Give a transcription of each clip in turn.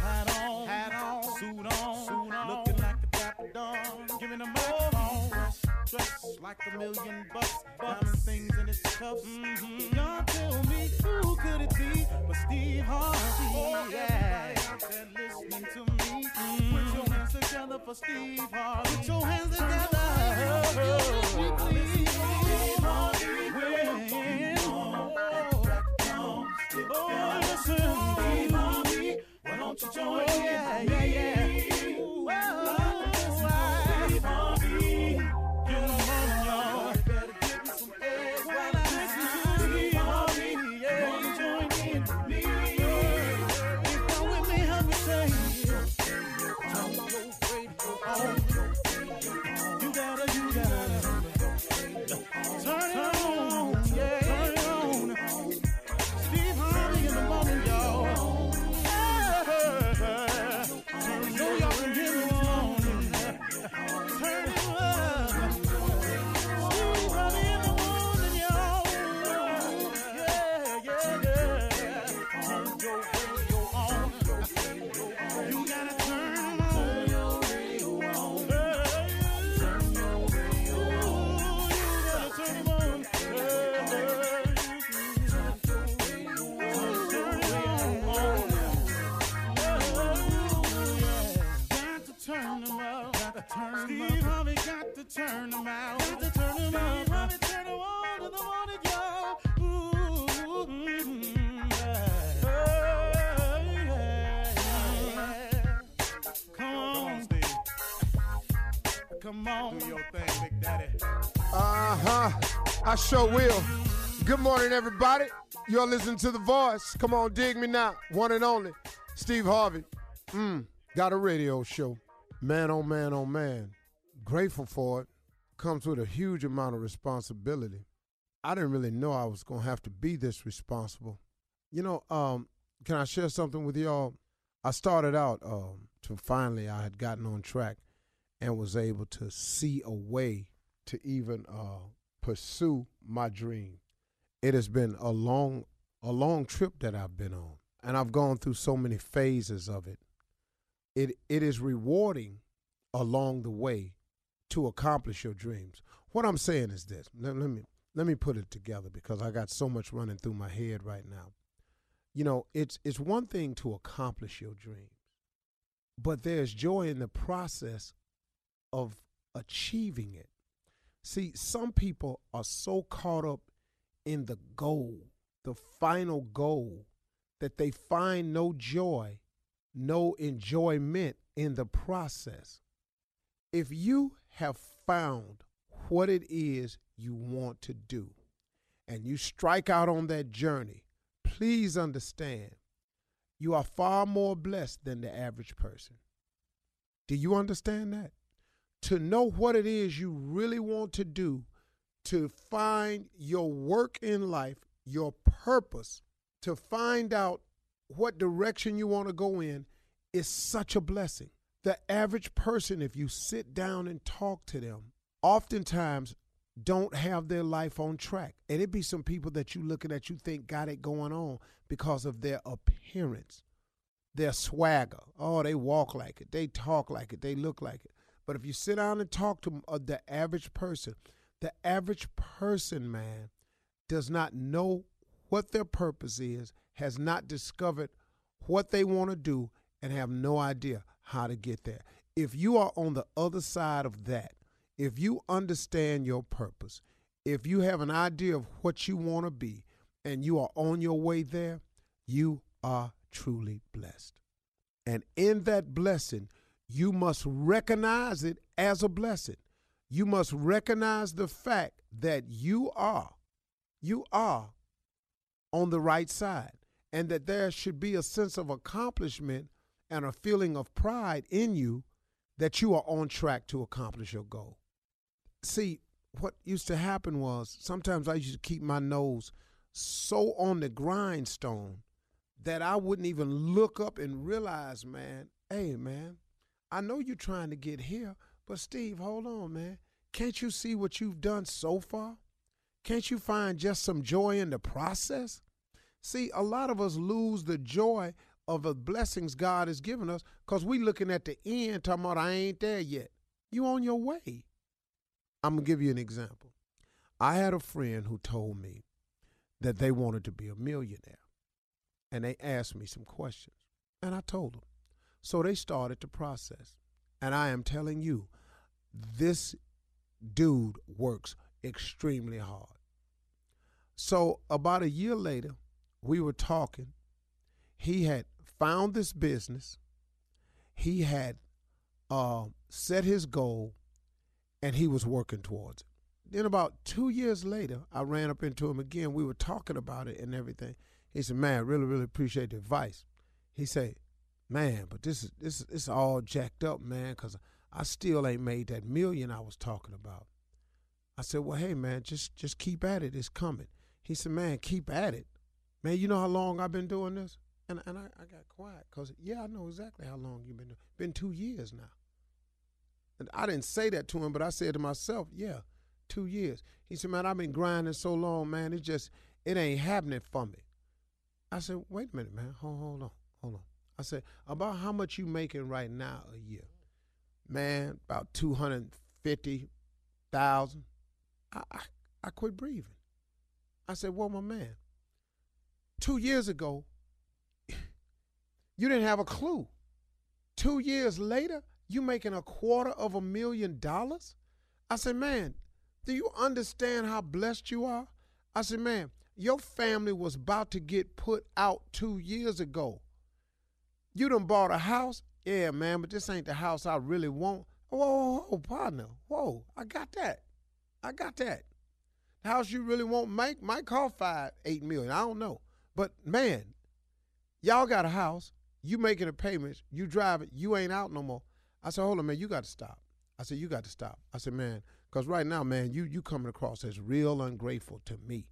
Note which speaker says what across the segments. Speaker 1: Hat on, hat on, suit on, suit on. Oh. looking like a dapper dog, giving them microphone. Dress like a million bucks, diamond things in its cuffs. Mm-hmm. Y'all tell me who could it be but Steve Harvey? Oh, yeah. everybody out there listening to me, put your hands together for Steve Harvey. Put your hands together. Oh, please. When- Oh, listen. Steve Harvey, why don't you join in? Yeah, yeah, yeah. Ooh, oh, why? Steve Harvey. Get 'em on, y'all. Better get me some eggs while I listen to Steve Harvey. Yeah. Wanna join in with me? If you're with me, help me say it. Turn your radio on. You gotta, you gotta. Turn it on, yeah. Turn it on. Steve Harvey in the morning, y'all. Yeah. Know y'all can hear me moaning. Turn it up. Steve Harvey in the morning, y'all. Yeah, yeah, yeah. Turn your radio on. You gotta turn on. Yeah. Ooh, you gotta turn 'em on. Yeah. Turn them out, gotta turn them out. Steve Harvey got to turn them out, got to turn them out. Steve Harvey turn them on in the morning, y'all. Ooh, mm, yeah. Hey, yeah, yeah. Come on, Steve. Come on, do your thing, Big Daddy.
Speaker 2: Uh huh. I sure will. Good morning, everybody. You're listening to The Voice. Come on, dig me now. One and only, Steve Harvey. Mm, got a radio show. Man, oh man, oh man. Grateful for it. Comes with a huge amount of responsibility. I didn't really know I was going to have to be this responsible. You know, um, can I share something with y'all? I started out um, to finally I had gotten on track and was able to see a way to even uh, pursue my dream. It has been a long, a long trip that I've been on, and I've gone through so many phases of it. It it is rewarding along the way to accomplish your dreams. What I'm saying is this: let, let me let me put it together because I got so much running through my head right now. You know, it's it's one thing to accomplish your dreams, but there's joy in the process of achieving it. See, some people are so caught up in the goal, the final goal, that they find no joy, no enjoyment in the process. If you have found what it is you want to do and you strike out on that journey, please understand you are far more blessed than the average person. Do you understand that? to know what it is you really want to do, to find your work in life, your purpose, to find out what direction you want to go in is such a blessing. The average person, if you sit down and talk to them, oftentimes don't have their life on track. And it be some people that you looking at you think got it going on because of their appearance, their swagger. Oh, they walk like it, they talk like it, they look like it. But if you sit down and talk to 'em, uh, the average person, the average person, man, does not know what their purpose is, has not discovered what they want to do, and have no idea how to get there. If you are on the other side of that, if you understand your purpose, if you have an idea of what you want to be, and you are on your way there, you are truly blessed. And in that blessing, you must recognize it as a blessing. You must recognize the fact that you are, you are on the right side, and that there should be a sense of accomplishment and a feeling of pride in you that you are on track to accomplish your goal. See, what used to happen was sometimes I used to keep my nose so on the grindstone that I wouldn't even look up and realize, man, hey, man, I know you're trying to get here, but Steve, hold on, man. Can't you see what you've done so far? Can't you find just some joy in the process? See, a lot of us lose the joy of the blessings God has given us because we looking at the end talking about I ain't there yet. You on your way. I'm gonna give you an example. I had a friend who told me that they wanted to be a millionaire. And they asked me some questions. And I told them. So they started the process. And I am telling you, this dude works extremely hard. So about a year later, we were talking. He had found this business. He had um, set his goal, and he was working towards it. Then about two years later, I ran up into him again. We were talking about it and everything. He said, "Man, I really, really appreciate the advice." He said, "Man, but this is this is it's all jacked up, man, because I still ain't made that million I was talking about." I said, "Well, hey man, just just keep at it. It's coming." He said, "Man, keep at it, man. You know how long I've been doing this?" And and I, I got quiet because yeah, I know exactly how long you've been doing. Been two years now. And I didn't say that to him, but I said to myself, "Yeah, two years." He said, "Man, I've been grinding so long, man. It just it ain't happening for me." I said, "Wait a minute, man. Hold hold on, hold on." I said, "About how much you making right now a year?" Man, about two hundred fifty thousand. I, I, I quit breathing. I said, Well, my man, two years ago, you didn't have a clue. Two years later, you making a quarter of a million dollars? I said, Man, do you understand how blessed you are? I said, Man, your family was about to get put out two years ago. You done bought a house? Yeah, man, but this ain't the house I really want. Whoa, whoa, whoa, partner. Whoa, I got that. I got that. The house you really want might might cost five, eight million. I don't know. But man, y'all got a house, you making the payments, you drive it, you ain't out no more. I said, hold on, man, you got to stop. I said, you got to stop. I said, man, because right now, man, you you coming across as real ungrateful to me.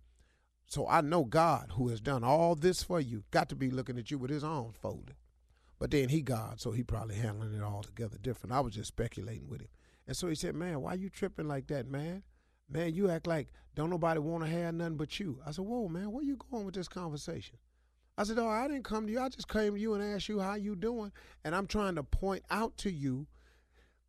Speaker 2: So I know God, who has done all this for you, got to be looking at you with his arms folded. But then he God, so he probably handling it altogether different. I was just speculating with him. And so he said, Man, why you tripping like that, man? Man, you act like don't nobody want to have nothing but you. I said, Whoa, man, where you going with this conversation? I said, Oh, I didn't come to you. I just came to you and asked you how you doing. And I'm trying to point out to you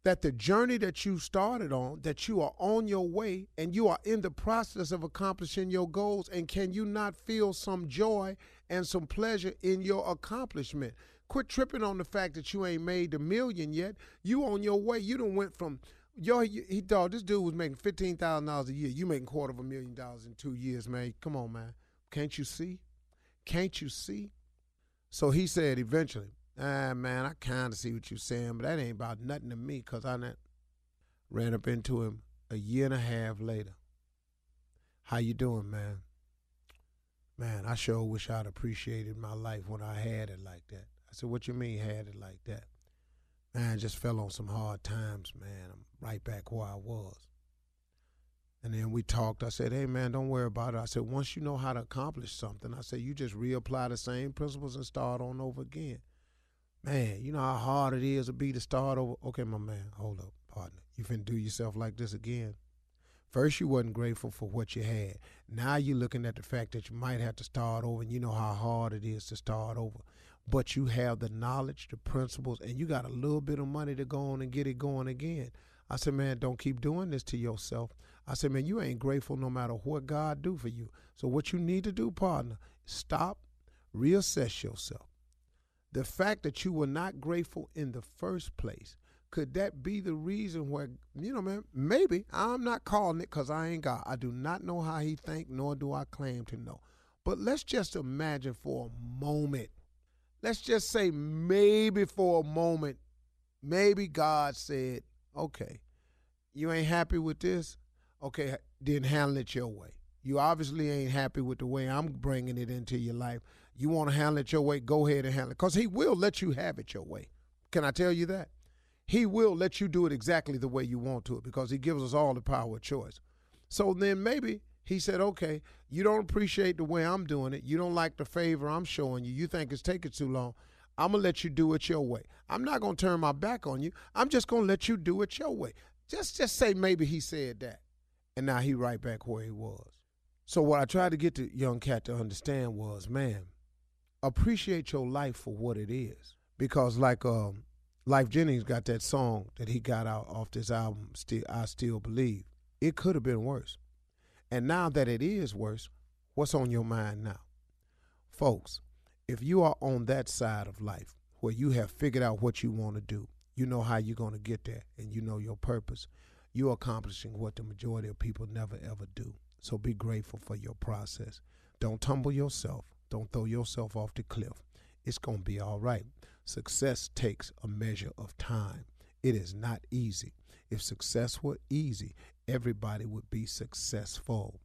Speaker 2: that the journey that you started on, that you are on your way and you are in the process of accomplishing your goals, and can you not feel some joy and some pleasure in your accomplishment? Quit tripping on the fact that you ain't made a million yet. You on your way. You done went from yo. He, he thought this dude was making fifteen thousand dollars a year. You making quarter of a million dollars in two years, man. Come on, man. Can't you see? Can't you see? So he said eventually, ah, man, I kind of see what you're saying, but that ain't about nothing to me because I done ran up into him a year and a half later. How you doing, man? Man, I sure wish I'd appreciated my life when I had it like that. I said, what you mean had it like that? Man, I just fell on some hard times, man. I'm right back where I was. And then we talked. I said, hey, man, don't worry about it. I said, once you know how to accomplish something, I said, you just reapply the same principles and start on over again. Man, you know how hard it is to be to start over. Okay, my man, hold up, partner. You finna do yourself like this again. First, you wasn't grateful for what you had. Now you're looking at the fact that you might have to start over, and you know how hard it is to start over. But you have the knowledge, the principles, and you got a little bit of money to go on and get it going again. I said, man, don't keep doing this to yourself. I said, man, you ain't grateful no matter what God do for you. So what you need to do, partner, stop, reassess yourself. The fact that you were not grateful in the first place, could that be the reason where, you know, man, maybe I'm not calling it because I ain't God. I do not know how he think, nor do I claim to know. But let's just imagine for a moment. Let's just say maybe for a moment, maybe God said, okay, you ain't happy with this? Okay, then handle it your way. You obviously ain't happy with the way I'm bringing it into your life. You want to handle it your way? Go ahead and handle it. Because He will let you have it your way. Can I tell you that? He will let you do it exactly the way you want to it because He gives us all the power of choice. So then maybe He said, okay, you don't appreciate the way I'm doing it. You don't like the favor I'm showing you. You think it's taking too long. I'm going to let you do it your way. I'm not going to turn my back on you. I'm just going to let you do it your way. Just just say maybe he said that. And now he right back where he was. So what I tried to get the young cat to understand was, man, appreciate your life for what it is. Because like um Life Jennings got that song that he got out off this album, Still I Still Believe. It could have been worse. And now that it is worse, what's on your mind now? Folks, if you are on that side of life where you have figured out what you want to do, you know how you're going to get there, and you know your purpose, you're accomplishing what the majority of people never ever do. So be grateful for your process. Don't tumble yourself, don't throw yourself off the cliff. It's going to be all right. Success takes a measure of time, it is not easy. If success were easy, everybody would be successful.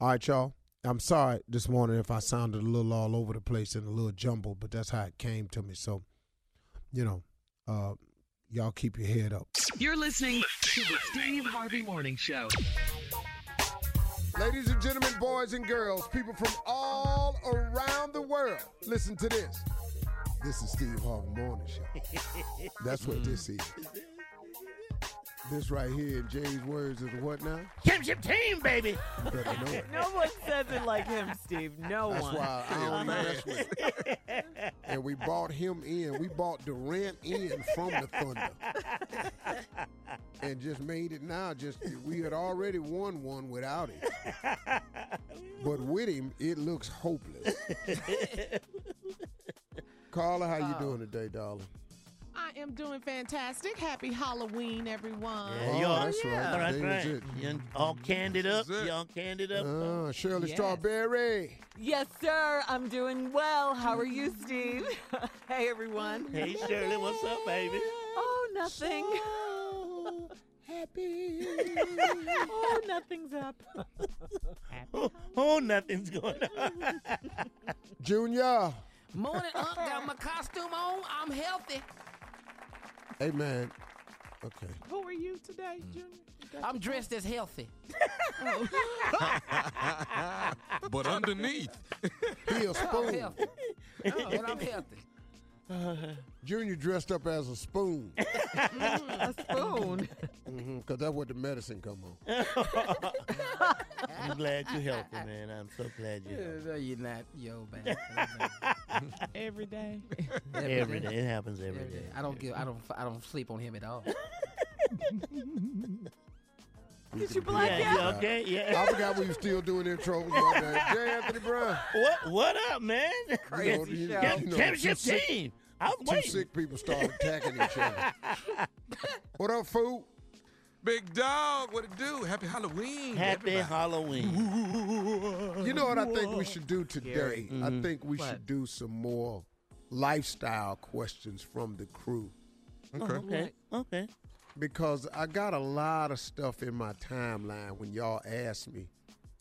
Speaker 2: All right, y'all. I'm sorry this morning if I sounded a little all over the place and a little jumbled, but that's how it came to me. So, you know, uh, y'all keep your head up.
Speaker 3: You're listening to the Steve Harvey Morning Show.
Speaker 2: Ladies and gentlemen, boys and girls, people from all around the world, listen to this. This is Steve Harvey Morning Show. That's what this is. This right here in Jay's words is what now?
Speaker 4: Championship team, baby.
Speaker 2: You better know it.
Speaker 5: No one says it like him, Steve. No
Speaker 2: That's
Speaker 5: one.
Speaker 2: why I don't mess with it. And we bought him in. We bought Durant in from the Thunder. and just made it now. Just we had already won one without him. But with him, it looks hopeless. Carla, how
Speaker 4: Oh.
Speaker 2: you doing today, darling?
Speaker 6: I am doing fantastic. Happy Halloween, everyone.
Speaker 4: Uh, Yeah, you
Speaker 2: Oh,
Speaker 4: all-
Speaker 2: that's right.
Speaker 4: All right,
Speaker 2: Today was it.
Speaker 4: right. You all candid up.
Speaker 1: That's it.
Speaker 4: You all candid up.
Speaker 2: Uh, Shirley
Speaker 6: Yes.
Speaker 2: Strawberry.
Speaker 5: Yes, sir. I'm doing well. How are you, Steve? hey, everyone.
Speaker 4: hey, Shirley, what's up, baby?
Speaker 5: Oh, nothing.
Speaker 2: Happy.
Speaker 5: oh, nothing's up.
Speaker 4: Oh, oh, nothing's going on.
Speaker 2: Junior.
Speaker 7: Morning, Unc. Got my costume on. I'm healthy.
Speaker 2: Hey, man. Okay.
Speaker 6: Who are you today, Junior?
Speaker 7: I'm dressed as healthy.
Speaker 1: But underneath,
Speaker 2: He a
Speaker 7: I'm
Speaker 2: spoon.
Speaker 7: healthy. But I'm healthy.
Speaker 2: Junior dressed up as a spoon.
Speaker 4: Mm,
Speaker 5: A spoon.
Speaker 2: Mhm, Cause that's what the medicine come on.
Speaker 4: I'm glad you're healthy, man. I'm so glad you're healthy.
Speaker 7: No, you're not, yo, man.
Speaker 6: Every day.
Speaker 4: Every day. It happens every day.
Speaker 7: I don't give. I don't. I don't sleep on him at all.
Speaker 5: Did you black
Speaker 4: Yeah, you
Speaker 5: out?
Speaker 4: okay? Yeah.
Speaker 2: I forgot we were still doing intros. My bad. J. Anthony Brown.
Speaker 4: What What up, man?
Speaker 2: Crazy you know,
Speaker 4: Cham-
Speaker 2: you know,
Speaker 4: Championship
Speaker 2: two sick-
Speaker 4: team. I was
Speaker 2: Two
Speaker 4: waiting.
Speaker 2: sick people started attacking each other. what up, fool?
Speaker 1: big dog, what it do? Happy Halloween.
Speaker 4: Happy Halloween.
Speaker 2: You know what I think we should do today?
Speaker 4: Mm-hmm.
Speaker 2: I think we should do some more lifestyle questions from the crew.
Speaker 4: Uh-huh. Okay. Okay.
Speaker 2: because I got a lot of stuff in my timeline when y'all ask me,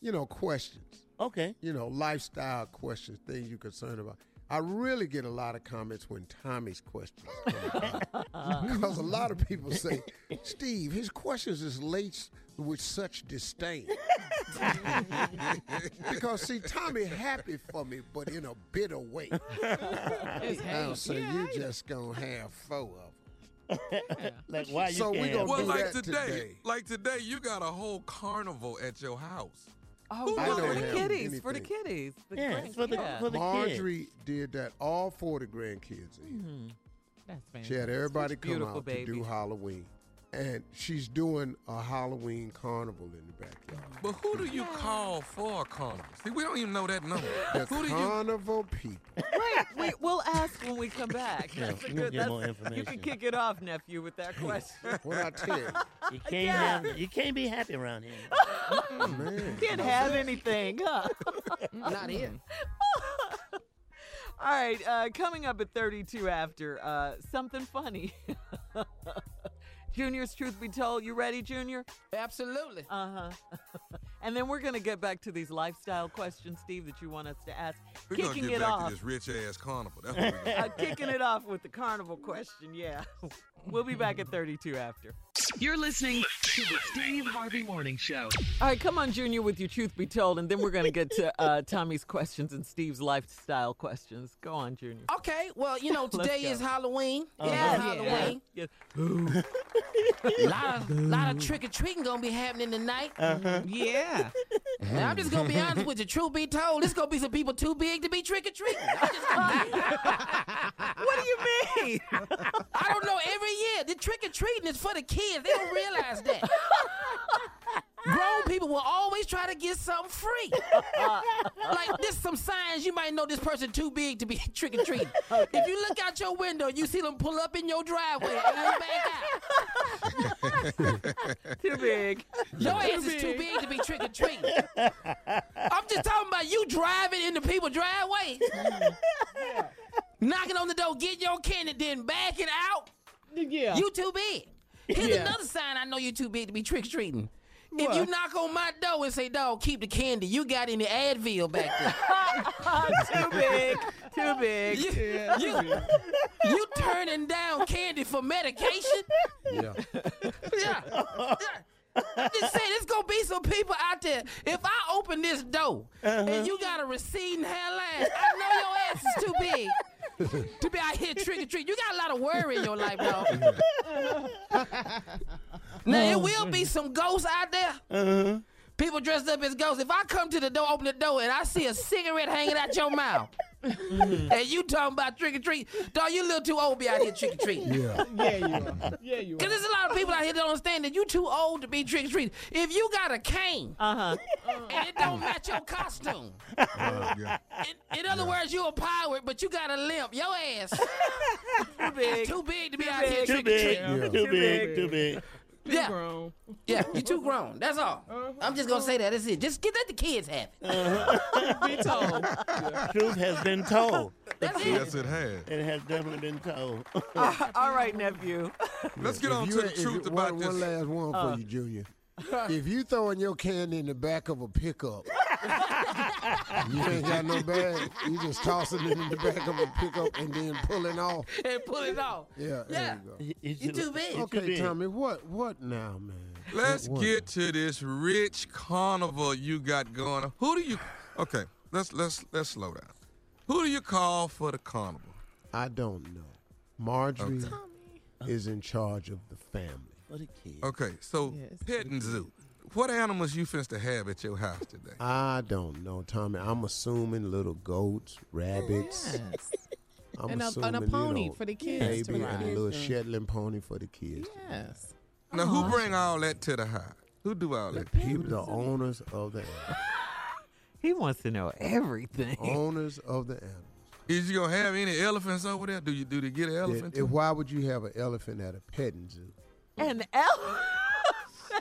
Speaker 2: you know, questions,
Speaker 4: Okay.
Speaker 2: you know, lifestyle questions, things you're concerned about. I really get a lot of comments when Tommy's questions. Because a lot of people say, Steve, his questions is laced with such disdain. because, see, Tommy happy for me, but in a bitter way.
Speaker 6: It's
Speaker 2: I'll say
Speaker 6: hate.
Speaker 2: you just gonna have four of them.
Speaker 4: like why you
Speaker 2: So we
Speaker 4: can't?
Speaker 2: gonna
Speaker 8: Well,
Speaker 2: do
Speaker 8: like
Speaker 2: that
Speaker 8: today,
Speaker 2: today.
Speaker 8: like today, you got a whole carnival at your house.
Speaker 5: Oh,
Speaker 2: I
Speaker 5: well,
Speaker 2: don't
Speaker 5: for the
Speaker 2: have
Speaker 5: kiddies, for the
Speaker 2: anything.
Speaker 5: kiddies. The
Speaker 4: Yeah, it's for the-
Speaker 5: grandkids.
Speaker 4: for the-
Speaker 2: Marjorie did that all for the grandkids.
Speaker 4: Mm-hmm.
Speaker 5: That's
Speaker 2: She
Speaker 5: fantastic.
Speaker 2: had everybody come
Speaker 5: beautiful
Speaker 2: out to do
Speaker 5: babies.
Speaker 2: Halloween. And she's doing a Halloween carnival in the backyard.
Speaker 8: But who do you call for a carnival? See, we don't even know that number.
Speaker 2: The
Speaker 8: who do you?
Speaker 2: carnival people.
Speaker 5: Wait, we, we'll ask when we come back.
Speaker 4: Yeah,
Speaker 5: That's a
Speaker 4: we'll
Speaker 5: good-
Speaker 4: get
Speaker 5: that's-
Speaker 4: more
Speaker 5: You
Speaker 4: information.
Speaker 5: can kick it off, nephew, with that question.
Speaker 2: What I tell you,
Speaker 4: You can't have, you can't be happy around here.
Speaker 2: man.
Speaker 5: Can't have anything, huh?
Speaker 9: Not here.
Speaker 5: All right, uh, coming up at 32 after, uh, something funny. Junior's truth be told. You ready, Junior?
Speaker 9: Absolutely.
Speaker 5: Uh huh. and then we're going to get back to these lifestyle questions, Steve, that you want us to ask.
Speaker 8: We're gonna
Speaker 5: kicking
Speaker 8: get
Speaker 5: it
Speaker 8: back
Speaker 5: off.
Speaker 8: to this rich ass carnival. That's what we
Speaker 5: uh, kicking it off with the carnival question, yeah. we'll be back at 32 after.
Speaker 10: You're listening to the Steve Harvey Morning Show.
Speaker 5: All right, come on, Junior, with your truth be told, and then we're going to get to uh, Tommy's questions and Steve's lifestyle questions. Go on, Junior.
Speaker 8: Oh.
Speaker 9: Okay, well, you know,
Speaker 5: Let's
Speaker 9: today
Speaker 5: go.
Speaker 9: is Halloween.
Speaker 4: Uh-huh.
Speaker 9: Yeah,
Speaker 4: Yeah.
Speaker 9: Halloween.
Speaker 5: Yeah.
Speaker 9: lot of lot of trick or treating gonna be happening tonight.
Speaker 4: Uh-huh.
Speaker 5: yeah.
Speaker 9: And I'm just gonna be honest with you. Truth be told, it's gonna be some people too big to be trick or treating.
Speaker 5: What do you mean?
Speaker 9: I don't know. Every year, the trick or treating is for the kids. They don't realize that. Grown people will always try to get something free. like this, some signs you might know this person too big to be trick or treating. If you look out your window, you see them pull up in your driveway and then back out.
Speaker 5: Too big.
Speaker 9: Your ass is too big to be trick or treating. I'm just talking about you driving in the people driveways, knocking on the door, get your candy, then back it out.
Speaker 5: Yeah.
Speaker 9: You too big. Here's
Speaker 5: Yeah.
Speaker 9: another sign I know you too big to be trick or treating. If you knock on my door and say, "Dog, keep the candy," you got any Advil back there?
Speaker 5: too big. Too big.
Speaker 9: You, you, you turning down candy for medication?
Speaker 2: Yeah.
Speaker 9: Yeah. I'm just saying, there's gonna be some people out there. If I open this door and you got a receding hairline, I know your ass is too big to be out here trick or treat. You got a lot of worry in your life, dog. now
Speaker 1: Oh,
Speaker 9: there will be some ghosts out there.
Speaker 1: Uh-huh.
Speaker 9: Mm-hmm. People dressed up as ghosts. If I come to the door, open the door, and I see a cigarette hanging out your mouth, and you talking about trick or treat, dog, you a little too old to be out here trick or treating.
Speaker 2: Yeah.
Speaker 9: Because there's a lot of people out here that don't understand that you too old to be trick or treating. If you got a cane
Speaker 5: Uh-huh.
Speaker 9: and it don't match your costume,
Speaker 2: Uh, yeah.
Speaker 9: in, in other words, you a pirate, but you got a limp. Your ass
Speaker 5: Too big.
Speaker 9: too big to be out here trick
Speaker 4: Too
Speaker 9: or
Speaker 4: big,
Speaker 9: treating.
Speaker 2: Yeah.
Speaker 4: too
Speaker 5: Too
Speaker 4: big,
Speaker 5: big.
Speaker 4: too big.
Speaker 9: Yeah, yeah, you too grown. That's all. I'm just gonna say that. That's it. Just get let the kids have it.
Speaker 4: Truth has been told.
Speaker 9: That's
Speaker 8: do.
Speaker 9: it.
Speaker 8: Yes, it has.
Speaker 4: It has definitely been told.
Speaker 5: All right, nephew.
Speaker 8: Let's get
Speaker 2: If
Speaker 8: on
Speaker 2: you
Speaker 8: to the
Speaker 2: had- if
Speaker 8: truth
Speaker 2: you-
Speaker 8: about
Speaker 2: one,
Speaker 8: this.
Speaker 2: One last one for you, Junior. If you throwing your candy in the back of a pickup, you ain't got no bag. You just tossing it in the back of a pickup and then pulling off.
Speaker 9: And pull it off.
Speaker 2: Yeah,
Speaker 9: Oh. Yeah.
Speaker 2: there you
Speaker 4: you
Speaker 9: You too big.
Speaker 2: go. Okay, Tommy, what what now, man?
Speaker 8: Let's
Speaker 2: What- what?
Speaker 8: get to this rich carnival you got going. Who do you? Okay, let's let's let's slow down. Who do you call for the carnival?
Speaker 2: I don't know. Marjorie is in charge of the family.
Speaker 4: What a kid.
Speaker 8: Okay, so petting zoo. What animals you finna to have at your house today?
Speaker 2: I don't know, Tommy. I'm assuming little goats, rabbits. I'm
Speaker 11: And a- and a
Speaker 2: assuming, you
Speaker 11: pony
Speaker 2: know,
Speaker 11: for the kids to
Speaker 2: Maybe and a
Speaker 11: ride.
Speaker 2: little Shetland pony for the kids. to ride.
Speaker 11: Yes.
Speaker 8: Now, who bring all that to the house? Who do all that?
Speaker 2: People, the owners of the animals.
Speaker 5: He wants to know everything.
Speaker 2: owners of the animals.
Speaker 8: Is you gonna have any elephants over there? Do you do they get an elephant?
Speaker 2: Then- then why would you have an elephant at a petting zoo?
Speaker 5: And L.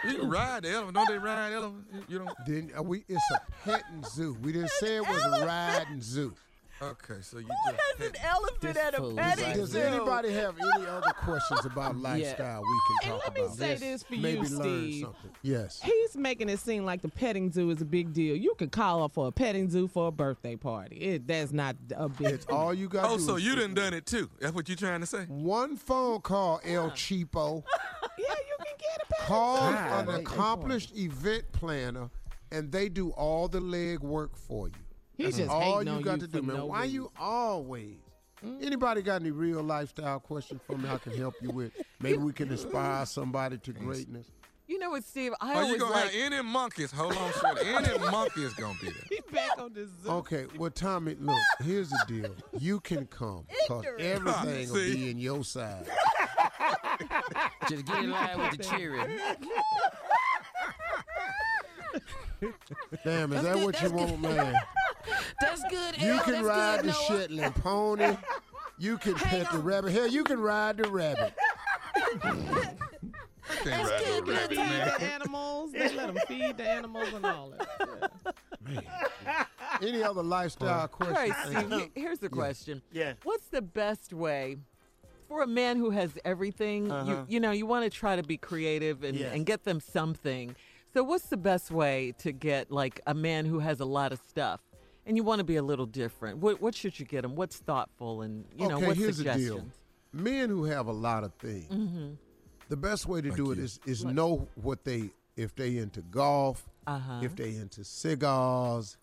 Speaker 8: you can ride the elephant. Don't they ride elephants? You- You don't.
Speaker 2: Then uh, we it's a petting zoo. We didn't say it was a riding zoo.
Speaker 8: Okay, so you
Speaker 5: Who
Speaker 8: just.
Speaker 5: has an
Speaker 8: pet-
Speaker 5: elephant at a
Speaker 9: fool.
Speaker 5: petting
Speaker 2: Does
Speaker 5: zoo?
Speaker 2: anybody have any other questions about lifestyle we can
Speaker 11: And
Speaker 2: talk
Speaker 11: let
Speaker 2: about?
Speaker 11: me say this for
Speaker 2: Maybe
Speaker 11: you,
Speaker 2: learn
Speaker 11: Steve.
Speaker 2: something. Yes.
Speaker 11: He's making it seem like the petting zoo is a big deal. You could call up for a petting zoo for a birthday party. It, that's not a big
Speaker 2: It's all you got.
Speaker 8: Oh, so you done done it too? That's what you trying to say?
Speaker 2: One phone call, El Cheapo.
Speaker 11: Yeah, you can get a petting
Speaker 2: Call an accomplished event planner, and they do all the leg work for you.
Speaker 11: He's just
Speaker 2: all
Speaker 11: hating
Speaker 2: you
Speaker 11: on
Speaker 2: got
Speaker 11: you
Speaker 2: to do,
Speaker 11: for
Speaker 2: man.
Speaker 11: no
Speaker 2: Why
Speaker 11: reason. Mm.
Speaker 2: you always Anybody got any real lifestyle questions for me I can help you with? Maybe we can inspire somebody to greatness.
Speaker 5: You know what, Steve? I
Speaker 8: Are
Speaker 5: always
Speaker 8: you gonna
Speaker 5: like.
Speaker 8: have any monkeys? Hold on, shit. Any monkey is gonna be there.
Speaker 11: back on this zoo.
Speaker 2: Okay, well, Tommy, look, here's the deal. You can come because
Speaker 8: Ignorant.
Speaker 2: everything will
Speaker 8: See?
Speaker 2: be in your side.
Speaker 7: Just get in line with the cheering.
Speaker 2: Damn, is that what you want, man?
Speaker 7: That's good.
Speaker 2: You
Speaker 7: Al,
Speaker 2: can
Speaker 7: that's
Speaker 2: ride
Speaker 7: good,
Speaker 2: the
Speaker 7: Noah.
Speaker 2: Shetland pony. You can pet the rabbit. Hell, you can ride the rabbit.
Speaker 8: I can't ride no rabbit,
Speaker 11: Feed
Speaker 8: man.
Speaker 11: the animals. They let them feed the animals and all that.
Speaker 2: Any other lifestyle Uh,
Speaker 5: All right,
Speaker 2: questions?
Speaker 5: Steve, he- here's the question.
Speaker 4: Yeah.
Speaker 5: What's the best way for a man who has everything?
Speaker 4: Uh-huh.
Speaker 5: You, you know, you want to try to be creative and,
Speaker 4: Yes.
Speaker 5: and get them something. So, what's the best way to get like a man who has a lot of stuff and you want to be a little different? What, what should you get him? What's thoughtful and, you know,
Speaker 2: okay,
Speaker 5: what
Speaker 2: here's
Speaker 5: suggestions? Mm-hmm.
Speaker 2: the deal. Men who have a lot of things, the best way to do it is is know what they if they into golf,
Speaker 5: Uh-huh.
Speaker 2: if they into cigars,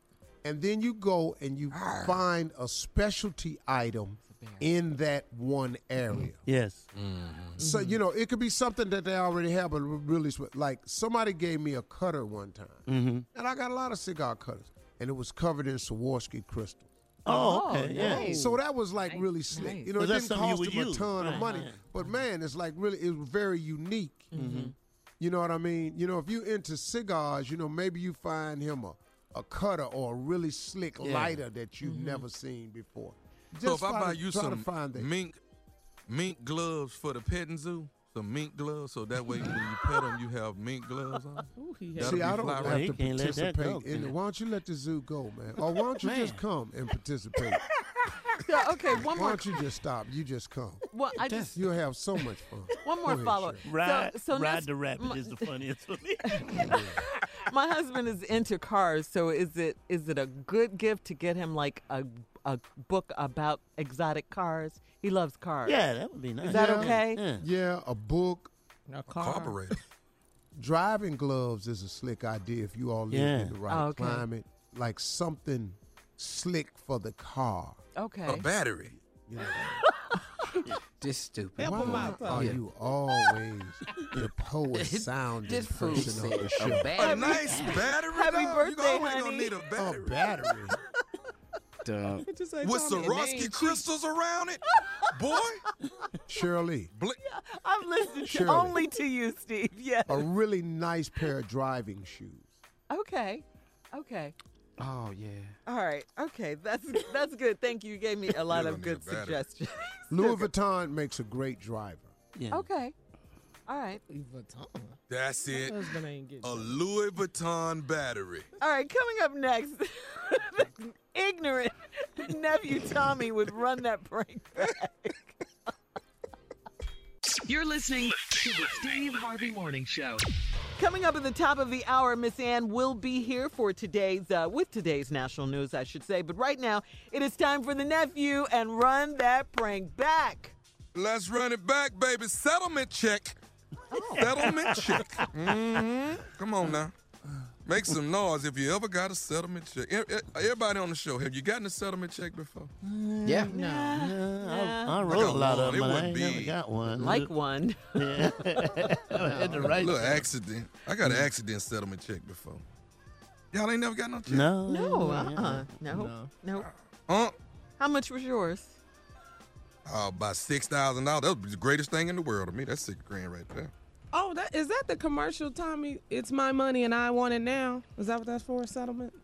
Speaker 2: and then you go and you find a specialty item in that one area.
Speaker 4: Yes.
Speaker 8: Mm-hmm.
Speaker 2: So
Speaker 4: Mm-hmm.
Speaker 2: you know it could be something that they already have, but really sw- like somebody gave me a cutter one time,
Speaker 4: Mm-hmm.
Speaker 2: and I got a lot of cigar cutters, and it was covered in Swarovski crystal.
Speaker 4: Oh, okay. Yeah.
Speaker 2: So that was like really slick. You know, it
Speaker 4: Well, that's
Speaker 2: didn't
Speaker 4: something you
Speaker 2: cost
Speaker 4: would
Speaker 2: him a
Speaker 4: use.
Speaker 2: ton of
Speaker 4: Right, Mm-hmm.
Speaker 2: money.
Speaker 4: right.
Speaker 2: But man, it's like really, it was very unique.
Speaker 4: Mm-hmm.
Speaker 2: You know what I mean? You know, if you into cigars, you know, maybe you find him a, a cutter or a really slick
Speaker 4: Yeah. Mm-hmm.
Speaker 2: lighter that you've never seen before. Just
Speaker 8: So if I
Speaker 2: find-
Speaker 8: buy you
Speaker 2: try to
Speaker 8: some
Speaker 2: find that.
Speaker 8: mink, mink gloves for the petting zoo, some mink gloves, so that way when you pet them, you have mink gloves on.
Speaker 11: Ooh, he
Speaker 8: That'll
Speaker 2: See,
Speaker 8: be
Speaker 2: I don't
Speaker 8: fly
Speaker 2: have
Speaker 8: right
Speaker 4: You
Speaker 2: to
Speaker 4: can't let that
Speaker 2: participate
Speaker 4: go,
Speaker 2: in
Speaker 4: can
Speaker 2: it.
Speaker 4: you?
Speaker 2: Why don't you let the zoo go, man? Or why don't you just
Speaker 4: Man.
Speaker 2: come and participate?
Speaker 5: So, okay, one
Speaker 2: why
Speaker 5: more.
Speaker 2: don't you just stop? You just come.
Speaker 5: Well, I just
Speaker 2: You'll have so much fun.
Speaker 5: one more
Speaker 2: Go ahead,
Speaker 5: follow. up.
Speaker 2: Shirley.
Speaker 4: Ride,
Speaker 5: so, so
Speaker 4: ride
Speaker 5: next-
Speaker 4: the rabbit
Speaker 5: my-
Speaker 4: is the funniest for me.
Speaker 5: my husband is into cars, so is it is it a good gift to get him like a a book about exotic cars? He loves cars.
Speaker 4: yeah, that would be nice.
Speaker 5: Is that
Speaker 2: Yeah.
Speaker 5: okay?
Speaker 4: Yeah.
Speaker 2: Yeah, a book,
Speaker 11: A car.
Speaker 8: Carburetor.
Speaker 2: driving gloves is a slick idea if you all live
Speaker 4: Yeah.
Speaker 2: in the right
Speaker 5: Oh, okay.
Speaker 2: climate. Like something slick for the car.
Speaker 8: A
Speaker 5: Okay.
Speaker 8: battery.
Speaker 7: This stupid.
Speaker 11: Help him
Speaker 2: Why
Speaker 11: out,
Speaker 2: are
Speaker 11: Tommy.
Speaker 2: you always the poet sounding
Speaker 7: This fool
Speaker 2: person on
Speaker 7: said
Speaker 2: the
Speaker 7: a
Speaker 2: show?
Speaker 8: A
Speaker 7: bad
Speaker 8: nice battery.
Speaker 5: Happy
Speaker 8: dog.
Speaker 5: birthday,
Speaker 8: you always
Speaker 5: honey.
Speaker 8: gonna need a
Speaker 2: A
Speaker 8: battery
Speaker 2: Oh, battery.
Speaker 11: What you say,
Speaker 8: with
Speaker 11: Tommy?
Speaker 8: Swarovski crystals around it. Boy,
Speaker 2: Shirley,
Speaker 8: Bli-
Speaker 5: I'm listening to
Speaker 2: Shirley.
Speaker 5: only to you, Steve. Yes.
Speaker 2: a really nice pair of driving shoes.
Speaker 5: Okay. Okay.
Speaker 7: Oh yeah.
Speaker 5: All right. Okay. That's that's good. Thank you. You gave me a lot
Speaker 8: You're
Speaker 5: of
Speaker 8: gonna need
Speaker 5: good
Speaker 8: a battery.
Speaker 5: suggestions.
Speaker 2: Louis Vuitton makes a great driver.
Speaker 4: Yeah.
Speaker 5: Okay. All right.
Speaker 8: that's it.
Speaker 11: Husband ain't getting
Speaker 8: A Louis Vuitton battery.
Speaker 5: All right. Coming up next, ignorant nephew Tommy would run that prank back.
Speaker 3: You're listening to the Steve Harvey Morning Show.
Speaker 5: Coming up at the top of the hour, Miss Ann will be here for today's, uh, with today's national news, I should say. But right now, it is time for the nephew and run that prank back.
Speaker 8: Let's run it back, baby. Settlement check.
Speaker 4: Oh.
Speaker 8: Settlement check. hmm Come on now. Make some noise if you ever got a settlement check. E- e- Everybody on the show, have you gotten a settlement check before?
Speaker 7: Yeah.
Speaker 4: Yeah, I, I wrote a
Speaker 8: got
Speaker 4: lot
Speaker 8: one.
Speaker 4: of
Speaker 8: It
Speaker 4: them, but I
Speaker 8: wouldn't
Speaker 4: ain't never
Speaker 8: be-
Speaker 4: got one.
Speaker 5: Uh-huh. Like one.
Speaker 4: yeah. I had to
Speaker 8: A
Speaker 4: write. Mm.
Speaker 8: little accident. I got an accident settlement check before. Y'all ain't never got no check.
Speaker 4: No.
Speaker 5: No,
Speaker 4: yeah,
Speaker 5: uh uh No, no.
Speaker 4: No.
Speaker 8: Huh?
Speaker 5: How much was yours?
Speaker 8: Oh, about six thousand dollars. That was the greatest thing in the world to me. That's six grand right there.
Speaker 11: Oh, that is that the commercial, Tommy? It's my money and I want it now. Is that what that's for? Settlements?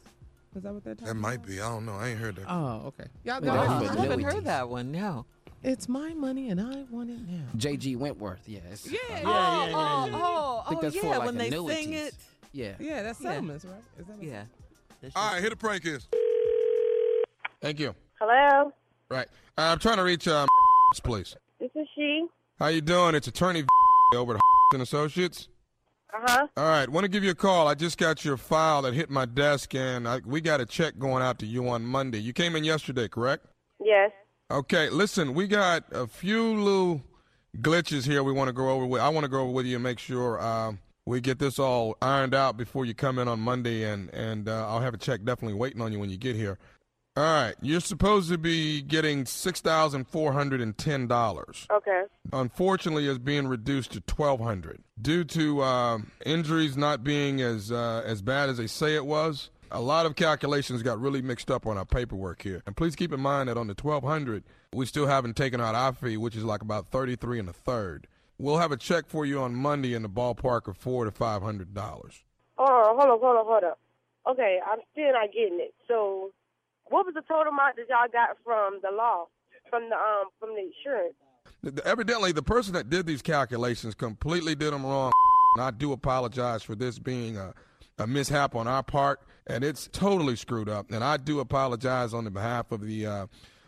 Speaker 11: Is that what that?
Speaker 8: That might be. I don't know. I ain't heard that.
Speaker 11: Oh, okay. Y'all
Speaker 7: But that-
Speaker 11: got it?
Speaker 5: Oh,
Speaker 7: but
Speaker 5: I haven't
Speaker 7: no, it
Speaker 5: heard
Speaker 7: is.
Speaker 5: that one. No.
Speaker 11: It's my money and I want it now.
Speaker 7: J.G. Wentworth. Yeah. it's-
Speaker 11: Yeah.
Speaker 7: uh,
Speaker 4: Yeah, yeah, yeah,
Speaker 5: oh,
Speaker 4: yeah.
Speaker 5: oh,
Speaker 7: I think
Speaker 5: oh,
Speaker 7: that's for,
Speaker 5: yeah.
Speaker 7: like,
Speaker 5: when they sing
Speaker 7: annuities.
Speaker 5: it.
Speaker 7: Yeah.
Speaker 11: Yeah, that's
Speaker 5: Yeah.
Speaker 11: settlements, right? Is that what-
Speaker 5: Yeah.
Speaker 4: That's
Speaker 8: All right, here the prank is.
Speaker 12: Thank you.
Speaker 13: Hello,
Speaker 12: Right. Uh, I'm trying to reach um place.
Speaker 13: this is she.
Speaker 12: How you doing? It's attorney over at and Associates.
Speaker 13: Uh
Speaker 8: Uh-huh.
Speaker 13: huh.
Speaker 12: All right, want to give you a call. I just got your file that hit my desk, and I, we got a check going out to you on Monday. You came in yesterday, correct?
Speaker 13: Yes.
Speaker 12: Okay. Listen, we got a few little glitches here. We want to go over. With. I want to go over with you and make sure
Speaker 8: uh,
Speaker 12: um, we get this all ironed out before you come in on Monday, and and uh, I'll have a check definitely waiting on you when you get here.
Speaker 8: All right, you're supposed to be getting six thousand four hundred and ten dollars.
Speaker 13: Okay.
Speaker 8: Unfortunately, is being reduced to twelve hundred due to uh, injuries not being as uh, as bad as they say it was. A lot of calculations got really mixed up on our paperwork here. And please keep in mind that on the twelve hundred, we still haven't taken out our fee, which is like about thirty three and a third. We'll have a check for you on Monday in the ballpark of four to five hundred dollars.
Speaker 13: Oh, hold up, hold up, hold up. Okay, I'm still not getting it. So, what was the total amount that y'all got from the law, from the um, from the insurance?
Speaker 8: Th- th- Evidently, the person that did these calculations completely did them wrong. And I do apologize for this being a, a mishap on our part, and it's totally screwed up. And I do apologize on the behalf of the uh,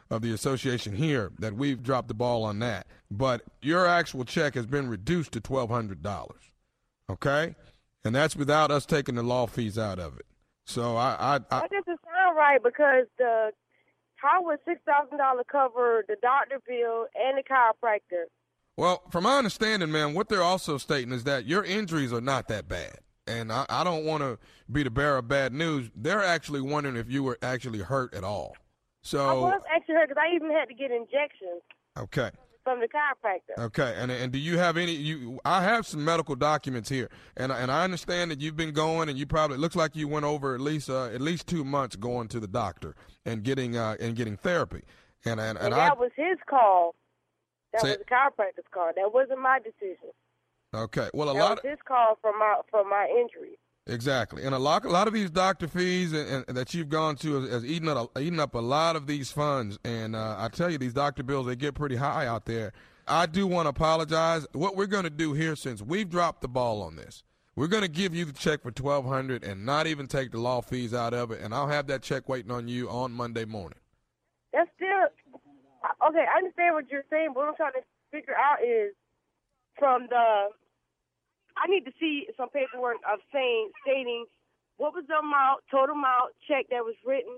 Speaker 8: of the association here that we've dropped the ball on that. But your actual check has been reduced to twelve hundred dollars, okay? And that's without us taking the law fees out of it. So I, I, I
Speaker 13: That doesn't sound right because the how would six thousand dollar cover the doctor bill and the chiropractor?
Speaker 8: Well, from my understanding, man, what they're also stating is that your injuries are not that bad. And I, I don't want to be the bearer of bad news. They're actually wondering if you were actually hurt at all.
Speaker 13: I
Speaker 8: So,
Speaker 13: was actually hurt because I even had to get injections
Speaker 8: okay.
Speaker 13: from the chiropractor.
Speaker 8: Okay, and and do you have any? You, I have some medical documents here, and I- and I understand that you've been going, and you probably it looks like you went over at least uh, at least two months going to the doctor and getting uh, and getting therapy, and and,
Speaker 13: And
Speaker 8: and I
Speaker 13: that was his call. That
Speaker 8: Say-
Speaker 13: was the chiropractor's call. That wasn't my decision.
Speaker 8: okay. Well, a
Speaker 13: that
Speaker 8: lot
Speaker 13: was his call for my for my injury.
Speaker 8: Exactly, and a lot, a lot of these doctor fees and, and, that you've gone to has, has eaten up, eaten up a lot of these funds. And uh, I tell you, these doctor bills they get pretty high out there. I do want to apologize. What we're going to do here, since we've dropped the ball on this, we're going to give you the check for twelve hundred and not even take the law fees out of it. And I'll have that check waiting on you on Monday morning.
Speaker 13: That's still I- okay. I understand what you're saying, but what I'm trying to figure out is from the. I need to see some paperwork of saying stating what was the amount, total amount check that was written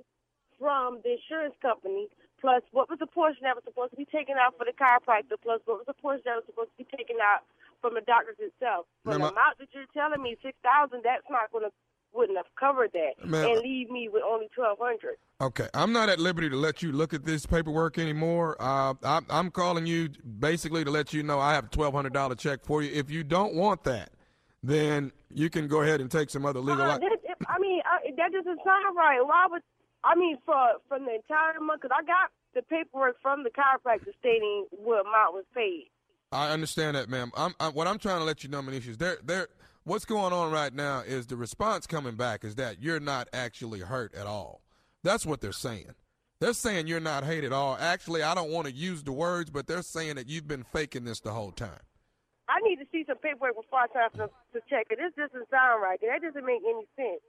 Speaker 13: from the insurance company, plus what was the portion that was supposed to be taken out for the chiropractor, plus what was the portion that was supposed to be taken out from the doctors itself. From the
Speaker 8: Ma'am, I-
Speaker 13: amount that you're telling me, six thousand, that's not gonna wouldn't have covered that
Speaker 8: Ma'am, I-
Speaker 13: and leave me with only twelve hundred.
Speaker 8: Okay, I'm not at liberty to let you look at this paperwork anymore. Uh, I, I'm calling you basically to let you know I have a $1,200 check for you. If you don't want that, then you can go ahead and take some other legal.
Speaker 13: Uh,
Speaker 8: action.
Speaker 13: that, if- I mean, I, that doesn't sound right. Why would I mean for from the entire month? Because I got the paperwork from the chiropractor stating what amount was paid.
Speaker 8: I understand that, ma'am. I'm, I, what I'm trying to let you know, Manisha, is there, there, what's going on right now is the response coming back is that you're not actually hurt at all. That's what they're saying. They're saying you're not hurt at all. Actually, I don't want to use the words, but they're saying that you've been faking this the whole time.
Speaker 13: I need to see some paperwork before I sign to, to check it. This doesn't sound right. That doesn't make any sense.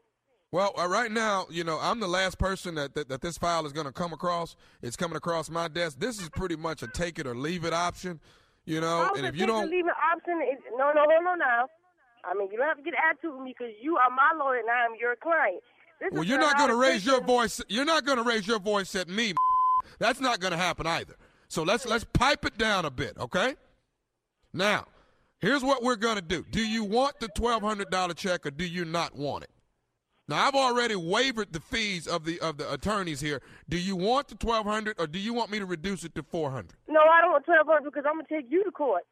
Speaker 8: Well, uh, right now, you know, I'm the last person that, that, that this file is going to come across. It's coming across my desk. This is pretty much a take it or leave it option, you know.
Speaker 13: How is
Speaker 8: And
Speaker 13: the
Speaker 8: if you
Speaker 13: take or
Speaker 8: don't,
Speaker 13: leave an option, is, no, no, no, no, now. I mean, you don't have to get attitude with me because you are my lawyer and I am your client. This
Speaker 8: well,
Speaker 13: is
Speaker 8: you're not going to
Speaker 13: how
Speaker 8: raise your voice. You're not going to raise your voice at me. That's not going to happen either. So let's let's pipe it down a bit, okay? Now, here's what we're going to do. Do you want the $1,200 check or do you not want it? Now, I've already wavered the fees of the of the attorneys here. Do you want the 1200 or do you want me to reduce it to 400?
Speaker 13: No, I don't want twelve hundred because I'm gonna take you to court.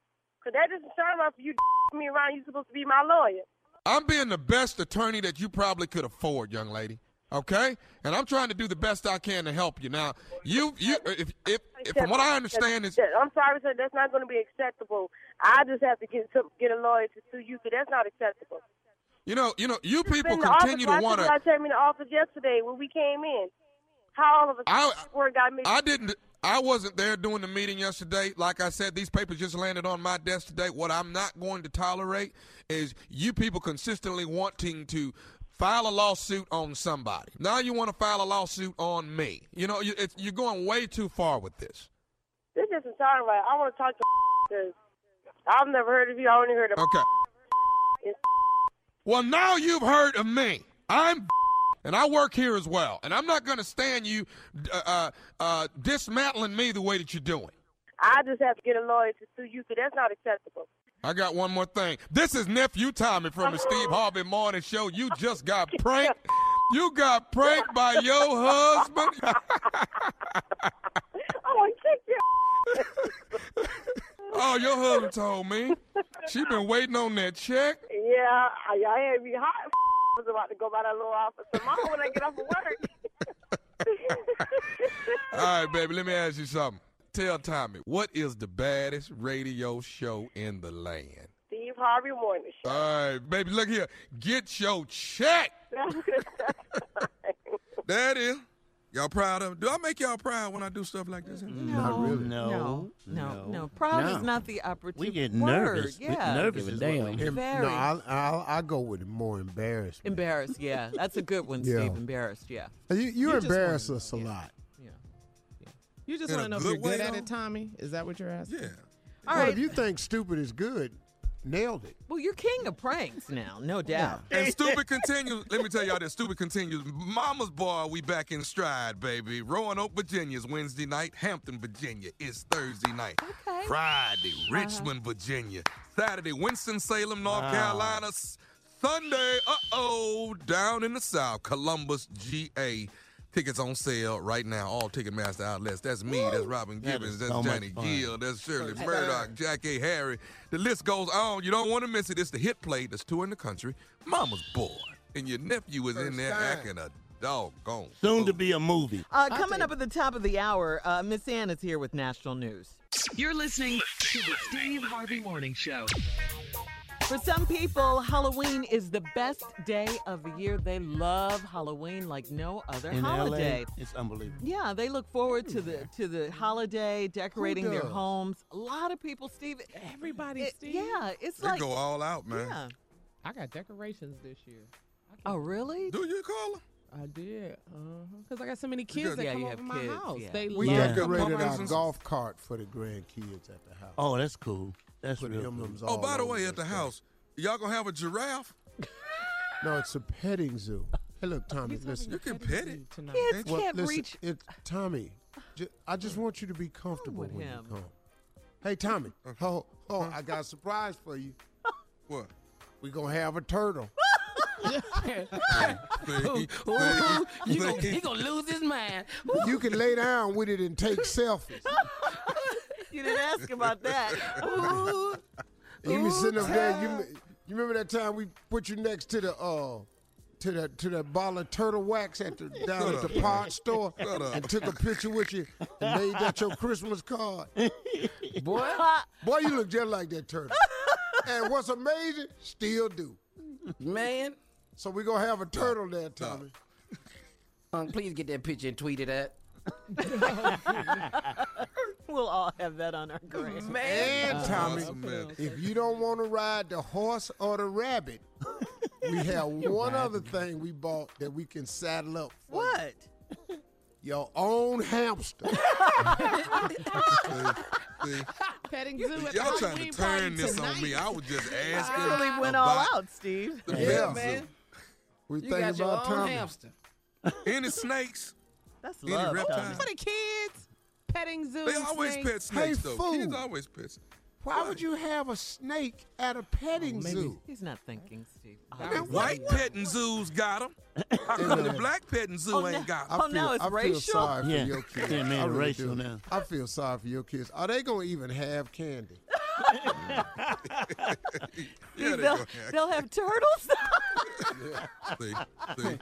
Speaker 13: Cause that doesn't sound right for you to me around. You're supposed to be my lawyer.
Speaker 8: I'm being the best attorney that you probably could afford, young lady. Okay, and I'm trying to do the best I can to help you. Now, you, you, if, if, if from what I understand is,
Speaker 13: That- I'm sorry, sir. That's not going to be acceptable. I just have to get some, get a lawyer to sue you because that's not acceptable.
Speaker 8: you know, you know, you people
Speaker 13: Been in the
Speaker 8: continue
Speaker 13: office,
Speaker 8: to want
Speaker 13: to. I
Speaker 8: to.
Speaker 13: take me to office yesterday when we came in. How all of a
Speaker 8: I-
Speaker 13: sudden word got mixed.
Speaker 8: I didn't. I wasn't there doing the meeting yesterday. Like I said, these papers just landed on my desk today. What I'm not going to tolerate is you people consistently wanting to file a lawsuit on somebody. Now you want to file a lawsuit on me. You know, you, it's, you're going way too far with this.
Speaker 13: This doesn't sound right. I want to talk to because I've never heard of you. I only heard of
Speaker 8: Okay. Well, now you've heard of me. I'm and I work here as well, and I'm not going to stand you uh, uh, uh, dismantling me the way that you're doing.
Speaker 13: I just have to get a lawyer to sue you because that's not acceptable.
Speaker 8: I got one more thing. This is nephew Tommy from the Steve Harvey Morning Show. You just got pranked.
Speaker 12: You got pranked by your husband?
Speaker 13: I want to kick your.
Speaker 12: oh, your husband told me. She been waiting on that check.
Speaker 13: Yeah, I, I had me hot. was about to go by that little office tomorrow when I get off of work.
Speaker 12: All right, baby, let me ask you something. Tell Tommy, what is the baddest radio show in the land?
Speaker 13: Steve Harvey Morning Show.
Speaker 12: All right, baby, look here. Get your check.
Speaker 8: That is. Y'all proud of? Do I make y'all proud when I do stuff like this?
Speaker 5: Mm, Not really. No, no, no, no. Proud is not the operative
Speaker 4: We get
Speaker 5: word.
Speaker 4: nervous. We
Speaker 5: Yeah.
Speaker 4: nervous is what we get.
Speaker 5: Em- Very.
Speaker 4: no,
Speaker 5: I'll-
Speaker 2: I'll, I'll go with more embarrassed.
Speaker 5: Embarrassed, yeah. That's a good one,
Speaker 2: Yeah.
Speaker 5: Steve. Embarrassed, yeah.
Speaker 2: You, you,
Speaker 5: You just
Speaker 2: embarrass us a lot.
Speaker 11: You just
Speaker 2: In a
Speaker 11: want to know if
Speaker 2: good
Speaker 11: you're
Speaker 2: way,
Speaker 11: good at
Speaker 2: though?
Speaker 11: it, Tommy? Is that what you're asking? Yeah.
Speaker 2: Well, if you think stupid is good, nailed it.
Speaker 5: Well, you're king of pranks now, no doubt.
Speaker 8: And stupid continues. Let me tell y'all this. Stupid continues. Mama's bar. We back in stride, baby. Roanoke, Virginia is Wednesday night. Hampton, Virginia is Thursday night. Okay. Friday, Richmond,
Speaker 5: Uh-huh.
Speaker 8: Virginia. Saturday, Winston Salem, North
Speaker 2: Ah.
Speaker 12: Wow.
Speaker 8: Carolina. S- Sunday, uh oh, down in the South, Columbus, GA. Tickets on sale right now. All Ticketmaster outlets. That's me. That's Robin
Speaker 12: That
Speaker 8: Gibbons.
Speaker 12: is
Speaker 8: That's
Speaker 12: so much
Speaker 8: Johnny
Speaker 12: fun.
Speaker 8: Gill. That's Shirley
Speaker 12: Hey.
Speaker 8: Murdoch. Jack A. Harry. The list goes on. You don't want to miss it. It's the hit play that's touring the country. Mama's boy. And your nephew is in there acting a doggone.
Speaker 4: Soon to be a movie.
Speaker 5: Uh, coming up at the top of the hour, uh, Miss Ann is here with national news.
Speaker 3: You're listening to the Steve Harvey Morning Show.
Speaker 5: For some people, Halloween is the best day of the year. They love Halloween like no other
Speaker 4: In
Speaker 5: holiday.
Speaker 4: LA, it's unbelievable.
Speaker 5: Yeah, they look forward to the to the holiday, decorating their
Speaker 4: does?
Speaker 5: homes. A lot of people, Steve. Everybody,
Speaker 11: Steve.
Speaker 5: Yeah, it's
Speaker 8: They
Speaker 5: like
Speaker 8: go all out, man.
Speaker 5: Yeah.
Speaker 11: I got decorations this year.
Speaker 5: Oh, really?
Speaker 8: Do you call Uh-huh.
Speaker 11: I did. Because I got so many kids
Speaker 5: got-
Speaker 11: that
Speaker 5: Yeah,
Speaker 11: come
Speaker 5: you
Speaker 11: over
Speaker 5: have
Speaker 11: my
Speaker 5: kids,
Speaker 11: house.
Speaker 5: yeah.
Speaker 11: They
Speaker 2: We
Speaker 11: love
Speaker 2: decorated our
Speaker 11: decorations.
Speaker 2: golf cart for the grandkids at the house.
Speaker 4: Oh, that's cool. That's
Speaker 2: Put
Speaker 4: real
Speaker 2: emblems
Speaker 4: cool.
Speaker 8: Oh, by the
Speaker 2: over
Speaker 8: way,
Speaker 2: this
Speaker 8: at the house, y'all gonna have a giraffe?
Speaker 2: No, it's a petting zoo. Hey, look, Tommy, listen.
Speaker 8: You can pet it.
Speaker 5: Kids can't
Speaker 2: listen,
Speaker 5: reach-
Speaker 2: It, Tommy, ju- I just want you to be comfortable when
Speaker 5: him?
Speaker 2: you come. Hey, Tommy. Oh, oh, I got a surprise for you.
Speaker 8: What?
Speaker 2: We gonna have a turtle.
Speaker 8: Ooh,
Speaker 7: ooh, you gonna, he gonna lose his mind.
Speaker 2: You can lay down with it and take selfies.
Speaker 5: You didn't ask about that. Ooh.
Speaker 2: You be
Speaker 5: Ooh,
Speaker 2: sitting up there. You,
Speaker 5: child.
Speaker 2: me- you remember that time we put you next to the uh, to that to that bottle of turtle wax at the down
Speaker 8: Shut
Speaker 2: at
Speaker 8: up,
Speaker 2: the
Speaker 8: man.
Speaker 2: pod store
Speaker 8: Shut up.
Speaker 2: and took a picture with you and made that your Christmas card. Boy, boy, you look just like that turtle. And what's amazing, still do.
Speaker 7: Man,
Speaker 2: So we gonna have a turtle there, Tommy.
Speaker 7: um, please get that picture and tweet it at.
Speaker 5: We'll all have that on our grave. Uh,
Speaker 2: And Tommy,
Speaker 8: Awesome, man.
Speaker 2: if you don't want to ride the horse or the rabbit, we have one other thing we bought that we can saddle up for you.
Speaker 5: What?
Speaker 2: your own hamster.
Speaker 11: Petting zoo
Speaker 8: Y'all trying
Speaker 11: at the
Speaker 8: to
Speaker 11: Halloween
Speaker 8: turn
Speaker 11: party
Speaker 8: this
Speaker 11: tonight.
Speaker 8: on me. I was just asking.
Speaker 5: I really went all
Speaker 8: about
Speaker 5: out, Steve.
Speaker 8: The
Speaker 2: Yeah,
Speaker 8: pet zoo.
Speaker 7: man.
Speaker 2: We
Speaker 7: You
Speaker 2: thinking
Speaker 7: got your
Speaker 2: about
Speaker 7: own
Speaker 2: Tommy.
Speaker 7: hamster.
Speaker 8: Any snakes?
Speaker 5: That's
Speaker 8: Any
Speaker 5: love.
Speaker 8: reptiles?
Speaker 11: For the kids, petting zoo.
Speaker 8: They always
Speaker 11: snakes.
Speaker 8: pet snakes,
Speaker 2: Hey,
Speaker 8: though.
Speaker 2: fool.
Speaker 8: Kids always pet snakes.
Speaker 2: Why would you have a snake at a petting zoo?
Speaker 5: He's not thinking, Steve.
Speaker 8: White petting zoos got them. How come the black petting zoo
Speaker 5: Oh,
Speaker 8: ain't
Speaker 5: no.
Speaker 8: got
Speaker 5: Oh,
Speaker 8: them?
Speaker 5: now it's
Speaker 2: I
Speaker 5: racial?
Speaker 2: feel sorry
Speaker 4: Yeah.
Speaker 2: for your kids.
Speaker 4: Yeah, man,
Speaker 2: I really
Speaker 4: racial
Speaker 2: do.
Speaker 4: now.
Speaker 2: I feel sorry for your kids. Are they gonna even have candy?
Speaker 8: Yeah, they
Speaker 5: they'll,
Speaker 8: go.
Speaker 5: they'll have turtles.
Speaker 8: See, see, see,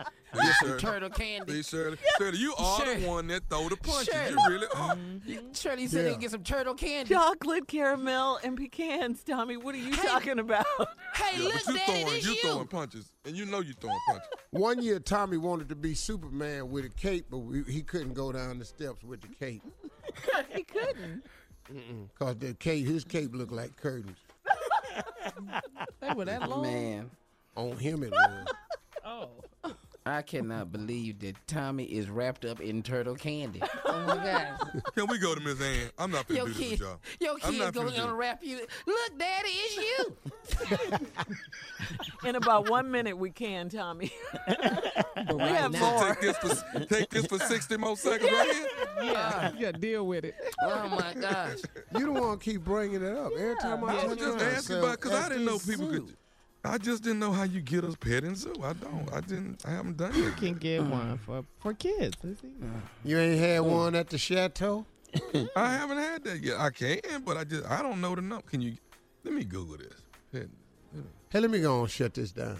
Speaker 8: Shirley.
Speaker 7: Turtle candy.
Speaker 8: See, Shirley. Shirley, you are
Speaker 7: Shirley.
Speaker 8: the one that throw the punches. You
Speaker 7: Shirley.
Speaker 8: really are.
Speaker 7: Mm-hmm. Shirley said
Speaker 2: Yeah.
Speaker 7: he'd get some turtle candy.
Speaker 5: Chocolate, caramel, and pecans. Tommy, what are you talking about?
Speaker 7: Hey,
Speaker 8: Yeah,
Speaker 7: look,
Speaker 8: but you
Speaker 7: Daddy,
Speaker 8: throwing,
Speaker 7: this
Speaker 8: you
Speaker 7: you.
Speaker 8: throwing punches, and you know you throwing punches.
Speaker 2: One year, Tommy wanted to be Superman with a cape, but we, he couldn't go down the steps with the cape
Speaker 5: he couldn't.
Speaker 2: because the cape, his cape looked like curtains.
Speaker 11: They were that
Speaker 9: Oh.
Speaker 11: long.
Speaker 7: Man,
Speaker 2: On him it was.
Speaker 11: Oh.
Speaker 7: I cannot believe that Tommy is wrapped up in turtle candy. Oh my gosh.
Speaker 8: Can we go to Miss Ann? I'm not finna
Speaker 7: Your
Speaker 8: do this
Speaker 7: kid,
Speaker 8: with y'all.
Speaker 7: your
Speaker 8: I'm
Speaker 7: kid's
Speaker 8: not
Speaker 7: gonna
Speaker 8: finna do it.
Speaker 7: unwrap you. Look, Daddy, it's you.
Speaker 5: In about one minute, we can, Tommy. we have
Speaker 8: So
Speaker 5: more.
Speaker 8: take this for take this for 60 more seconds right here.
Speaker 11: Yeah, you gotta deal with it.
Speaker 7: Oh my gosh.
Speaker 2: You don't want to keep bringing it up every time I
Speaker 8: I
Speaker 2: touch
Speaker 8: was just asking
Speaker 2: myself
Speaker 8: about because I
Speaker 2: at
Speaker 8: didn't know
Speaker 2: this
Speaker 8: people
Speaker 2: zoo.
Speaker 8: could. I just didn't know how you get a pet in zoo. I don't. I didn't. I haven't done it. You
Speaker 11: can
Speaker 2: Mm.
Speaker 11: get one for for kids. It's easy.
Speaker 8: You ain't had
Speaker 2: one at the chateau.
Speaker 8: Oh. I haven't had that yet. I can, but I just I don't know the number. Can you? Let me Google this. Pet-
Speaker 2: Hey, let me go and shut this down.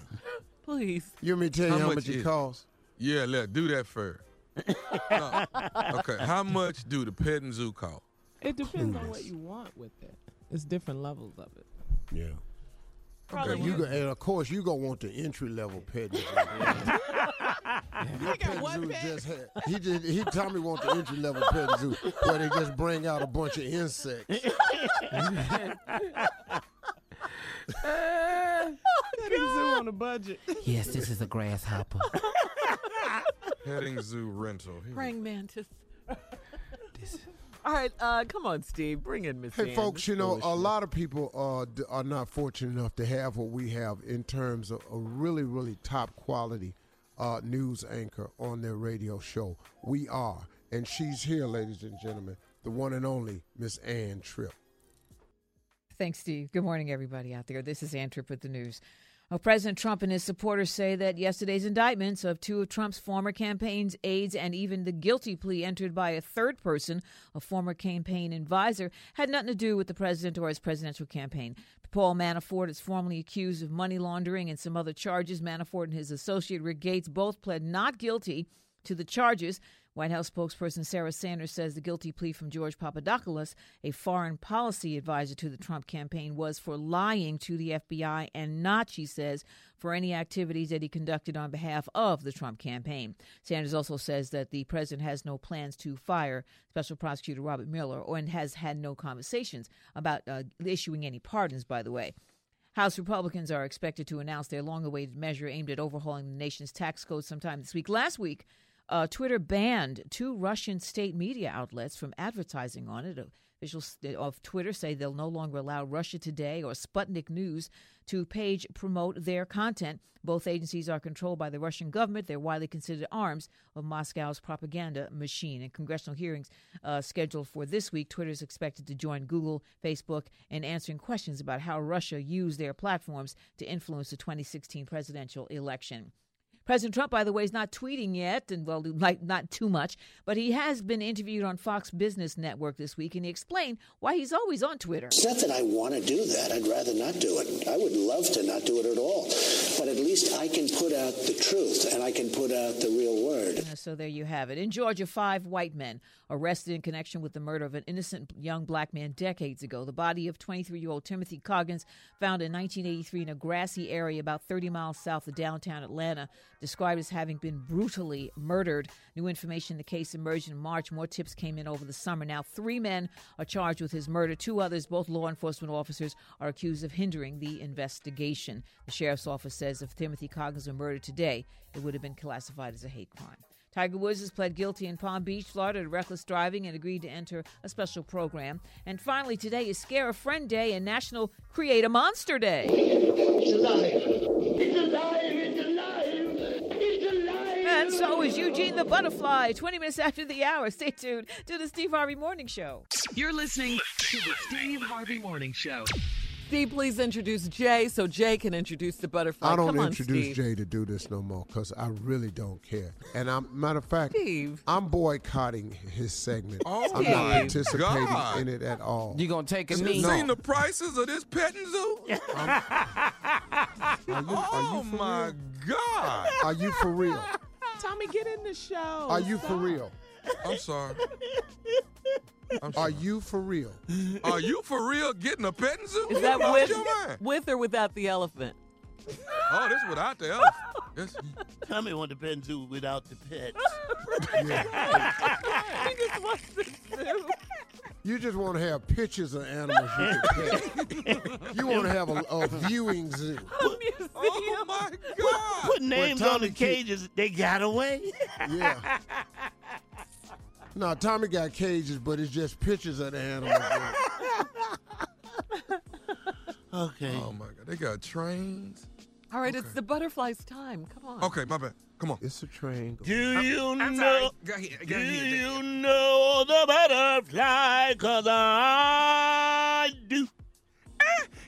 Speaker 5: Please.
Speaker 2: You want me to tell you how much it
Speaker 8: is-
Speaker 2: costs?
Speaker 8: Yeah, let do that first. No. Okay, how much do the pet and zoo cost?
Speaker 11: It depends on what you want with it. It's different levels of it.
Speaker 2: Yeah.
Speaker 11: Probably
Speaker 2: you
Speaker 11: one.
Speaker 2: go, and of course you gonna want the entry level pet.
Speaker 11: You got
Speaker 2: one Just had, he just he Tommy want the entry level pet zoo where they just bring out a bunch of insects.
Speaker 4: Oh,
Speaker 11: petting zoo on a budget.
Speaker 7: Yes, this is a grasshopper.
Speaker 8: Petting zoo rental. Here we
Speaker 5: Praying mantis. All right, uh, come on, Steve. Bring in Miss
Speaker 2: Hey,
Speaker 5: Ann.
Speaker 2: folks,
Speaker 5: This
Speaker 2: you know, a
Speaker 5: foolishness.
Speaker 2: lot of people are, d- are not fortunate enough to have what we have in terms of a really, really top quality uh, news anchor on their radio show. We are. And she's here, ladies and gentlemen, the one and only Miss Ann Tripp.
Speaker 14: Thanks, Steve. Good morning, everybody out there. This is Ann Tripp with the news. Well, President Trump and his supporters say that yesterday's indictments of two of Trump's former campaigns, aides, and even the guilty plea entered by a third person, a former campaign advisor, had nothing to do with the president or his presidential campaign. Paul Manafort is formally accused of money laundering and some other charges. Manafort and his associate Rick Gates both pled not guilty to the charges. White House spokesperson Sarah Sanders says the guilty plea from George Papadopoulos, a foreign policy advisor to the Trump campaign, was for lying to the FBI and not, she says, for any activities that he conducted on behalf of the Trump campaign. Sanders also says that the president has no plans to fire Special Prosecutor Robert Mueller or, and has had no conversations about uh, issuing any pardons, by the way. House Republicans are expected to announce their long awaited measure aimed at overhauling the nation's tax code sometime this week. Last week, uh, Twitter banned two Russian state media outlets from advertising on it. Officials of Twitter say they'll no longer allow Russia Today or Sputnik News to page promote their content. Both agencies are controlled by the Russian government. They're widely considered arms of Moscow's propaganda machine. In congressional hearings uh, scheduled for this week, Twitter is expected to join Google, Facebook, in answering questions about how Russia used their platforms to influence the 2016 presidential election. President Trump, by the way, is not tweeting yet, and well, like not too much, but he has been interviewed on Fox Business Network this week, and he explained why he's always on Twitter.
Speaker 15: It's not that I want to do that. I'd rather not do it. I would love to not do it at all. But at least I can put out the truth and I can put out the real word.
Speaker 14: Uh, So there you have it. In Georgia, five white men arrested in connection with the murder of an innocent young black man decades ago. The body of 23 year old Timothy Coggins, found in 1983 in a grassy area about 30 miles south of downtown Atlanta, described as having been brutally murdered. New information in the case emerged in March. More tips came in over the summer. Now, three men are charged with his murder. Two others, both law enforcement officers, are accused of hindering the investigation. The sheriff's office says if Timothy Coggins were murdered today, it would have been classified as a hate crime. Tiger Woods has pled guilty in Palm Beach, Florida to reckless driving and agreed to enter a special program. And finally, today is Scare a Friend Day and National Create a Monster Day.
Speaker 16: It's alive. It's alive. It's alive. It's alive.
Speaker 14: And so is Eugene the Butterfly, 20 minutes after the hour. Stay tuned to the Steve Harvey Morning Show.
Speaker 3: You're listening to the Steve Harvey Morning Show.
Speaker 5: Steve, please introduce Jay so Jay can introduce the butterfly.
Speaker 2: I don't
Speaker 5: Come on,
Speaker 2: introduce
Speaker 5: Steve.
Speaker 2: Jay to do this no more because I really don't care. And I'm matter of fact, I'm boycotting his segment.
Speaker 8: Oh
Speaker 2: I'm not
Speaker 8: my
Speaker 2: participating
Speaker 8: God.
Speaker 2: in it at all. You
Speaker 7: gonna take
Speaker 8: Have you seen the prices of this petting zoo? oh my God!
Speaker 2: Are you for real?
Speaker 11: Tommy, get in the show.
Speaker 4: Oh,
Speaker 2: Are you for real?
Speaker 8: I'm sorry.
Speaker 2: Are you for real?
Speaker 8: Are you for real getting a petting zoo?
Speaker 5: Is
Speaker 8: You
Speaker 5: that
Speaker 8: lost
Speaker 5: with,
Speaker 8: your mind.
Speaker 5: with or without the elephant?
Speaker 8: Oh, this without the elephant. This,
Speaker 4: Tommy want the pet zoo without the pets.
Speaker 5: he just wants the zoo.
Speaker 2: You just want to have pictures of animals you can pet. You want to have a, a viewing zoo.
Speaker 4: Oh
Speaker 8: my
Speaker 4: God! Put names on
Speaker 2: Tommy
Speaker 4: the cages. They got away.
Speaker 2: Yeah. No, Tommy got cages, but it's just pictures of the animals.
Speaker 4: okay.
Speaker 8: Oh my God! They got trains.
Speaker 5: All right, it's the butterfly's time. Come on.
Speaker 8: Okay, my bad. Come on.
Speaker 2: It's a triangle.
Speaker 4: Do you
Speaker 8: I'm sorry.
Speaker 4: know?
Speaker 8: Go ahead, go
Speaker 4: Do
Speaker 8: ahead, go
Speaker 4: you know the butterfly? Cause I do.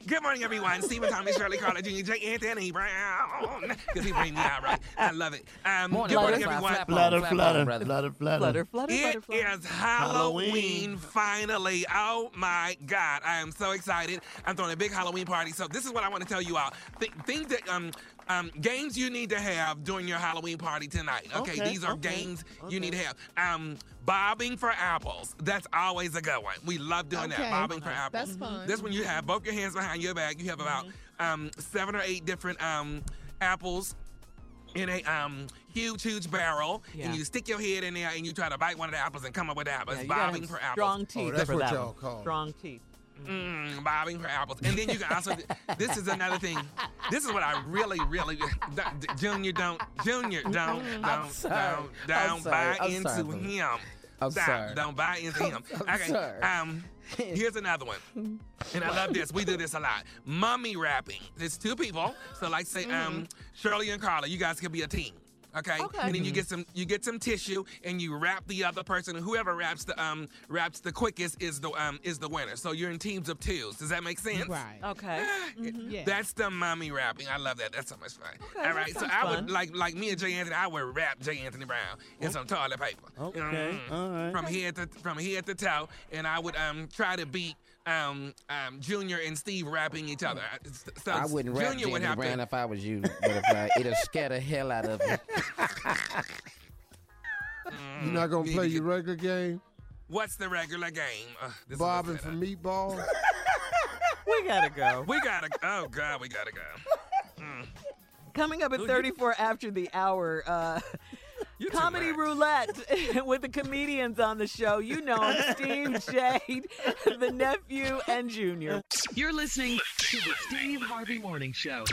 Speaker 3: Good morning, everyone. Stephen Thomas, Shirley Carla Jr., J. Anthony Brown. Because he bring me out right. I love it. Um,
Speaker 4: Morning,
Speaker 3: good morning,
Speaker 4: butterfly,
Speaker 3: everyone.
Speaker 4: flap on, Flutter, flap on, flutter, brother. flutter, flutter. Flutter, flutter,
Speaker 3: It
Speaker 4: flutter, flutter.
Speaker 3: is Halloween, finally. Oh my God. I am so excited. I'm throwing a big Halloween party. So, this is what I want to tell you all. Th- things that, um, um, games you need to have during your Halloween party tonight. Okay,
Speaker 9: Okay,
Speaker 3: these are
Speaker 9: okay,
Speaker 3: games you need to have. Um, bobbing for apples. That's always a good one. We love doing
Speaker 9: Okay.
Speaker 3: that. Bobbing for apples.
Speaker 9: That's fun. Mm-hmm.
Speaker 3: This when you have both your hands behind your back. You have about um, seven or eight different um, apples in a um, huge, huge barrel,
Speaker 9: Yeah.
Speaker 3: and you stick your head in there and you try to bite one of the apples and come up with apples.
Speaker 5: Yeah, you gotta have
Speaker 3: bobbing for apples.
Speaker 5: Strong
Speaker 9: Oh,
Speaker 5: teeth.
Speaker 3: Oh,
Speaker 5: for that one. Strong teeth.
Speaker 3: Mm, bobbing for apples. And then you can also, this is another thing. This is what I really, really, don't- Junior, don't, Junior, don't,
Speaker 9: I'm
Speaker 3: don't,
Speaker 9: sorry.
Speaker 3: don't,
Speaker 9: I'm
Speaker 3: don't
Speaker 9: sorry.
Speaker 3: buy
Speaker 9: I'm
Speaker 3: into
Speaker 9: sorry, Boomer.
Speaker 3: him.
Speaker 9: I'm
Speaker 3: Stop.
Speaker 9: sorry.
Speaker 3: Don't buy into him.
Speaker 9: I'm
Speaker 3: okay.
Speaker 9: sorry.
Speaker 3: Um, here's another one. And I love this. We do this a lot. Mummy rapping. There's two people. So like say um Shirley and Carla, you guys could be a team. Okay?
Speaker 9: Okay.
Speaker 3: And then you
Speaker 9: Mhm.
Speaker 3: get some you get some tissue and you wrap the other person and whoever wraps the um wraps the quickest is the um is the winner. So you're in teams of twos. Does that make sense?
Speaker 11: Right.
Speaker 5: Okay. Mm-hmm.
Speaker 3: That's the mommy rapping. I love that. That's so much fun.
Speaker 5: that
Speaker 3: All right. So
Speaker 5: sounds
Speaker 3: I
Speaker 5: fun.
Speaker 3: would like like me and Jay Anthony. I would wrap Jay Anthony Brown in some toilet paper. Okay.
Speaker 4: All right.
Speaker 3: From head to from head to toe, and I would um try to beat um um Junior and Steve rapping each other. I- s- So
Speaker 9: I wouldn't rap
Speaker 3: Junior would
Speaker 9: James
Speaker 3: have
Speaker 9: Brown
Speaker 3: to.
Speaker 9: if I was you, but if I, it'll scare the hell out of me.
Speaker 2: You not gonna play your regular game?
Speaker 3: What's the regular game? Uh, this is a
Speaker 2: Bobbing
Speaker 3: setup.
Speaker 2: for meatball.
Speaker 5: we gotta go.
Speaker 3: We gotta. Oh God, we gotta go. Mm.
Speaker 5: Coming up at 34 after the hour, uh, comedy roulette with the comedians on the show. You know 'em, Steve, Jade, the nephew, and Junior.
Speaker 3: You're listening
Speaker 5: to the
Speaker 3: Steve Harvey Morning Show.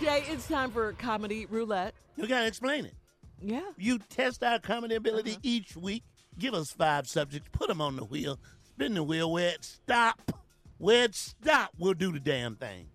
Speaker 5: Jay, it's time for comedy roulette.
Speaker 4: You gotta explain it.
Speaker 5: Yeah. Uh-huh.
Speaker 4: You test our comedy ability each week. Give us five subjects. Put them on the wheel. Spin the wheel where it stop. Where it stop, we'll do the damn thing.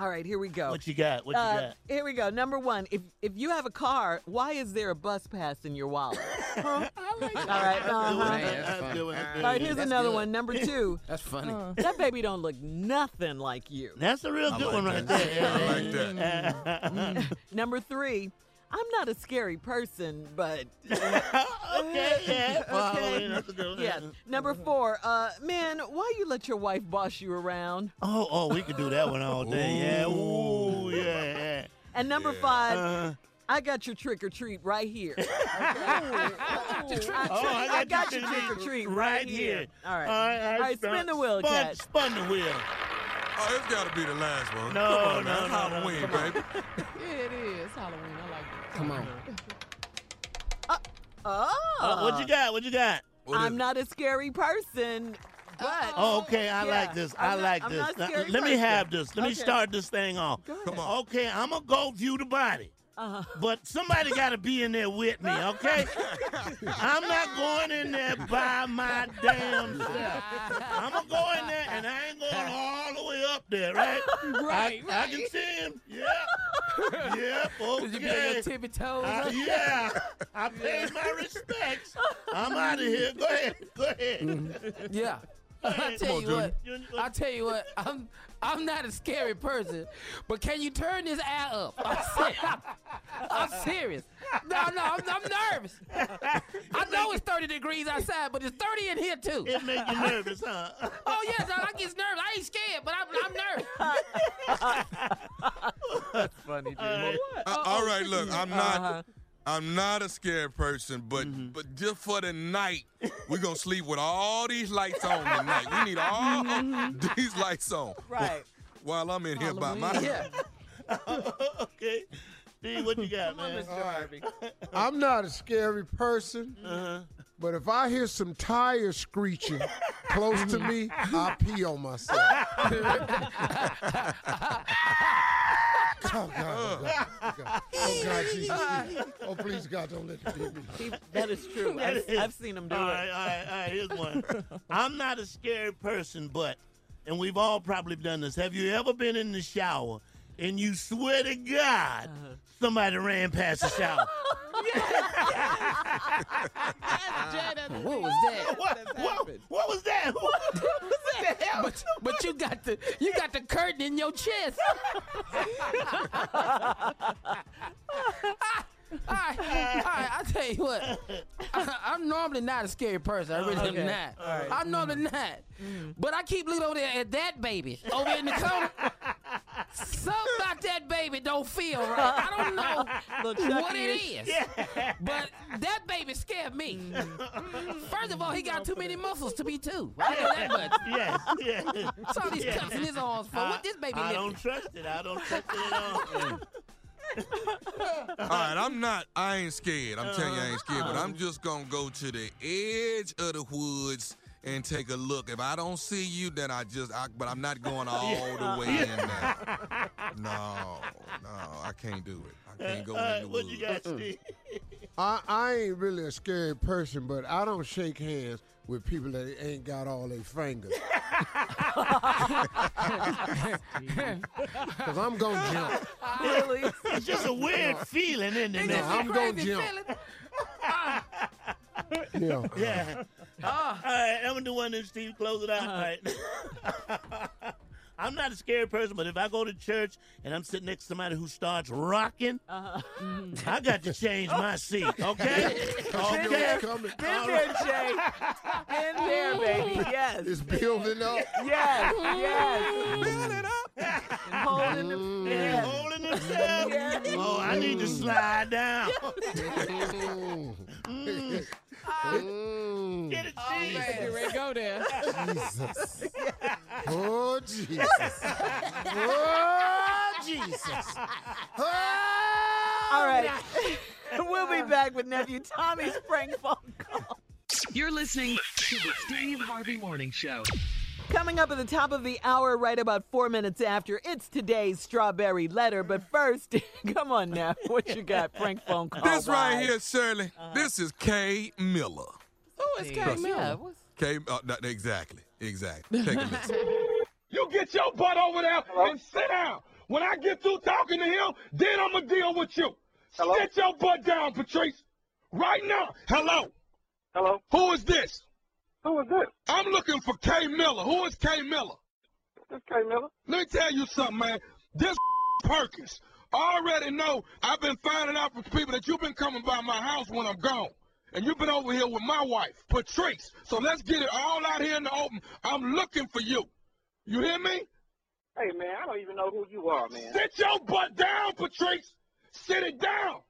Speaker 5: All right, here we go.
Speaker 4: What you got? What you
Speaker 5: Uh,
Speaker 4: got?
Speaker 5: Here we go. Number one, if if you have a car, why is there a bus pass in your wallet? Huh? All right. uh-huh. All right, here's another one. Number two.
Speaker 9: That's funny.
Speaker 5: Uh, that baby don't look nothing like you.
Speaker 4: That's a real good one right there. I like
Speaker 5: Mm. Number three. I'm not a scary person, but
Speaker 4: okay, yeah. Well,
Speaker 5: okay.
Speaker 4: that's a good one.
Speaker 5: Yes. Number four, uh, man, why you let your wife boss you around?
Speaker 4: Oh, oh, we could do that one all day. Yeah. Ooh, yeah, yeah. Uh-huh.
Speaker 5: And number five, I got your trick or treat right here.
Speaker 4: Oh, I got,
Speaker 5: I got
Speaker 4: you
Speaker 5: your trick or treat
Speaker 4: right,
Speaker 5: right
Speaker 4: here.
Speaker 5: here. All right.
Speaker 4: All right,
Speaker 5: All right, spin the wheel,
Speaker 4: spun,
Speaker 5: Cat.
Speaker 4: Spun the wheel.
Speaker 8: Oh, it's gotta be the last one.
Speaker 4: No,
Speaker 8: Come on, now,
Speaker 4: no, no,
Speaker 8: it's
Speaker 4: no,
Speaker 8: Halloween,
Speaker 4: come on.
Speaker 8: baby.
Speaker 11: Yeah, it is Halloween. I like it.
Speaker 9: Come on.
Speaker 5: Oh.
Speaker 4: Uh, what you got? What you got?
Speaker 5: I'm not a scary person, but
Speaker 4: Oh, okay. I
Speaker 5: Yeah,
Speaker 4: like this.
Speaker 5: I'm
Speaker 4: I
Speaker 5: not-
Speaker 4: like
Speaker 5: I'm
Speaker 4: this.
Speaker 5: not a
Speaker 4: Now,
Speaker 5: scary
Speaker 4: let me
Speaker 5: person.
Speaker 4: have this. Let me
Speaker 5: Okay.
Speaker 4: start this thing off. Come on. Okay, I'm gonna go view the body.
Speaker 5: Uh-huh.
Speaker 4: But somebody got to be in there with me, okay? I'm not going in there by my damn self. I'm going to go in there and I ain't going all the way up there, right?
Speaker 9: Right,
Speaker 4: I, I
Speaker 9: right.
Speaker 4: can see him. Yeah. yep. Okay.
Speaker 9: you be on your tippy toes,
Speaker 4: I-
Speaker 9: huh?
Speaker 4: yeah. I paid my respects. I'm out of here. Go ahead. Go ahead.
Speaker 9: Mm-hmm. Yeah. I
Speaker 4: Come
Speaker 9: tell
Speaker 4: on,
Speaker 9: you what,
Speaker 4: Junior.
Speaker 9: I tell you what, I'm I'm not a scary person, but can you turn this eye up? I'm serious. I'm, serious. No, no, I'm, I'm nervous. I know it's 30 degrees outside, but it's 30 in here too.
Speaker 4: It make you nervous, huh?
Speaker 9: Oh yes, I, I get nervous. I ain't scared, but I'm, I'm nervous.
Speaker 5: funny,
Speaker 8: Uh, all right, look, I'm not. I'm not a scared person, but but just for the night, we're gonna sleep with all these lights on tonight. We need all these lights on.
Speaker 5: Right.
Speaker 8: While I'm in here by myself.
Speaker 5: Yeah.
Speaker 4: okay. Steve, what you got, man?
Speaker 2: I'm not a scary person, but if I hear some tires screeching close to me, I pee on myself. oh, God, oh,
Speaker 8: Uh-huh.
Speaker 2: God, oh, God. Oh, God, Jesus. Oh, please, God, don't let it be me.
Speaker 5: That is true. I've,
Speaker 4: That is-
Speaker 5: I've seen him do
Speaker 4: all
Speaker 5: it.
Speaker 4: right, all right, all right. Here's one. I'm not a scary person, but, and we've all probably done this. Have you ever been in the shower and you swear to God
Speaker 5: Uh-huh.
Speaker 4: somebody ran past the shower?
Speaker 9: what was that?
Speaker 4: what, what, what was that?
Speaker 9: But, but you got got the you got the curtain in your chest. Ah, All right, all right. I tell you what, I, am normally not a scary person. I really
Speaker 7: Okay,
Speaker 9: am not.
Speaker 7: all right. Mm-hmm.
Speaker 9: I'm normally not. But I keep looking over there at that baby over in the corner. Something about that baby don't feel right. I don't know
Speaker 7: Look, Chucky
Speaker 9: what it
Speaker 7: is-
Speaker 9: is, but that baby scared me.
Speaker 7: Mm-hmm.
Speaker 9: Mm-hmm. First of all, he got too many muscles to be two. I know that much.
Speaker 4: Yes, yes.
Speaker 9: That's all these cups in his arms for. What this baby
Speaker 4: I, I
Speaker 9: lifting?
Speaker 4: don't trust it. I don't trust it at all.
Speaker 8: All right, I'm not. I ain't scared. I'm telling you, I ain't scared. But I'm just gonna go to the edge of the woods and take a look. If I don't see you, then I just. I, but I'm not going all the way in there. No, no, I can't do it. I can't go in the woods.
Speaker 2: I, I ain't really a scary person, but I don't shake hands with people that ain't got all their fingers. Because I'm going to jump.
Speaker 4: it's just a weird feeling, isn't it?
Speaker 2: No,
Speaker 4: man?
Speaker 2: I'm going to jump. Yeah.
Speaker 4: Yeah.
Speaker 9: Ah.
Speaker 4: All right, I'm gonna do one and Steve close it out. All right.
Speaker 9: Uh-huh.
Speaker 4: I'm not a scared person, but if I go to church and I'm sitting next to somebody who starts rocking,
Speaker 9: Uh-huh. Um.
Speaker 4: I got to change my seat. Okay.
Speaker 2: Been there, been
Speaker 5: there, Jay. Been there, baby. Yes.
Speaker 2: It's building up.
Speaker 5: Yes, yes. Building up. Holding
Speaker 2: Mm.
Speaker 5: the
Speaker 4: Yeah. Holding themselves. Oh, I need to slide down. Mm. Get it, Jesus.
Speaker 11: Get ready to go there.
Speaker 2: Jesus. Oh, Jesus.
Speaker 5: Oh,
Speaker 2: Jesus.
Speaker 5: All right. we'll be back with nephew Tommy's prank phone call.
Speaker 10: You're listening to the Steve Harvey Morning Show.
Speaker 5: Coming up at the top of the hour, right about four minutes after, it's today's strawberry letter. But first, come on now, what you got? Prank phone call.
Speaker 8: This right
Speaker 5: wise.
Speaker 8: here, Shirley. This is Kay Miller.
Speaker 5: Oh,
Speaker 8: it's Kay Miller. Kay, uh, no, exactly, exactly. Take a listen.
Speaker 17: You get your butt over there and sit down. When I get through talking to him, then I'm gonna deal with you. Sit your butt down, Patrice. Right now. Hello. Hello. Who is this? Who is this? I'm looking for Kay Miller. Who is Kay Miller? This Kay Miller. Let me tell you something, man. This Perkins I already know. I've been finding out from people that you've been coming by my house when I'm gone. And you've been over here with my wife, Patrice. So let's get it all out here in the open. I'm looking for you. You hear me? Hey, man, I don't even know who you are, man. Sit your butt down, Patrice. Sit it down.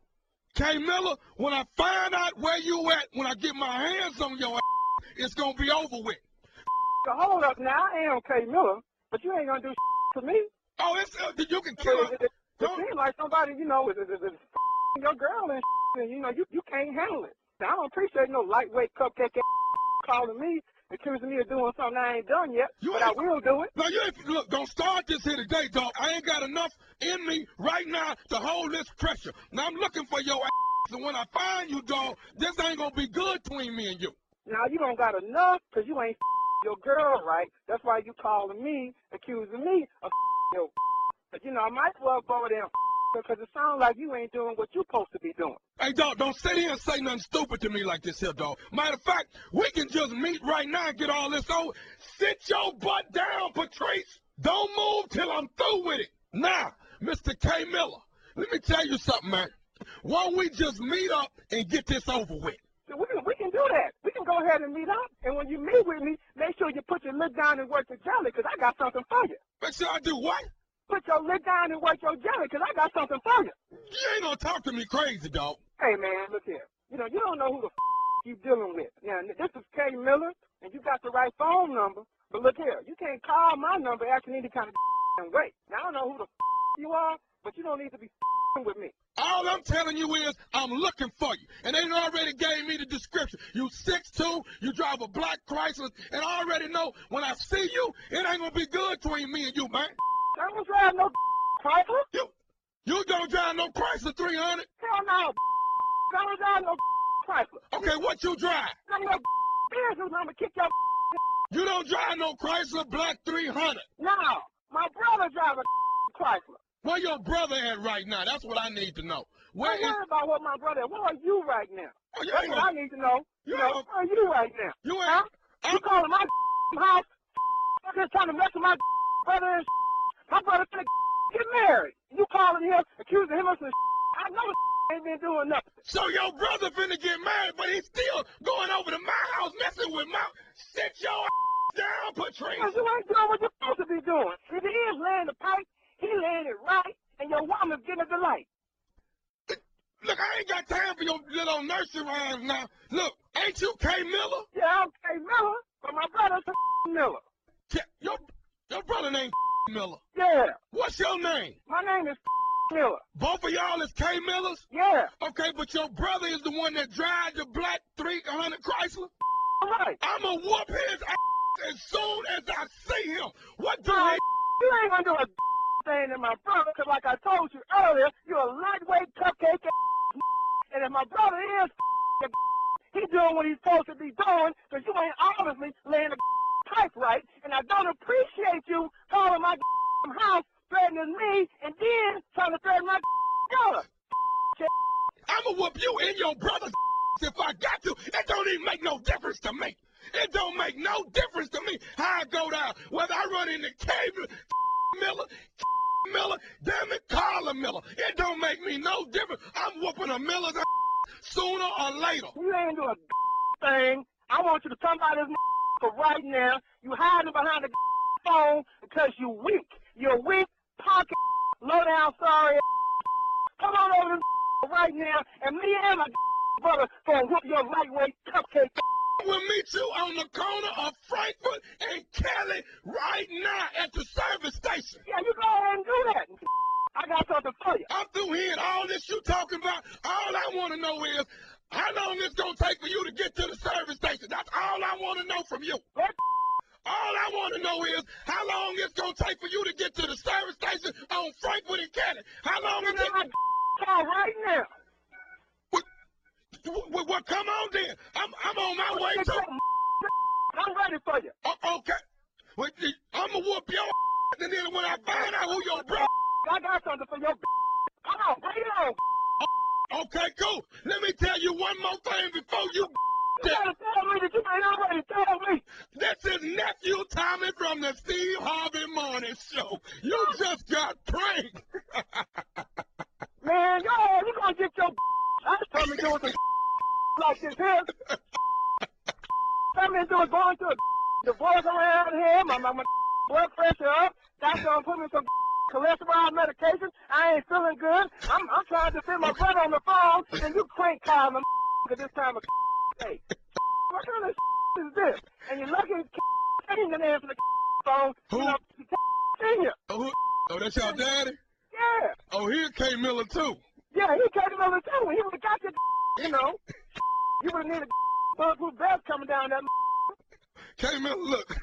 Speaker 17: Kay Miller, when I find out where you at, when I get my hands on your ass, it's going to be over with. So hold up now. I am Kay Miller, but you ain't going to do to me. Oh, it's, uh, you can kill it. It, seems like somebody, you know, is, is, is, is your girl and, and you know, you, you can't handle it. Now, I don't appreciate no lightweight cupcake ass calling me, accusing me of doing something I ain't done yet, but I will do it. No, you ain't, look, don't start this here today, dog. I ain't got enough in me right now to hold this pressure. Now, I'm looking for your ass, and when I find you, dog, this ain't gonna be good between me and you.
Speaker 18: Now you don't got enough 'cause you ain't your girl right. That's why you calling me, accusing me of your. But you know I might as well go there because it sounds like you ain't doing what you supposed to be doing.
Speaker 17: Hey, dog, don't sit here and say nothing stupid to me like this here, dog. Matter of fact, we can just meet right now and get all this over. Sit your butt down, Patrice. Don't move till I'm through with it. Now, Mr. K. Miller, let me tell you something, man. Why don't we just meet up and get this over with?
Speaker 18: So we can we can do that. We can go ahead and meet up. And when you meet with me, make sure you put your lip down and work your jelly 'cause I got something for you.
Speaker 17: Make sure I do what?
Speaker 18: Put your lip down and work your jelly 'cause I got something for you.
Speaker 17: You ain't gonna talk to me crazy, dog.
Speaker 18: Hey man, look here. You know you don't know who the f- you dealing with. Now this is Kay Miller, and you got the right phone number. But look here, you can't call my number asking any kind of f***ing way. Now I don't know who the f- you are, but you don't need to be f***ing with me.
Speaker 17: All I'm telling you is I'm looking for you. And they done already gave me the description. You 6'2", you drive a black Chrysler, and I already know when I see you, it ain't gonna be good between me and you, man.
Speaker 18: I don't drive no Chrysler.
Speaker 17: You, you don't drive no Chrysler 300?
Speaker 18: Hell no. I don't drive no Chrysler.
Speaker 17: Okay, what you drive?
Speaker 18: None of your business. I'm gonna kick your.
Speaker 17: You don't drive no Chrysler Black 300.
Speaker 18: No, my brother drives a Chrysler.
Speaker 17: Where your brother at right now? That's what I need to know. Where
Speaker 18: Don't
Speaker 17: is?
Speaker 18: worry about what my brother. Where are you right now?
Speaker 17: Oh, you
Speaker 18: That's
Speaker 17: ain't
Speaker 18: what I
Speaker 17: gonna-
Speaker 18: need to know. You
Speaker 17: you
Speaker 18: know,
Speaker 17: ain't
Speaker 18: where are you right now?
Speaker 17: You
Speaker 18: huh? You calling my house? Fucking trying to mess with my
Speaker 17: brother is my brother finna get married. You calling him, accusing him of some I know ain't been doing nothing.
Speaker 19: So your brother finna get married, but he's still going over to my house messing with my. Sit your ass down, Patrice.
Speaker 17: Because you ain't doing what you're supposed to be doing. If he is laying the pipe, he laying it right, and your woman's getting a delight.
Speaker 19: Look, I ain't got time for your little nursery rhymes now. Look, ain't you K Miller?
Speaker 17: Yeah, I'm K Miller, but my brother's Miller.
Speaker 19: Your your brother named Miller.
Speaker 17: Yeah.
Speaker 19: What's your name?
Speaker 17: My name is Miller.
Speaker 19: Both of y'all is K Millers?
Speaker 17: Yeah.
Speaker 19: Okay, but your brother is the one that drives the black 300 Chrysler?
Speaker 17: Right.
Speaker 19: I'ma whoop his ass as soon as I see him. What the
Speaker 17: Nah,
Speaker 19: heck?
Speaker 17: You ain't gonna do a thing to my brother, because like I told you earlier, you're a lightweight cupcake ass and if my brother is he doing what he's supposed to be doing, because you ain't honestly laying the pipe right, and I don't appreciate you calling my house, threatening me, and then trying to threaten my daughter.
Speaker 19: I'ma whoop you and your brother's if I got to. It don't even make no difference to me. It don't make no difference to me how I go down. Whether I run into K Miller, Miller, damn it, Carla Miller. It don't make me no difference. I'm whooping a Miller's sooner or later.
Speaker 17: You ain't doing a thing. I want you to come by this motherfucker right now. You hiding behind the phone because you weak. You're weak, pocket, low down, sorry. Come on over this right now, and me and my brother gonna whoop your lightweight cupcake.
Speaker 19: We'll meet you on the corner of Frankfurt and Cali right now at the service station.
Speaker 17: Yeah, you go ahead and do that. I got something for you.
Speaker 19: I'm through hearing all this you talking about. All I want to know is how long it's gonna take for you to get to the service station. That's all I want to know from you. All I want to know is how long it's gonna take for you to get to the service station on Frankfurt and Cali. How long is it?
Speaker 17: Call right now.
Speaker 19: Well, well, come on then. I'm I'm on my way to. Oh,
Speaker 17: I'm ready for you.
Speaker 19: okay. Well, I'ma whoop your and then when I find out who your brother.
Speaker 17: I got something for your. Come on, bring it on.
Speaker 19: Oh, Okay, cool. Let me tell you one more thing before you.
Speaker 17: You gotta tell me that you ain't already told me.
Speaker 19: This is nephew Tommy from the Steve Harvey Morning Show. You just got pranked.
Speaker 17: Man, yo, you gonna get your I just told me doing some like this here. Some men doing going to a divorce around here. My, my, my blood pressure up. Doctor gonna put me some cholesterol medication. I ain't feeling good. I'm, I'm trying to defend my brother on the phone, and you crank calling at this time of day. What kind of is this? And you're lucky ain't gonna answer the phone. Who? You know, senior.
Speaker 19: Oh, oh, that's your daddy?
Speaker 17: Yeah.
Speaker 19: Oh, here came Miller too.
Speaker 17: Yeah, he came over too. He would have got your, you know. You would have needed a bulletproof vest coming down that.
Speaker 19: K Miller, look.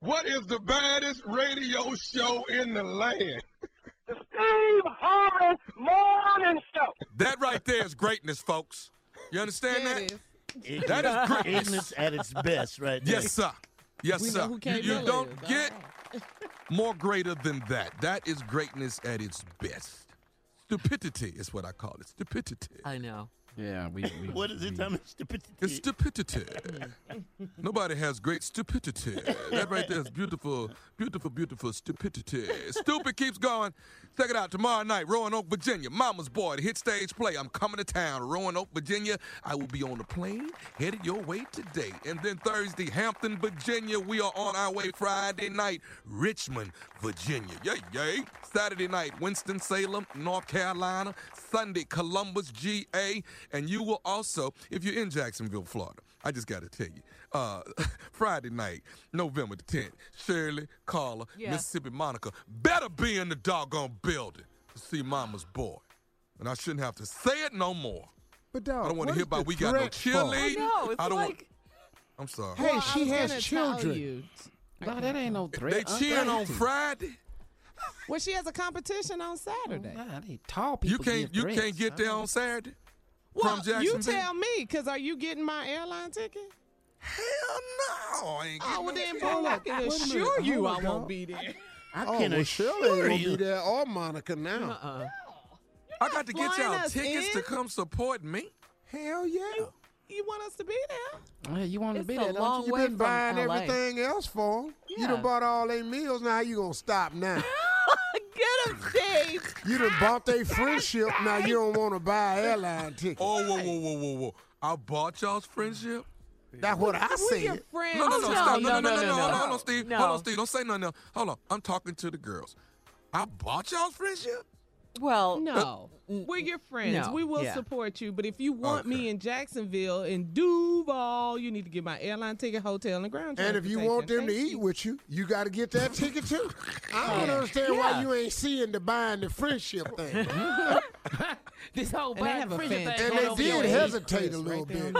Speaker 19: What is the baddest radio show in the land?
Speaker 17: Steve Harvey Morning Show.
Speaker 8: That right there is greatness, folks. You understand that? That is greatness.
Speaker 4: Ignorance at its best, right there.
Speaker 8: Yes, sir. Yes,
Speaker 4: We know
Speaker 8: sir.
Speaker 4: who
Speaker 8: You-
Speaker 4: K.
Speaker 8: you
Speaker 4: Miller
Speaker 8: don't
Speaker 4: is. All
Speaker 8: get more greater than that. That is greatness at its best. Stupidity is what I call it. Stupidity.
Speaker 20: I know.
Speaker 8: Yeah, we.
Speaker 4: What is it, Tommy? Stupidity.
Speaker 8: It's stupidity. Nobody has great stupidity. That right there is beautiful, beautiful, beautiful stupidity. Stupid keeps going. Check it out tomorrow night, Roanoke, Virginia. Mama's boy, the hit stage play. I'm coming to town, Roanoke, Virginia. I will be on the plane headed your way today. And then Thursday, Hampton, Virginia. We are on our way Friday night, Richmond, Virginia. Yay, yay. Saturday night, Winston-Salem, North Carolina. Sunday, Columbus, GA. And you will also, if you're in Jacksonville, Florida, I just got to tell you, uh, Friday night, November the 10th, Shirley, Carla,
Speaker 21: Yeah.
Speaker 8: Mississippi Monica better be in the doggone building to see Mama's boy. And I shouldn't have to say it no more.
Speaker 2: But dog,
Speaker 8: I don't want to hear about we got no
Speaker 11: I
Speaker 8: cheerleading.
Speaker 11: know, it's
Speaker 8: I don't
Speaker 11: like-
Speaker 8: want. I'm sorry.
Speaker 11: Well, I was gonna Tell you.
Speaker 20: No, that ain't no threat.
Speaker 8: They cheering on Friday.
Speaker 11: Well, she has a competition on Saturday.
Speaker 2: Oh,
Speaker 20: Tall
Speaker 8: You
Speaker 20: people.
Speaker 8: can't.
Speaker 20: give
Speaker 8: You can't
Speaker 20: threats.
Speaker 8: get there on Saturday.
Speaker 11: Well,
Speaker 8: from
Speaker 11: you
Speaker 8: Jacksonville?
Speaker 11: tell me, because are you getting my airline ticket?
Speaker 8: Hell no. I ain't
Speaker 11: Oh, well,
Speaker 8: getting
Speaker 11: then,
Speaker 8: no-
Speaker 11: boy, I can
Speaker 2: Wait a minute.
Speaker 11: assure you
Speaker 2: Hold
Speaker 11: I
Speaker 2: on,
Speaker 11: won't
Speaker 2: dog.
Speaker 11: be there.
Speaker 2: oh, well, Shirley ain't gonna be there or Monica now.
Speaker 11: Uh-uh.
Speaker 8: I got to get
Speaker 11: flying
Speaker 8: y'all
Speaker 11: us
Speaker 8: tickets to
Speaker 11: in?
Speaker 8: come support me.
Speaker 2: Hell yeah.
Speaker 11: You want us to be there?
Speaker 20: Yeah, you want to
Speaker 11: It's
Speaker 20: be
Speaker 11: a
Speaker 20: there? don't
Speaker 11: long
Speaker 20: you?
Speaker 11: way
Speaker 2: You've been
Speaker 11: from
Speaker 2: buying
Speaker 11: LA.
Speaker 2: everything else for 'em. You done bought all they meals. Now how you gonna stop now?
Speaker 5: Get him, Steve.
Speaker 2: You done bought their friendship. Now you don't want to buy an airline ticket.
Speaker 8: Oh, whoa, whoa, whoa, whoa, whoa. I bought y'all's friendship?
Speaker 2: That's what I
Speaker 8: see.
Speaker 2: said.
Speaker 8: No, no, no, stop. No, no, no, no, no,
Speaker 2: no,
Speaker 8: hold on,
Speaker 2: no.
Speaker 8: hold on, Steve.
Speaker 2: No.
Speaker 8: Hold on, Steve. Don't say nothing else. Hold on. I'm talking to the girls. I bought y'all's friendship?
Speaker 14: Well,
Speaker 11: no. We're your friends.
Speaker 8: uh, no.
Speaker 11: We will
Speaker 8: Yeah.
Speaker 11: support you. But if you want me in Jacksonville in Duval, you need to get my airline ticket, hotel, and ground
Speaker 2: And if you want them to
Speaker 11: transportation.
Speaker 2: eat with you, you got to get that ticket too. I don't
Speaker 11: Yeah.
Speaker 2: understand why
Speaker 11: Yeah.
Speaker 2: you ain't seeing the buying the friendship thing.
Speaker 9: this whole
Speaker 11: And they
Speaker 9: buying
Speaker 11: have a
Speaker 9: friendship
Speaker 11: fan-
Speaker 9: thing.
Speaker 2: And they
Speaker 9: going on
Speaker 2: did
Speaker 9: here.
Speaker 2: hesitate a little bit.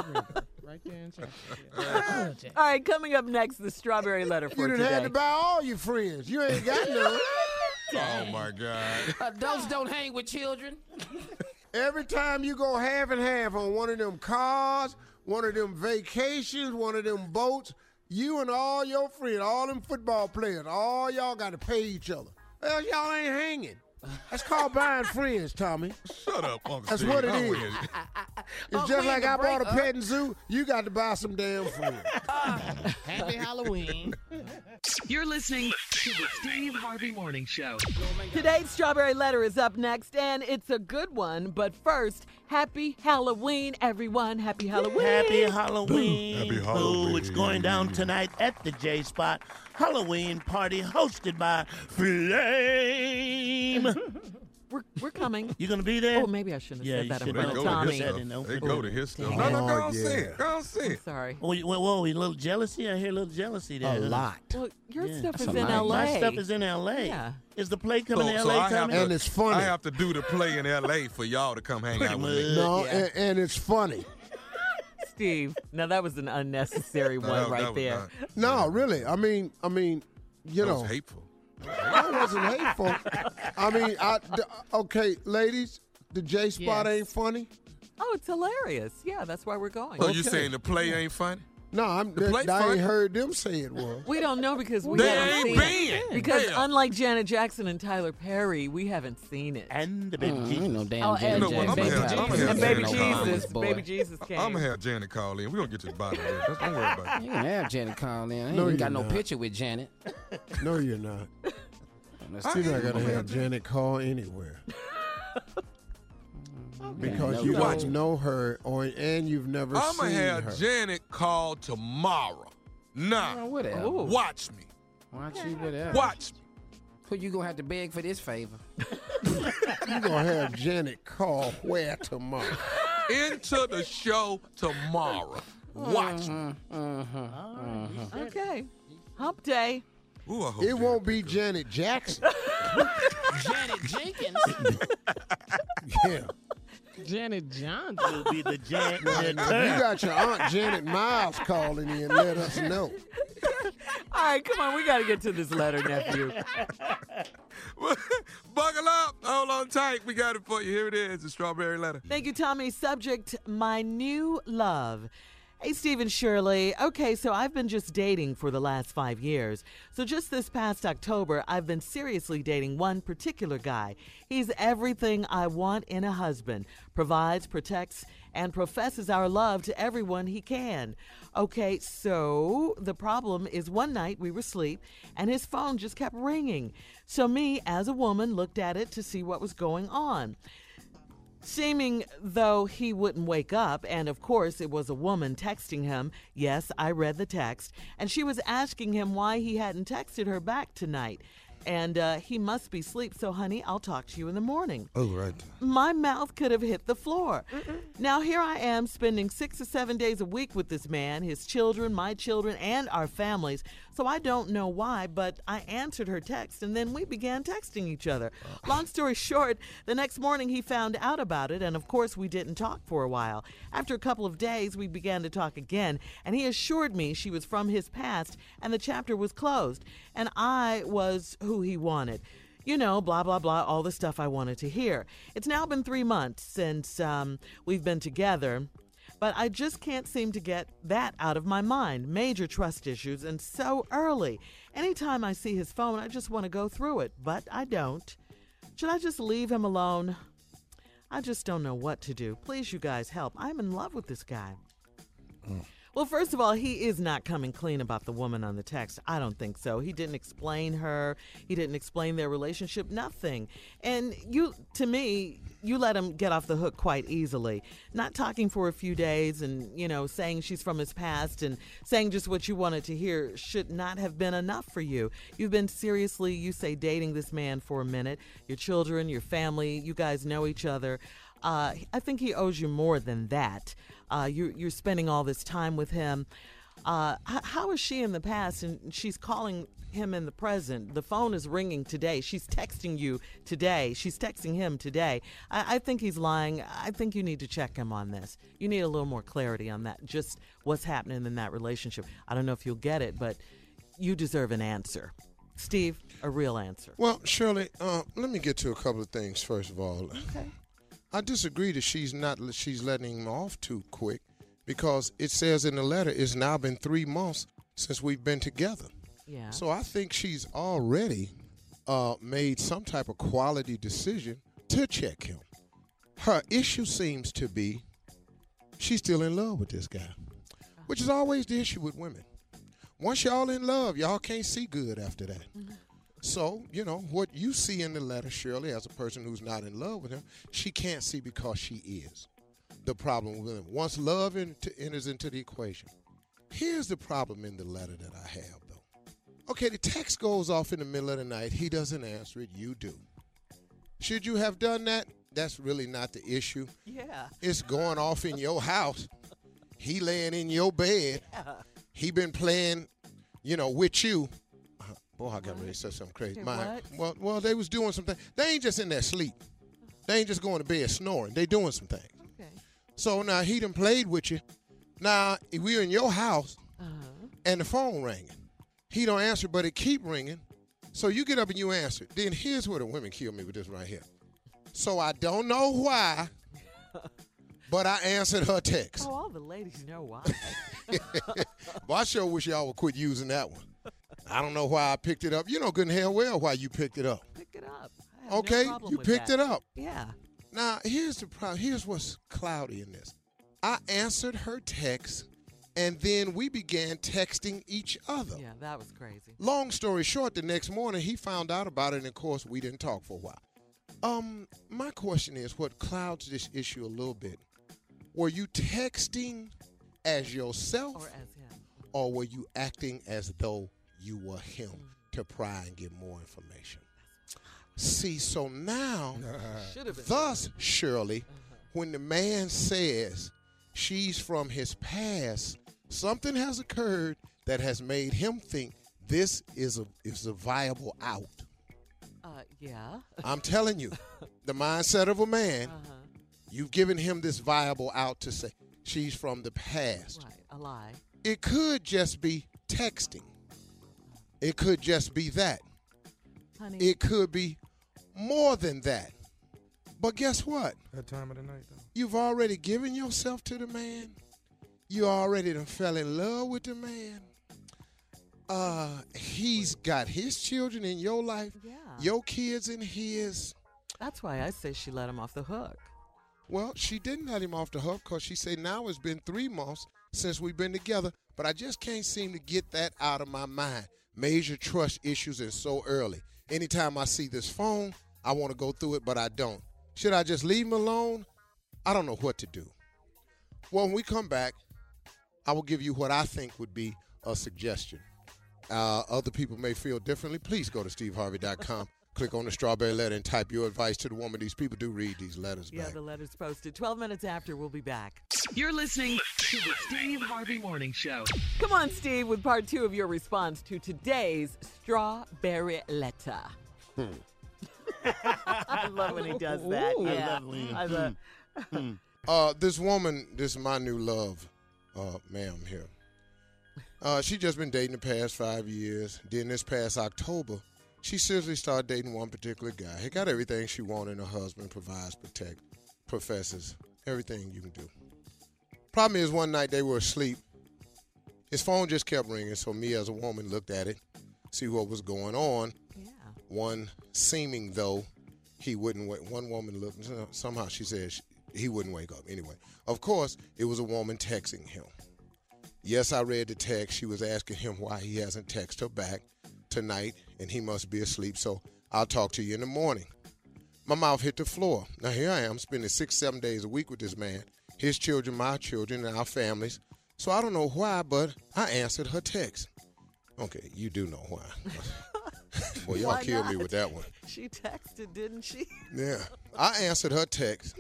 Speaker 2: Oh,
Speaker 5: All right, coming up next, the strawberry letter for
Speaker 2: You done
Speaker 5: today.
Speaker 2: had to buy all your friends. You ain't got none.
Speaker 8: Oh my God.
Speaker 9: Adults don't hang with children.
Speaker 2: Every time you go half and half on one of them cars, one of them vacations, one of them boats, you and all your friends, all them football players, all y'all got to pay each other. Else y'all ain't hanging. That's called buying friends, Tommy.
Speaker 8: Shut up, Uncle
Speaker 2: That's
Speaker 8: Steve.
Speaker 2: what it
Speaker 8: I'm
Speaker 2: is.
Speaker 8: with it.
Speaker 2: It's
Speaker 9: Oh,
Speaker 2: just
Speaker 9: we in
Speaker 2: like
Speaker 9: the
Speaker 2: I bought a
Speaker 9: break, uh.
Speaker 2: pet and zoo. You got to buy some damn food.
Speaker 9: Happy Halloween.
Speaker 10: You're listening to the Steve Harvey Morning Show.
Speaker 5: Today's strawberry letter is up next, and it's a good one. But first, happy Halloween, everyone! Happy Halloween!
Speaker 4: Happy Halloween.
Speaker 5: Happy
Speaker 4: Boo. It's going down tonight at the J Spot Halloween party hosted by Flame.
Speaker 5: we're, we're coming.
Speaker 4: You gonna be there?
Speaker 5: Oh, maybe I shouldn't have
Speaker 4: Yeah,
Speaker 5: said
Speaker 4: you
Speaker 5: that in
Speaker 4: should
Speaker 5: front
Speaker 4: have
Speaker 5: of Tommy.
Speaker 4: said that in the
Speaker 8: They
Speaker 4: open.
Speaker 8: go to his stuff. No, no, go on, see it. Go on, see it.
Speaker 5: Sorry.
Speaker 4: Whoa, you- whoa, whoa, you little jealousy. I hear a little jealousy there. huh?
Speaker 5: Well, your
Speaker 4: Yeah.
Speaker 5: stuff is in L.A.
Speaker 4: My stuff is in L.A.
Speaker 5: Yeah.
Speaker 4: Is the play coming to
Speaker 8: So-
Speaker 4: L.A.
Speaker 8: so I have
Speaker 4: coming?
Speaker 8: to- I have to do the play in L.A. for y'all to come hang out with me.
Speaker 2: No, and, and it's funny.
Speaker 5: Steve. Now that was an unnecessary
Speaker 8: No,
Speaker 5: one
Speaker 8: that-
Speaker 5: right
Speaker 8: that was
Speaker 5: there.
Speaker 8: not-
Speaker 2: No, really. I mean, I mean, you
Speaker 8: That
Speaker 2: know,
Speaker 8: was hateful.
Speaker 2: That wasn't hateful. I mean, I d- okay, ladies, the J spot
Speaker 5: Yes.
Speaker 2: ain't funny.
Speaker 5: Oh, it's hilarious. Yeah, that's why we're going.
Speaker 8: So Oh, you saying the play ain't funny?
Speaker 2: No, I'm.
Speaker 8: The
Speaker 2: that-
Speaker 8: play
Speaker 2: I
Speaker 8: funny?
Speaker 2: ain't heard them say it was.
Speaker 5: We don't know because we
Speaker 8: They
Speaker 5: haven't
Speaker 8: ain't
Speaker 5: seen it.
Speaker 8: been.
Speaker 5: Because
Speaker 8: Hell.
Speaker 5: unlike Janet Jackson and Tyler Perry, we haven't seen it.
Speaker 4: And the baby
Speaker 5: Jesus.
Speaker 9: Mm, no damn
Speaker 5: oh,
Speaker 9: Janet
Speaker 5: and
Speaker 8: You know what?
Speaker 5: Baby
Speaker 8: I'ma have- I'ma
Speaker 5: Jesus.
Speaker 8: have
Speaker 5: And baby
Speaker 8: Janet call
Speaker 5: Jesus.
Speaker 8: in.
Speaker 5: Baby Jesus came.
Speaker 8: I'm going to have Janet call in. We're going to get to the bottom of this. Don't worry about
Speaker 9: You
Speaker 8: it.
Speaker 9: can have Janet call in. I ain't
Speaker 2: No,
Speaker 9: even
Speaker 2: you
Speaker 9: got no
Speaker 2: not.
Speaker 9: picture with Janet.
Speaker 2: No, you're not.
Speaker 9: I
Speaker 2: You're not
Speaker 9: am.
Speaker 2: gonna have Janet call anywhere because
Speaker 9: no
Speaker 2: you
Speaker 9: doubt.
Speaker 2: don't know her, or and you've never
Speaker 8: I'm
Speaker 2: seen
Speaker 8: going to have
Speaker 2: her.
Speaker 8: Janet call tomorrow. Nah.
Speaker 9: Oh, whatever. Ooh.
Speaker 8: Watch me.
Speaker 9: Watch you whatever.
Speaker 8: Watch me.
Speaker 9: Who you gonna have to beg for this favor?
Speaker 2: you gonna have Janet call where tomorrow?
Speaker 8: Into the show tomorrow. Watch me.
Speaker 5: Okay. Hump day.
Speaker 2: It won't be Janet Jackson.
Speaker 9: Janet Jenkins.
Speaker 2: Yeah.
Speaker 11: Janet Johnson.
Speaker 4: Will be the Jan-
Speaker 2: You got your aunt Janet Miles calling in. Let us know.
Speaker 5: All right, come on. We got to get to this letter, nephew.
Speaker 8: Buckle up. Hold on tight. We got it for you. Here it is the strawberry letter.
Speaker 5: Thank you, Tommy. Subject My New Love. Hey, Stephen Shirley. Okay, so I've been just dating for the last five years. So just this past October, I've been seriously dating one particular guy. He's everything I want in a husband provides, protects, and professes our love to everyone he can. Okay, so the problem is one night we were asleep and his phone just kept ringing. So, me as a woman looked at it to see what was going on. Seeming though he wouldn't wake up, and of course it was a woman texting him. Yes, I read the text, and she was asking him why he hadn't texted her back tonight. And uh, he must be asleep, so honey, I'll talk to you in the morning.
Speaker 8: Oh, right.
Speaker 5: My mouth could have hit the floor. Now, here I am spending six or seven days a week with this man, his children, my children, and our families. So I don't know why, but I answered her text and then we began texting each other. Long story short, the next morning he found out about it, and of course, we didn't talk for a while. After a couple of days, we began to talk again, and he assured me she was from his past and the chapter was closed, and I was who he wanted you know, blah, blah, blah, all the stuff I wanted to hear. It's now been three months since um, we've been together, but I just can't seem to get that out of my mind. Major trust issues, and so early. Anytime I see his phone, I just want to go through it, but I don't. Should I just leave him alone? I just don't know what to do. Please, you guys, help. I'm in love with this guy. Well, first of all, he is not coming clean about the woman on the text. I don't think so. He didn't explain her. He didn't explain their relationship. Nothing. And you, to me, you let him get off the hook quite easily. Not talking for a few days and you know saying she's from his past and saying just what you wanted to hear should not have been enough for you. You've been seriously, you say, dating this man for a minute. Your children, your family, you guys know each other. Uh, I think he owes you more than that. Uh, you, you're spending all this time with him. Uh, h- how is she in the past and she's calling him in the present? The phone is ringing today. She's texting you today. She's texting him today. I, I think he's lying. I think you need to check him on this. You need a little more clarity on that, just what's happening in that relationship. I don't know if you'll get it, but you deserve an answer. Steve, a real answer.
Speaker 2: Well, Shirley, uh, let me get to a couple of things first of all. Okay. I disagree that she's not she's letting him off too quick because it says in the letter it's now been three months since we've been together.
Speaker 5: Yeah.
Speaker 2: So I think she's already uh, made some type of quality decision to check him. Her issue seems to be she's still in love with this guy, which is always the issue with women. Once y'all in love, y'all can't see good after that. So, you know, what you see in the letter, Shirley, as a person who's not in love with him, she can't see because she is. The problem with him. Once love into, enters into the equation, here's the problem in the letter that I have, though. Okay, the text goes off in the middle of the night. He doesn't answer it. You do. Should you have done that? That's really not the issue.
Speaker 5: Yeah.
Speaker 2: It's going off in your house. He laying in your bed.
Speaker 5: Yeah.
Speaker 2: He been playing, you know, with you. Uh, Boy, I got ready to say something crazy. Say My, well, well, they was doing something. They ain't just in their sleep. They ain't just going to bed snoring. They doing some things.
Speaker 5: Okay.
Speaker 2: So now he done played with you. Now we're in your house, and the phone ringing. He don't answer, but it keep ringing. So you get up and you answer. Then here's where the women kill me with this right here. So I don't know why, but I answered her text.
Speaker 5: Oh, all the ladies know why.
Speaker 2: well, I sure wish y'all would quit using that one. I don't know why I picked it up. You know good and hell well why you picked it up.
Speaker 5: Pick it up. I have no
Speaker 2: Okay,
Speaker 5: problem
Speaker 2: you
Speaker 5: with
Speaker 2: picked
Speaker 5: that.
Speaker 2: it up.
Speaker 5: Yeah.
Speaker 2: Now here's the problem. Here's what's cloudy in this. I answered her text, and then we began texting each other.
Speaker 5: Yeah, that was crazy.
Speaker 2: Long story short, the next morning he found out about it, and of course we didn't talk for a while. Um, my question is, what clouds this issue a little bit? Were you texting as yourself,
Speaker 5: Or as him.
Speaker 2: or were you acting as though you were him to pry and get more information? See, so now,
Speaker 5: Should've been. Uh-huh.
Speaker 2: thus, Shirley, when the man says she's from his past, something has occurred that has made him think this is a is a viable out.
Speaker 5: Uh, yeah.
Speaker 2: I'm telling you, the mindset of a man,
Speaker 5: Uh-huh.
Speaker 2: you've given him this viable out to say she's from the past.
Speaker 5: Right. A lie.
Speaker 2: It could just be texting. It could just be that.
Speaker 5: Honey.
Speaker 2: It could be more than that. But guess what?
Speaker 8: That time of the night, though.
Speaker 2: You've already given yourself to the man. You already done fell in love with the man. Uh, he's got his children in your life.
Speaker 5: Yeah.
Speaker 2: Your kids in his.
Speaker 5: That's why I say she let him off the hook.
Speaker 2: Well, she didn't let him off the hook because she said now it's been three months since we've been together, but I just can't seem to get that out of my mind. Major trust issues and so early. Anytime I see this phone, I want to go through it, but I don't. Should I just leave him alone? I don't know what to do. Well, when we come back, I will give you what I think would be a suggestion. Uh, other people may feel differently. Please go to steveharvey.com, click on the strawberry letter, and type your advice to the woman. These people do read these letters
Speaker 5: Yeah,
Speaker 2: back.
Speaker 5: the letter's posted. 12 minutes after, we'll be back.
Speaker 10: You're listening to the Steve Harvey Morning Show.
Speaker 1: Come on, Steve, with part two of your
Speaker 5: response to today's strawberry letter.
Speaker 2: Hmm.
Speaker 5: I love when he does that.
Speaker 1: Ooh. I
Speaker 5: Yeah.
Speaker 1: love Hmm. when he-
Speaker 5: I love-
Speaker 2: Uh, this woman, this is my new love, uh, ma'am here. Uh, she just been dating the past five years. Then this past October, she seriously started dating one particular guy. He got everything she wanted in a husband, provides, protect, professes, everything you can do. Problem is, one night they were asleep. His phone just kept ringing, so me as a woman looked at it, see what was going on.
Speaker 1: Yeah.
Speaker 2: One seeming though he wouldn't wake. One woman looked somehow she said she, he wouldn't wake up. Anyway, of course it was a woman texting him. Yes, I read the text. She was asking him why he hasn't texted her back tonight, and he must be asleep. So I'll talk to you in the morning. My mouth hit the floor. Now here I am, spending six, seven days a week with this man, his children, my children, and our families. So I don't know why, but I answered her text. Okay, you do know why. well, y'all
Speaker 5: Why
Speaker 2: killed me
Speaker 5: not?
Speaker 2: with that one.
Speaker 5: She texted, didn't she?
Speaker 2: Yeah. I answered her text.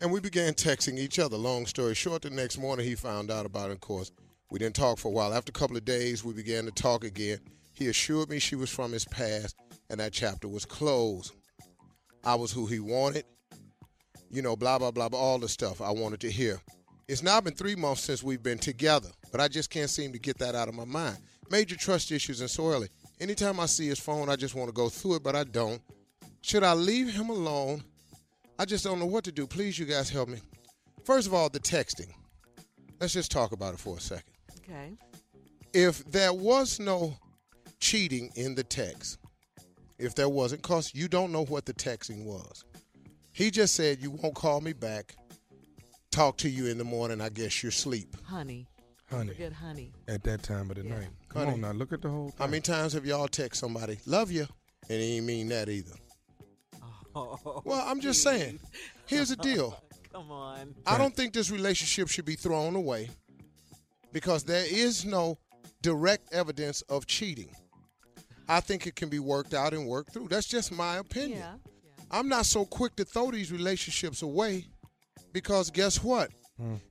Speaker 2: And we began texting each other. Long story short, the next morning he found out about it, of course. We didn't talk for a while. After a couple of days, we began to talk again. He assured me she was from his past and that chapter was closed. I was who he wanted. You know, blah, blah, blah, blah, all the stuff I wanted to hear. It's now been three months since we've been together, but I just can't seem to get that out of my mind. Major trust issues in Sorelli. Anytime I see his phone, I just want to go through it, but I don't. Should I leave him alone? I just don't know what to do. Please, you guys help me. First of all, the texting. Let's just talk about it for a second.
Speaker 5: Okay.
Speaker 2: If there was no cheating in the text, if there wasn't, because you don't know what the texting was. He just said, You won't call me back. Talk to you in the morning. I guess you're asleep.
Speaker 5: Honey.
Speaker 2: Honey.
Speaker 5: Good honey.
Speaker 2: At that time of the night.
Speaker 8: Come on now, look at the whole
Speaker 2: How many times have y'all text somebody, love you? And he ain't mean that either.
Speaker 5: Oh.
Speaker 2: Well, I'm just saying. Here's the deal.
Speaker 5: Come on.
Speaker 2: I don't think this relationship should be thrown away because there is no direct evidence of cheating. I think it can be worked out and worked through. That's just my opinion.
Speaker 5: Yeah.
Speaker 2: I'm not so quick to throw these relationships away because guess what?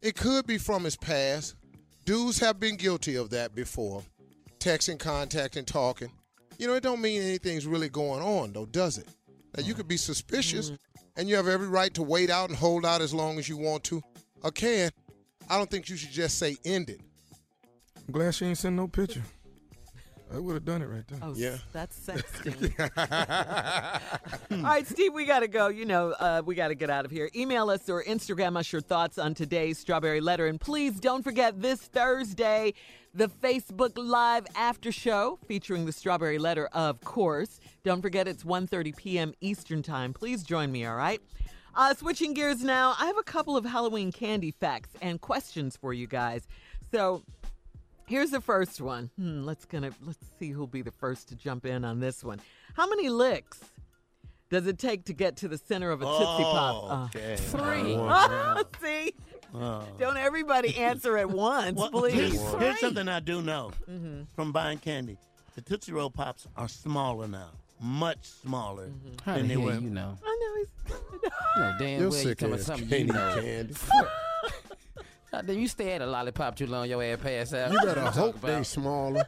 Speaker 2: It could be from his past. Dudes have been guilty of that before. Texting, contacting, talking. You know, it don't mean anything's really going on, though, does it? Now, you could be suspicious,
Speaker 9: Mm-hmm.
Speaker 2: and you have every right to wait out and hold out as long as you want to or can. I don't think you should just say end it.
Speaker 8: I'm glad she ain't sent no picture. I would have done it right there.
Speaker 5: Oh,
Speaker 2: Yeah.
Speaker 5: That's
Speaker 8: sexting.
Speaker 5: All right, Steve, we got to go. You know, uh, we got to get out of here. Email us or Instagram us your thoughts on today's Strawberry Letter. And please don't forget this Thursday, the Facebook Live After Show featuring the Strawberry Letter, of course. Don't forget it's 1.30 p.m. Eastern Time. Please join me, all right? Uh, switching gears now, I have a couple of Halloween candy facts and questions for you guys. So Here's the first one. Hmm, let's gonna let's see who'll be the first to jump in on this one. How many licks does it take to get to the center of a tootsie pop? Uh,
Speaker 4: Oh, okay.
Speaker 5: three.
Speaker 4: Wow.
Speaker 5: see,
Speaker 4: Oh.
Speaker 5: don't everybody answer at once,
Speaker 4: Well,
Speaker 5: please.
Speaker 4: Here's, here's something I do know
Speaker 9: Mm-hmm.
Speaker 4: from buying candy: the Tootsie Roll pops are smaller now, much smaller
Speaker 5: Mm-hmm.
Speaker 9: How the
Speaker 4: than they
Speaker 9: hell
Speaker 4: were.
Speaker 9: you know?
Speaker 5: I know he's.
Speaker 9: No, damn
Speaker 4: Your
Speaker 9: well you
Speaker 4: sick
Speaker 9: talking about
Speaker 4: ass
Speaker 9: something
Speaker 4: can't
Speaker 9: you
Speaker 4: eat
Speaker 9: know.
Speaker 4: candy.
Speaker 9: God damn, you stay at a lollipop too long, your ass pass out.
Speaker 2: You
Speaker 9: What
Speaker 2: better
Speaker 9: talking
Speaker 2: hope
Speaker 9: about?
Speaker 2: they smaller.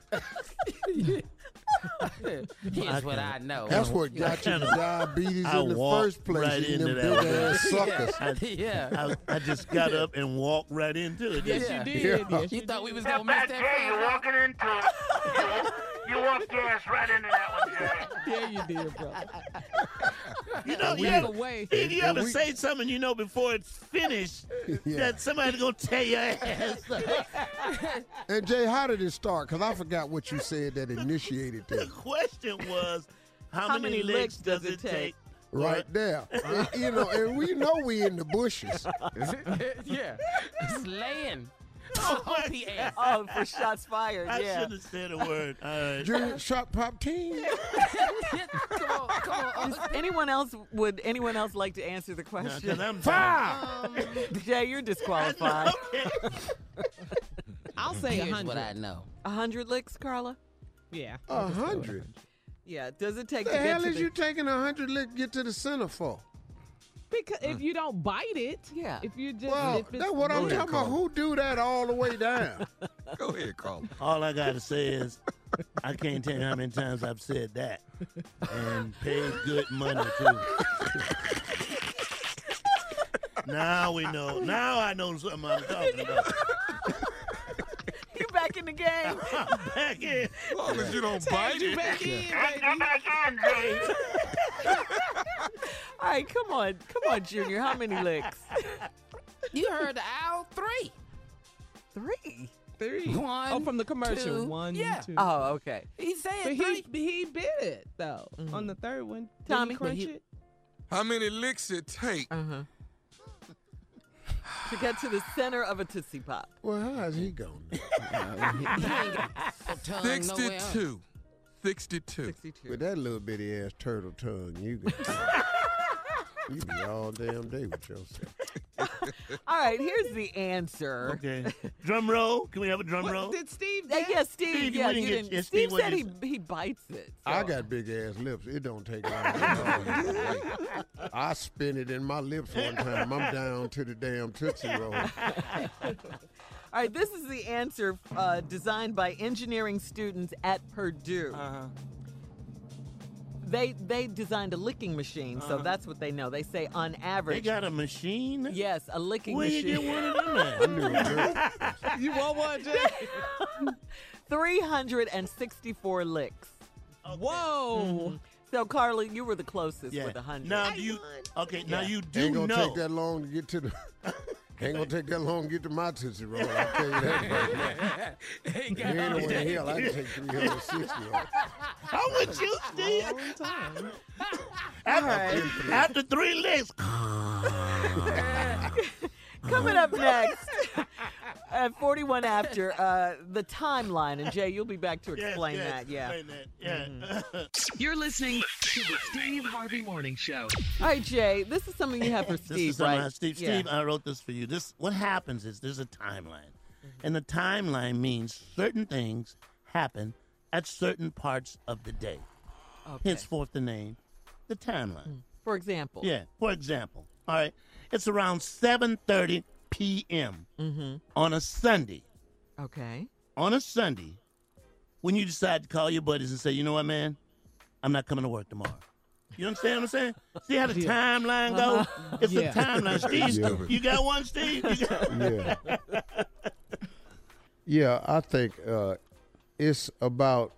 Speaker 9: Here's what I know.
Speaker 2: That's what got you to diabetes
Speaker 4: I
Speaker 2: in the
Speaker 4: walked
Speaker 2: first place.
Speaker 4: right
Speaker 2: eating them
Speaker 4: into
Speaker 2: big
Speaker 4: that
Speaker 2: ass
Speaker 4: one.
Speaker 2: suckers.
Speaker 9: Yeah.
Speaker 4: I, I just got up and walked right into it.
Speaker 9: Yes, you did.
Speaker 4: Yeah.
Speaker 9: Yes, you thought we was gonna mess that
Speaker 1: day,
Speaker 9: food
Speaker 1: you're
Speaker 9: up.
Speaker 1: walking into it. You wa- You walked your ass right into that one, Jack.
Speaker 11: Yeah, you did, bro.
Speaker 4: You know,
Speaker 11: And
Speaker 4: you
Speaker 11: we-
Speaker 4: ever,
Speaker 11: away.
Speaker 4: you- you
Speaker 11: And
Speaker 4: ever
Speaker 11: we-
Speaker 4: say something, you know, before it's finished, that somebody's gonna tear your ass.
Speaker 22: And Jay, how did it start? Because I forgot what you said that initiated
Speaker 4: the
Speaker 22: this.
Speaker 4: question was, how,
Speaker 5: How
Speaker 4: many,
Speaker 5: many
Speaker 4: licks
Speaker 5: licks
Speaker 4: does it
Speaker 5: take?
Speaker 4: take?
Speaker 22: Right there. And, you know, and we know we in the bushes.
Speaker 9: yeah. Slaying.
Speaker 4: Oh,
Speaker 9: OP ass.
Speaker 5: Oh, for shots fired.
Speaker 4: I
Speaker 5: yeah.
Speaker 4: shouldn't have said a word. All right.
Speaker 22: Junior shot pop team.
Speaker 9: Come on, come on.
Speaker 5: Does anyone else would anyone else like to answer the question? Um,
Speaker 4: 'cause I'm done.
Speaker 5: Jay, you're disqualified.
Speaker 11: I'll say a
Speaker 9: Here's what I
Speaker 11: hundred.
Speaker 9: know.
Speaker 5: A hundred licks, Carla.
Speaker 11: Yeah.
Speaker 4: Oh.
Speaker 22: A hundred.
Speaker 5: Yeah. Does it take
Speaker 22: The
Speaker 5: to get
Speaker 22: hell
Speaker 5: to
Speaker 22: is
Speaker 5: the?
Speaker 22: you taking a hundred lick to get to the center for?
Speaker 11: Because if you don't bite it,
Speaker 5: Yeah.
Speaker 11: If you just
Speaker 22: Well,
Speaker 11: if it's
Speaker 22: that's what I'm
Speaker 11: loose-
Speaker 22: talking about. Who do that all the way down?
Speaker 8: Go ahead, Carla.
Speaker 4: All I gotta say is, I can't tell you how many times I've said that and paid good money too. now we know. Now I know something I'm talking about.
Speaker 5: You back in the game?
Speaker 4: I'm back in.
Speaker 8: As long as you don't bite
Speaker 11: you
Speaker 8: it.
Speaker 11: back in,
Speaker 1: I'm, I'm
Speaker 11: baby.
Speaker 1: back in, Jay.
Speaker 5: All right, come on, come on, Junior. How many licks?
Speaker 9: You heard the owl three.
Speaker 5: Three.
Speaker 11: Three.
Speaker 9: One,
Speaker 11: Oh, from the commercial.
Speaker 9: two.
Speaker 11: One,
Speaker 9: Yeah.
Speaker 11: two.
Speaker 5: Oh, okay.
Speaker 9: He said
Speaker 11: But
Speaker 9: three.
Speaker 11: he he bit it though on the third one.
Speaker 5: Mm.
Speaker 11: Did
Speaker 5: Tommy,
Speaker 11: he
Speaker 5: but
Speaker 11: crunch
Speaker 5: he-
Speaker 11: it?
Speaker 8: How many licks it take?
Speaker 5: Uh huh. Uh-huh. to get to the center of a Tootsie Pop.
Speaker 2: Well, how's he going?
Speaker 5: tongue
Speaker 8: 62. 62.
Speaker 2: With that little bitty ass turtle tongue, you can you be all damn day with yourself.
Speaker 23: All right, here's the answer.
Speaker 4: Okay. Drum roll. Can we have a drum
Speaker 23: What-
Speaker 4: roll?
Speaker 23: Did Steve?
Speaker 5: Uh,
Speaker 4: Yeah,
Speaker 23: Yes,
Speaker 4: yeah,
Speaker 23: Steve.
Speaker 4: Steve, you
Speaker 23: yeah,
Speaker 4: wouldn't
Speaker 23: you
Speaker 4: get-
Speaker 23: didn't.
Speaker 4: yeah, Steve
Speaker 23: Steve said he,
Speaker 4: wouldn't
Speaker 23: he bites it.
Speaker 2: I got big ass lips. It don't take long. I spin it in my lips one time. I'm down to the damn Tootsie Roll.
Speaker 5: All right, this is the answer uh, designed by engineering students at Purdue.
Speaker 4: Uh-huh.
Speaker 5: They they designed a licking machine, so
Speaker 4: Uh-huh.
Speaker 5: that's what they know. They say on average.
Speaker 4: They got a machine?
Speaker 5: Yes, a licking
Speaker 4: Where you
Speaker 5: machine.
Speaker 4: get one of them at? I knew
Speaker 5: you want one, Jay? 364 licks. Whoa. So, Carly, you were the closest
Speaker 4: Yeah.
Speaker 5: with 100.
Speaker 4: Mm-hmm. Now you okay? Now
Speaker 2: Yeah.
Speaker 4: you do
Speaker 2: Ain't gonna
Speaker 4: know.
Speaker 2: take that long to get to the. Ain't gonna take that long to get to my Tootsie Roll. I'll tell you that. ain't
Speaker 4: got all
Speaker 2: no way in
Speaker 4: day.
Speaker 2: hell I can take 360 off.
Speaker 4: I'm with you, Steve. After, after three licks,
Speaker 5: Coming
Speaker 4: Uh-huh.
Speaker 5: up next at 41 after uh, the timeline. And, Jay, you'll be back to
Speaker 10: Yes,
Speaker 5: explain
Speaker 10: yes,
Speaker 5: that. Yeah. Mm-hmm.
Speaker 10: explain that,
Speaker 4: yeah.
Speaker 10: Mm-hmm. You're listening to the Steve Harvey Morning Show.
Speaker 5: All right, Jay, this is something you have for
Speaker 4: This is
Speaker 5: Steve,
Speaker 4: something
Speaker 5: right?
Speaker 4: I- Steve,
Speaker 5: Yeah.
Speaker 4: Steve, I wrote this for you. This what happens is there's a timeline, and the timeline means certain things happen at certain parts of the day.
Speaker 5: Okay. Hmm.
Speaker 4: Henceforth, the name, the timeline.
Speaker 5: For example.
Speaker 4: Yeah. For example, all right, it's around 7:30 p.m.
Speaker 5: Mm-hmm.
Speaker 4: on a Sunday.
Speaker 5: Okay.
Speaker 4: On a Sunday, when you decide to call your buddies and say, "You know what, man, I'm not coming to work tomorrow." You understand what I'm saying? See how the
Speaker 24: Yeah.
Speaker 4: timeline goes?
Speaker 24: Uh-huh.
Speaker 4: It's
Speaker 24: Yeah.
Speaker 4: a timeline. Steve,
Speaker 2: Yeah.
Speaker 4: you got one, Steve? You got-
Speaker 2: Yeah. Yeah, I think uh, it's about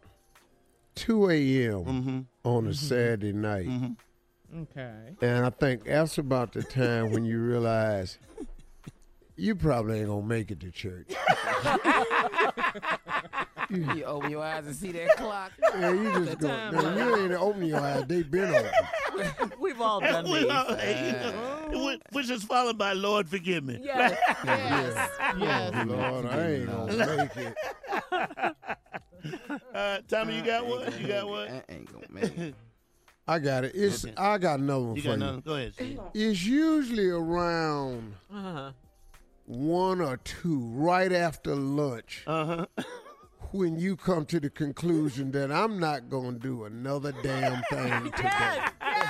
Speaker 2: 2 a.m.
Speaker 4: Mm-hmm.
Speaker 2: on a Saturday night.
Speaker 1: Okay.
Speaker 2: And I think that's about the time when you realize you probably ain't going to make it to church.
Speaker 9: you open your eyes and see that clock.
Speaker 2: Yeah, you just go,
Speaker 9: time
Speaker 2: man, you ain't opening your eyes. They been open.
Speaker 5: We've all Oh.
Speaker 4: done
Speaker 2: these.
Speaker 4: Which is followed by Lord forgive me.
Speaker 5: Yes.
Speaker 2: Yes.
Speaker 4: Yes.
Speaker 2: Oh, Lord, I ain't going to make it.
Speaker 4: Uh, Tommy, you got one? You got one?
Speaker 9: I ain't gonna make it.
Speaker 2: I got it. It's I got another one
Speaker 4: You
Speaker 2: for
Speaker 4: got
Speaker 2: you.
Speaker 4: another? Go ahead, Steve.
Speaker 2: It's usually around
Speaker 5: Uh-huh.
Speaker 2: one or two, right after lunch,
Speaker 4: Uh-huh.
Speaker 2: when you come to the conclusion that I'm not gonna do another damn thing today.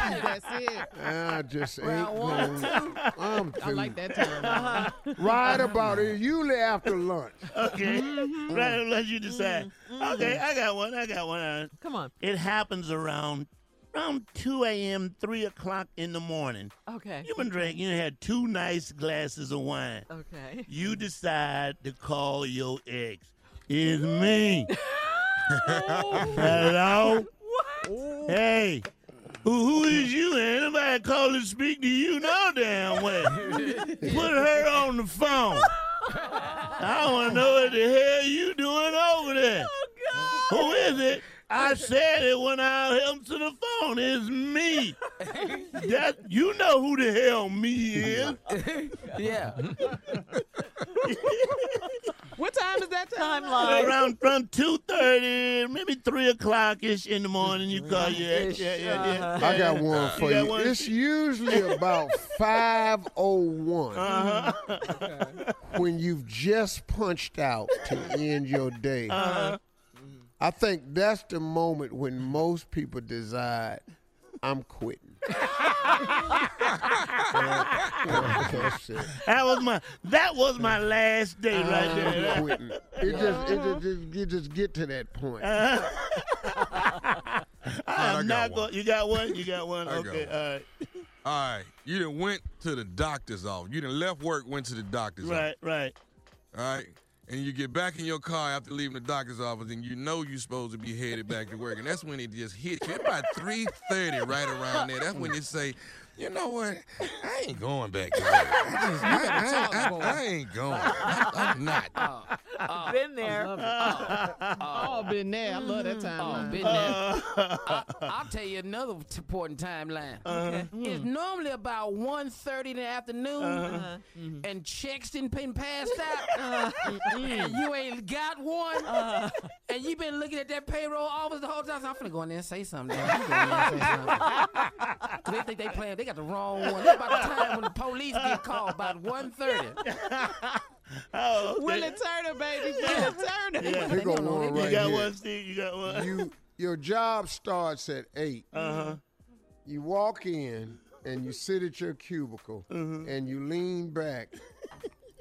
Speaker 1: That's it.
Speaker 2: I just ain't
Speaker 1: Round one,
Speaker 2: gonna. I'm
Speaker 1: I like
Speaker 2: through.
Speaker 1: that term.
Speaker 5: Uh-huh.
Speaker 2: Right about it, usually after lunch.
Speaker 4: Okay.
Speaker 5: Mm-hmm.
Speaker 2: Mhm.
Speaker 4: Right, let you decide. Okay, I got one. I got one. Uh,
Speaker 5: Come on.
Speaker 4: It happens around around 2 a.m., 3 o'clock in the morning.
Speaker 5: Okay.
Speaker 4: You've been drinking. You had two nice glasses of wine.
Speaker 5: Okay.
Speaker 4: You decide to call your ex. It's me. Hello? What? Hey. Who, who is you? Ain't nobody call to speak to you no damn way. Put her on the phone. I don't want to know what the hell you doing over there. Who is it? I said it when I held to the phone. It's me. That you know who the hell me is.
Speaker 9: yeah.
Speaker 1: What time is that time?
Speaker 4: Around from two thirty, maybe three o'clock ish in the morning. You call your ex. Yeah, yeah, yeah.
Speaker 2: Uh-huh. I got one
Speaker 4: Uh,
Speaker 2: for
Speaker 4: got
Speaker 2: you.
Speaker 4: one?
Speaker 2: It's usually about 501
Speaker 4: Uh-huh.
Speaker 2: when you've just punched out to end your day.
Speaker 4: Uh-huh.
Speaker 2: I think that's the moment when most people decide, I'm quitting. That's it.
Speaker 4: That was my that was my last day right there.
Speaker 2: I'm quitting. It just, it just, it just, you just get to that point.
Speaker 4: Uh-huh. I'm
Speaker 8: I got
Speaker 4: not
Speaker 8: one.
Speaker 4: going. You got one. You got one.
Speaker 8: I got
Speaker 4: okay.
Speaker 8: one.
Speaker 4: All right.
Speaker 8: All right. You done went to the doctor's office. You done left work, went to the doctor's
Speaker 4: Right. Right.
Speaker 8: office. All right. And you get back in your car after leaving the doctor's office, and you know you're supposed to be headed back to work, and that's when it just hits you. It's About three thirty, right around there. That's when you say, "You know what? I ain't going back. to work. I, just- I- I- I- I ain't going. I- I'm not.
Speaker 9: Oh,
Speaker 5: been there.
Speaker 9: I love it. Oh,
Speaker 11: Oh, been there. I love that
Speaker 9: Oh,
Speaker 11: timeline.
Speaker 9: been there. I, I'll tell you another t- important timeline.
Speaker 11: Uh-huh.
Speaker 9: It's normally about 1.30 in the afternoon,
Speaker 11: Uh-huh.
Speaker 9: and checks didn't been passed out,
Speaker 11: Uh-huh.
Speaker 9: and you ain't got one, and you been looking at that payroll office the whole time. So I'm finna go in there and say something. dog. I'm gonna go in there and say something. 'Cause they think they playing. They got the wrong one. That's about the time when the police get called, about 1.30.
Speaker 4: Oh,
Speaker 11: Willie Turner, baby. Willie Turner.
Speaker 2: Here go one right
Speaker 4: You got
Speaker 2: here.
Speaker 4: one, Steve. You got one.
Speaker 2: You your job starts at 8
Speaker 4: Uh-huh.
Speaker 2: You walk in and you sit at your cubicle
Speaker 4: Mm-hmm.
Speaker 2: and you lean back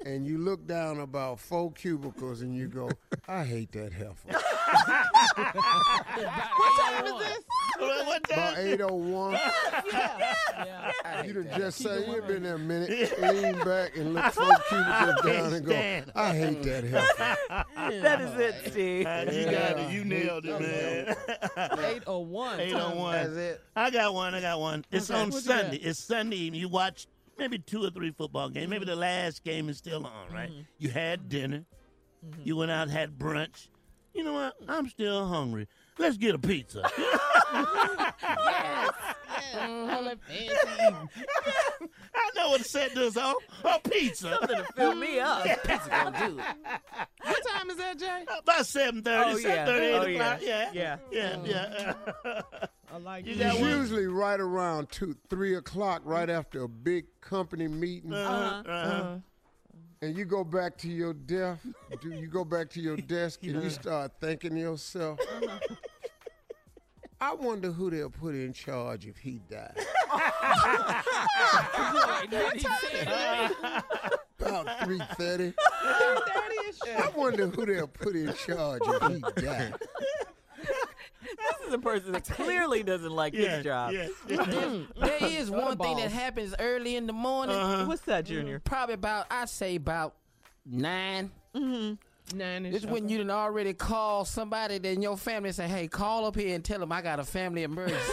Speaker 2: and you look down about four cubicles and you go, I hate that heifer.
Speaker 11: What time is this?
Speaker 4: What
Speaker 2: About 801.
Speaker 9: hate
Speaker 2: You done
Speaker 9: that.
Speaker 2: just
Speaker 9: Keep
Speaker 2: say
Speaker 9: it
Speaker 2: you
Speaker 9: one
Speaker 2: been there a minute, lean back and look four cubicles down and go,
Speaker 4: Stand.
Speaker 2: I hate that heifer.
Speaker 5: That is it, Steve.
Speaker 4: Uh, you got it. You nailed it, man.
Speaker 11: Eight oh one.
Speaker 4: 801. I got one. I got one. It's
Speaker 11: Okay.
Speaker 4: on
Speaker 11: What you got?
Speaker 4: Sunday. It's Sunday evening. You watch maybe two or three football games.
Speaker 5: Mm-hmm.
Speaker 4: Maybe the last game is still on, right? You had dinner.
Speaker 5: Mm-hmm.
Speaker 4: You went out, had brunch. You know what? I'm still hungry. Let's get a pizza.
Speaker 11: Mm-hmm.
Speaker 4: I know what set this on. A pizza. Something to
Speaker 5: fill me up.
Speaker 9: Pizza gonna do it.
Speaker 11: What time is that, Jay?
Speaker 4: About 7.30,
Speaker 5: Oh,
Speaker 4: 7.30,
Speaker 5: yeah. Oh,
Speaker 4: 8
Speaker 5: yeah.
Speaker 4: o'clock. Yeah.
Speaker 5: Yeah.
Speaker 4: Yeah. yeah.
Speaker 11: Mm. I like
Speaker 4: You
Speaker 11: it.
Speaker 4: got
Speaker 2: It's
Speaker 4: one?
Speaker 2: usually right around two, three o'clock, right after a big company meeting,
Speaker 4: Uh-huh, uh-huh.
Speaker 2: and you go back to your desk. do you go back to your desk and you start thinking to yourself, "I wonder who they'll put in charge if he died." About three thirty. I wonder who they'll put in charge if he died.
Speaker 5: This is a person that clearly doesn't like
Speaker 4: Yeah,
Speaker 5: his job.
Speaker 4: yeah.
Speaker 9: Mm, There is
Speaker 5: What a
Speaker 9: one thing that
Speaker 5: boss.
Speaker 9: happens early in the morning.
Speaker 5: What's that, Junior?
Speaker 9: Probably about I say about 9
Speaker 5: Mm-hmm.
Speaker 11: Nine
Speaker 9: It's when you done already call somebody in your family and say, "Hey, call up here and tell them I got a family emergency."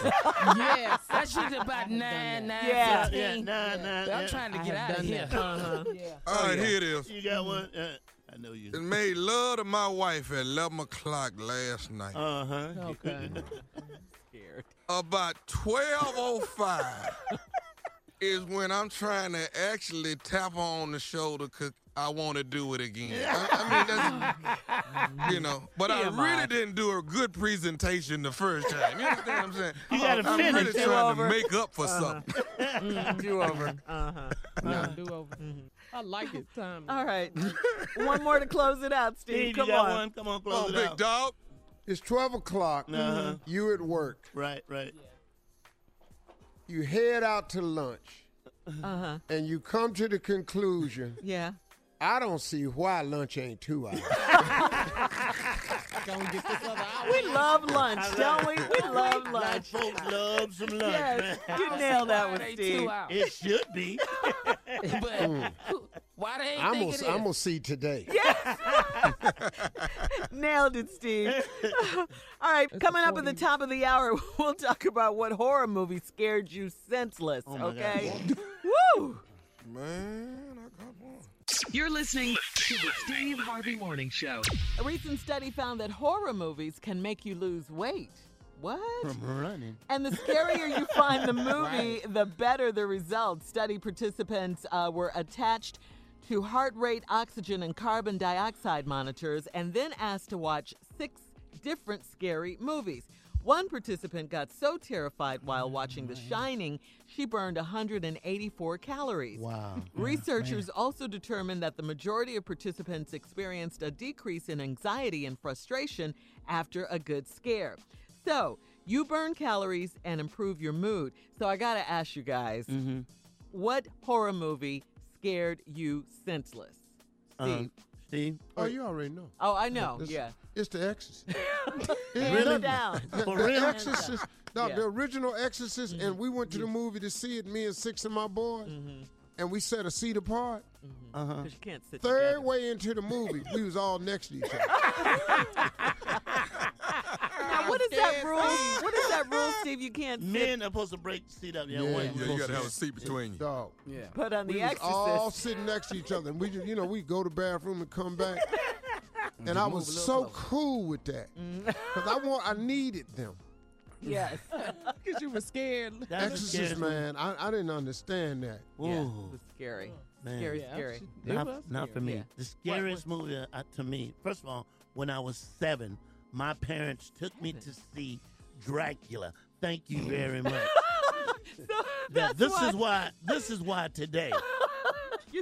Speaker 11: yes.
Speaker 9: That shit's about nine, nine,
Speaker 5: Yeah.
Speaker 4: yeah,
Speaker 9: 15.
Speaker 4: nah, nah,
Speaker 9: I'm
Speaker 4: yeah.
Speaker 9: trying to
Speaker 11: I
Speaker 9: get out
Speaker 11: have
Speaker 9: of
Speaker 11: done
Speaker 9: here.
Speaker 11: that.
Speaker 5: Uh-huh. Oh,
Speaker 8: All right, here it is.
Speaker 4: You got one? Uh, I know you.
Speaker 8: It made love to my wife at 11 o'clock last night.
Speaker 4: Uh-huh.
Speaker 11: Okay.
Speaker 8: About 12.05 is when I'm trying to actually tap her on the shoulder because I want to do it again. I, I mean, that's, you know, but I really didn't do a good presentation the first time. You understand what I'm saying?
Speaker 4: You gotta
Speaker 8: I'm
Speaker 4: finish. Uh-huh. Mm,
Speaker 8: really
Speaker 4: Do
Speaker 8: trying
Speaker 5: over.
Speaker 8: to make up for something.
Speaker 5: Do over. Uh huh.
Speaker 11: Do over.
Speaker 4: Mm-hmm.
Speaker 11: I like it,
Speaker 9: Mm-hmm.
Speaker 11: Tommy.
Speaker 5: All right. One more to close it out, Steve.
Speaker 4: Steve,
Speaker 5: Come
Speaker 4: you got
Speaker 5: on.
Speaker 4: one? Come on,
Speaker 8: Come
Speaker 4: close
Speaker 8: on,
Speaker 4: it
Speaker 8: big
Speaker 4: out.
Speaker 8: dog.
Speaker 2: It's twelve o'clock.
Speaker 4: Uh-huh.
Speaker 2: You at work.
Speaker 4: Right, right.
Speaker 2: You head out to lunch,
Speaker 5: Uh huh.
Speaker 2: and you come to the conclusion
Speaker 5: Yeah.
Speaker 2: I don't see why lunch ain't two hours.
Speaker 11: Gonna get this other hour.
Speaker 5: We love lunch, don't we? We love
Speaker 4: Black
Speaker 5: lunch.
Speaker 4: folks love some lunch,
Speaker 5: Yes.
Speaker 4: man.
Speaker 5: You nailed that one,
Speaker 9: They
Speaker 5: Steve.
Speaker 9: two out.
Speaker 4: It should be.
Speaker 9: But who- why they ain't
Speaker 2: Mm. I'm
Speaker 9: think
Speaker 2: gonna,
Speaker 9: it is?
Speaker 2: I'm gonna see today.
Speaker 5: Nailed it, Steve. All right, coming up at the top of the hour, we'll talk about what horror movie scared you senseless.
Speaker 4: Oh my God.
Speaker 5: okay. Woo!
Speaker 8: Man, I got one.
Speaker 10: You're listening to the Steve Harvey Morning Show.
Speaker 5: A recent study found that horror movies can make you lose weight. What?
Speaker 4: running.
Speaker 5: And the scarier you find the movie, the better the results. Study participants uh, were attached to heart rate, oxygen, and carbon dioxide monitors and then asked to watch six different scary movies. One participant got so terrified while watching The Shining, she burned 184 calories.
Speaker 4: Wow.
Speaker 5: Researchers also determined that the majority of participants experienced a decrease in anxiety and frustration after a good scare. So, you burn calories and improve your mood. So, I got to ask you guys what horror movie scared you senseless?
Speaker 4: Um, Steve?
Speaker 2: Oh, you already know.
Speaker 5: Oh, I know.
Speaker 2: It's,
Speaker 5: Yeah.
Speaker 2: it's the Exorcist.
Speaker 5: Hands
Speaker 2: really?
Speaker 5: down.
Speaker 2: The,
Speaker 4: For
Speaker 2: the
Speaker 4: real?
Speaker 2: Exorcist. No,
Speaker 5: Yeah. Mm-hmm.
Speaker 2: the original Exorcist, and we went to the movie to see it. Me and six of my boys, and we set a seat apart.
Speaker 4: Uh-huh.
Speaker 5: 'Cause Mm-hmm. you can't sit
Speaker 2: Third
Speaker 5: together.
Speaker 2: way into the movie, we was all next to each other.
Speaker 5: Now, what is that rule? What is that rule, Steve? You can't sit.
Speaker 4: Men are supposed to break the seat up. Yeah,
Speaker 2: Yeah.
Speaker 4: one-
Speaker 8: Yeah, you got to have a seat between you.
Speaker 2: Dog.
Speaker 5: Put on
Speaker 2: We
Speaker 5: uh, the
Speaker 2: was all
Speaker 5: exorcist.
Speaker 2: sitting next to each other, and we, just, you know, we go to bathroom and come back. and I was so cool with that
Speaker 5: Mm.
Speaker 2: because I want I needed them.
Speaker 11: Yes. Because you were scared.
Speaker 2: Exorcist, man, I, I didn't understand that.
Speaker 4: Ooh.
Speaker 5: Scary.
Speaker 4: Man.
Speaker 5: Scary, scary.
Speaker 4: Not, not for me.
Speaker 5: Yeah.
Speaker 4: The scariest movie uh, to me, first of all, when I was seven, my parents took me to see Dracula. Thank you very much. Now, this is why. This is why today.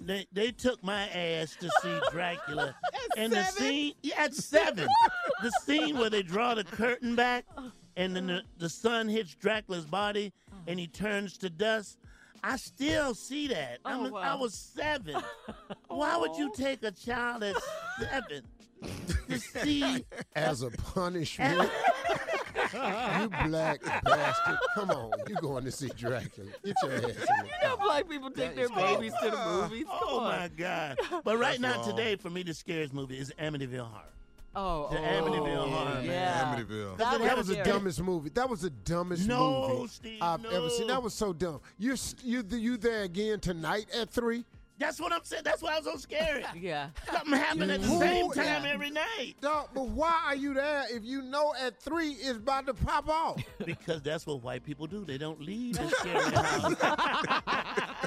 Speaker 4: They, they took my ass to see Dracula, and the scene yeah, at seven, the scene where they draw the curtain back, and then the, the sun hits Dracula's body, and he turns to dust. I still see that. I'm-
Speaker 16: Oh, wow.
Speaker 4: I was seven. Why would
Speaker 5: Oh.
Speaker 4: you take a child at seven to see
Speaker 2: As a punishment, you black bastard. Come on, you going to see Dracula? Get your ass in the
Speaker 5: You know, black people take their babies to the movies. Come
Speaker 4: Oh
Speaker 5: on.
Speaker 4: my God! But
Speaker 5: That's
Speaker 4: right now,
Speaker 5: wrong.
Speaker 4: today, for me, the scariest movie is Amityville Horror.
Speaker 5: Oh,
Speaker 4: The
Speaker 5: oh,
Speaker 4: Amityville
Speaker 5: yeah.
Speaker 4: Horror.
Speaker 5: Yeah.
Speaker 2: That,
Speaker 4: That
Speaker 2: was
Speaker 4: was
Speaker 2: the
Speaker 4: scary.
Speaker 2: dumbest movie. That was the dumbest
Speaker 4: No,
Speaker 2: movie
Speaker 4: Steve,
Speaker 2: I've ever seen.
Speaker 4: no.
Speaker 2: That was so dumb. You s- you you there again tonight at three?
Speaker 4: That's what I'm saying. That's why I was so scared.
Speaker 5: yeah.
Speaker 4: Something happened at the
Speaker 2: Who-
Speaker 4: same time every night.
Speaker 2: Dog, but why are you there if you know at three it's about to pop off?
Speaker 4: Because that's what white people do. They don't leave the scary house.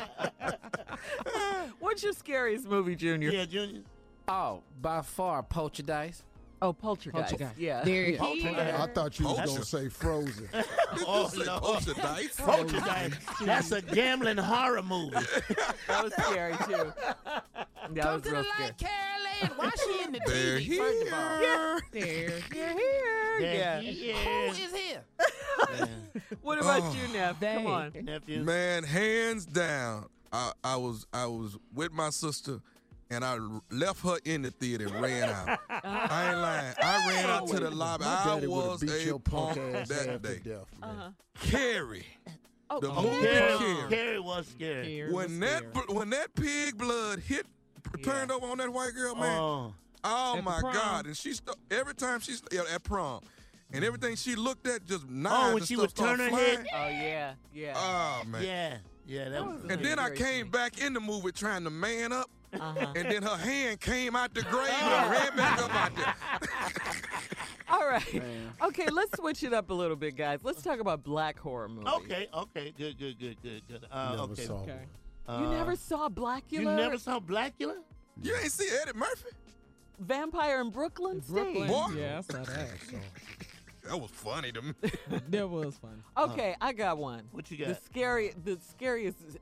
Speaker 5: What's your scariest movie, Junior?
Speaker 4: Yeah, Junior.
Speaker 9: Oh, by far, Poltergeist.
Speaker 5: Oh, Poltergeist.
Speaker 9: Poltergeist.
Speaker 5: Yeah.
Speaker 9: There it
Speaker 2: Poltergeist. I thought you was
Speaker 9: Poacher.
Speaker 2: gonna say Frozen.
Speaker 4: oh,
Speaker 2: Did you say
Speaker 4: Lord.
Speaker 2: Poltergeist?
Speaker 4: Poltergeist. That's a gambling horror movie.
Speaker 5: That was scary too. That
Speaker 4: Come
Speaker 5: was
Speaker 4: to the
Speaker 5: real
Speaker 4: light,
Speaker 5: scary.
Speaker 9: Carolyn, why she in the
Speaker 4: They're
Speaker 9: TV? First of all,
Speaker 5: Yeah.
Speaker 9: They're
Speaker 5: here.
Speaker 4: They're
Speaker 5: Yeah.
Speaker 9: Who is here?
Speaker 5: What about
Speaker 8: Oh.
Speaker 5: you, Neff? Come on.
Speaker 8: Man, hands down. I, I was I was with my sister, and I r- left her in the theater and ran out. I ain't lying. I ran out to the lobby.
Speaker 2: My
Speaker 8: I
Speaker 2: daddy would've
Speaker 8: was
Speaker 2: beat
Speaker 8: a
Speaker 2: your punk ass
Speaker 8: that
Speaker 2: half to
Speaker 8: day.
Speaker 2: death,
Speaker 5: Uh-huh.
Speaker 8: Carrie.
Speaker 5: Oh,
Speaker 8: the
Speaker 4: Oh,
Speaker 8: movie
Speaker 4: Carrie.
Speaker 8: Carrie.
Speaker 4: Carrie was scary. Carrie was
Speaker 8: When that bl- when that pig blood hit turned over on that white girl, man.
Speaker 2: Uh,
Speaker 4: Oh.
Speaker 8: Oh
Speaker 4: At the
Speaker 8: my
Speaker 4: prom.
Speaker 8: God! And she st- every time she's yeah, at prom, and everything she looked at just knives
Speaker 4: Oh,
Speaker 1: Oh,
Speaker 4: when
Speaker 8: and
Speaker 4: she
Speaker 8: stuff
Speaker 4: would turn
Speaker 8: started
Speaker 4: her head.
Speaker 8: flying.
Speaker 5: Oh yeah. Yeah.
Speaker 8: Oh man.
Speaker 4: Yeah. Yeah, that was.
Speaker 8: And then I came back in the movie trying to man up. And then her hand came out the grave and ran back up out there.
Speaker 5: All right. Okay, let's switch it up a little bit, guys. Let's talk about black horror movies.
Speaker 4: Okay, okay, good, good, good, good, good. Uh,
Speaker 5: Never
Speaker 4: okay. Uh,
Speaker 5: saw Okay. you never saw Blackula?
Speaker 4: you never saw Blackula?
Speaker 8: You ain't see Eddie Murphy?
Speaker 5: Vampire in Brooklyn? Steve?
Speaker 11: Yeah, I saw that.
Speaker 8: That was funny to me.
Speaker 11: that was funny.
Speaker 5: Okay,
Speaker 1: Uh,
Speaker 5: I got one.
Speaker 4: What
Speaker 11: you
Speaker 5: The
Speaker 11: got?
Speaker 5: scary, the scariest, is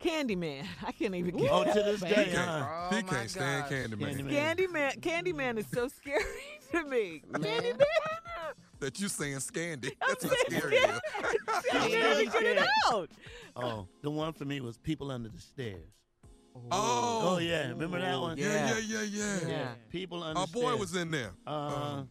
Speaker 5: Candyman. I can't even get.
Speaker 4: Oh, to this
Speaker 5: it.
Speaker 4: day,
Speaker 8: He can't,
Speaker 4: huh?
Speaker 8: he can't stand Candyman.
Speaker 5: Candyman, Candyman is so scary to me. Candyman.
Speaker 8: That you saying Scandy. That's how scary it is.
Speaker 5: I can't even get it out.
Speaker 4: Oh, the one for me was People Under the Stairs.
Speaker 8: Oh.
Speaker 4: Oh, yeah. Remember that one?
Speaker 8: Yeah, yeah, yeah, yeah.
Speaker 4: People Under
Speaker 8: Our
Speaker 4: the
Speaker 8: boy
Speaker 4: Stairs.
Speaker 8: was in there.
Speaker 4: Uh,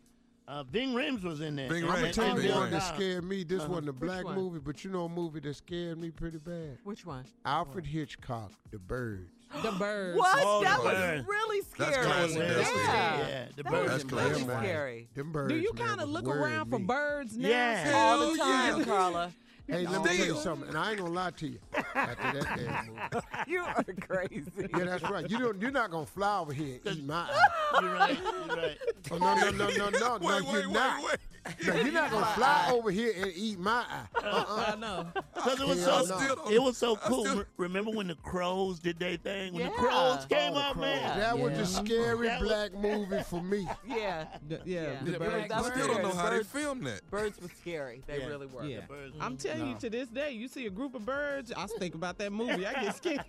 Speaker 4: uh, Bing Rims was in there.
Speaker 8: Bing
Speaker 4: And-
Speaker 8: Rhames,
Speaker 4: and-
Speaker 2: Tell
Speaker 4: and
Speaker 2: you
Speaker 4: Bill
Speaker 2: one that
Speaker 4: Nye.
Speaker 2: scared me. This
Speaker 4: Uh-huh.
Speaker 2: wasn't a
Speaker 4: Which
Speaker 2: black
Speaker 4: one?
Speaker 2: movie, but you know a movie that scared me pretty bad.
Speaker 5: Which one?
Speaker 2: Alfred Hitchcock, The Birds.
Speaker 11: The birds.
Speaker 5: What?
Speaker 2: Oh,
Speaker 5: that
Speaker 2: the
Speaker 5: was
Speaker 2: birds.
Speaker 5: really
Speaker 2: That's
Speaker 5: scary.
Speaker 2: classic.
Speaker 5: Yeah.
Speaker 2: That's classic.
Speaker 4: Yeah, the
Speaker 5: that
Speaker 4: birds.
Speaker 5: was
Speaker 4: That's
Speaker 5: really
Speaker 4: classic.
Speaker 5: scary.
Speaker 2: Them
Speaker 11: Do you
Speaker 2: man,
Speaker 11: kind of
Speaker 2: was
Speaker 11: look
Speaker 2: worrying
Speaker 11: around
Speaker 2: me.
Speaker 11: for birds now?
Speaker 4: Yeah.
Speaker 5: All the time, Carla.
Speaker 2: Hey, let me tell you
Speaker 11: Still.
Speaker 2: something, and I ain't gonna lie to you. After that damn movie,
Speaker 5: you are crazy.
Speaker 2: yeah, that's right. You don't. You're not gonna fly over here and eat my eye.
Speaker 4: You're right. You're right.
Speaker 2: Oh, no, no, no, no, no, no.
Speaker 4: Wait,
Speaker 2: You're
Speaker 4: wait, wait,
Speaker 2: not. No, you're not gonna
Speaker 4: My
Speaker 2: fly
Speaker 4: eye.
Speaker 2: over here and eat my eye. Uh-uh.
Speaker 11: I know.
Speaker 4: Because it was
Speaker 2: Hell
Speaker 4: so
Speaker 2: no.
Speaker 4: it was so cool. Remember when the crows did their thing? When the
Speaker 2: Oh,
Speaker 4: crows came out, man.
Speaker 2: That was the
Speaker 4: Mhm.
Speaker 2: scary
Speaker 4: That was-
Speaker 2: black movie for me.
Speaker 5: Yeah.
Speaker 11: The- yeah.
Speaker 8: Yeah,
Speaker 11: The
Speaker 8: but
Speaker 11: birds.
Speaker 8: I still don't know how they
Speaker 5: Birds-
Speaker 8: filmed that.
Speaker 5: Birds were scary. They
Speaker 11: Yeah.
Speaker 5: really were.
Speaker 11: Yeah. I'm telling you, to this day, you see a group of birds, I think about that movie. I get scared.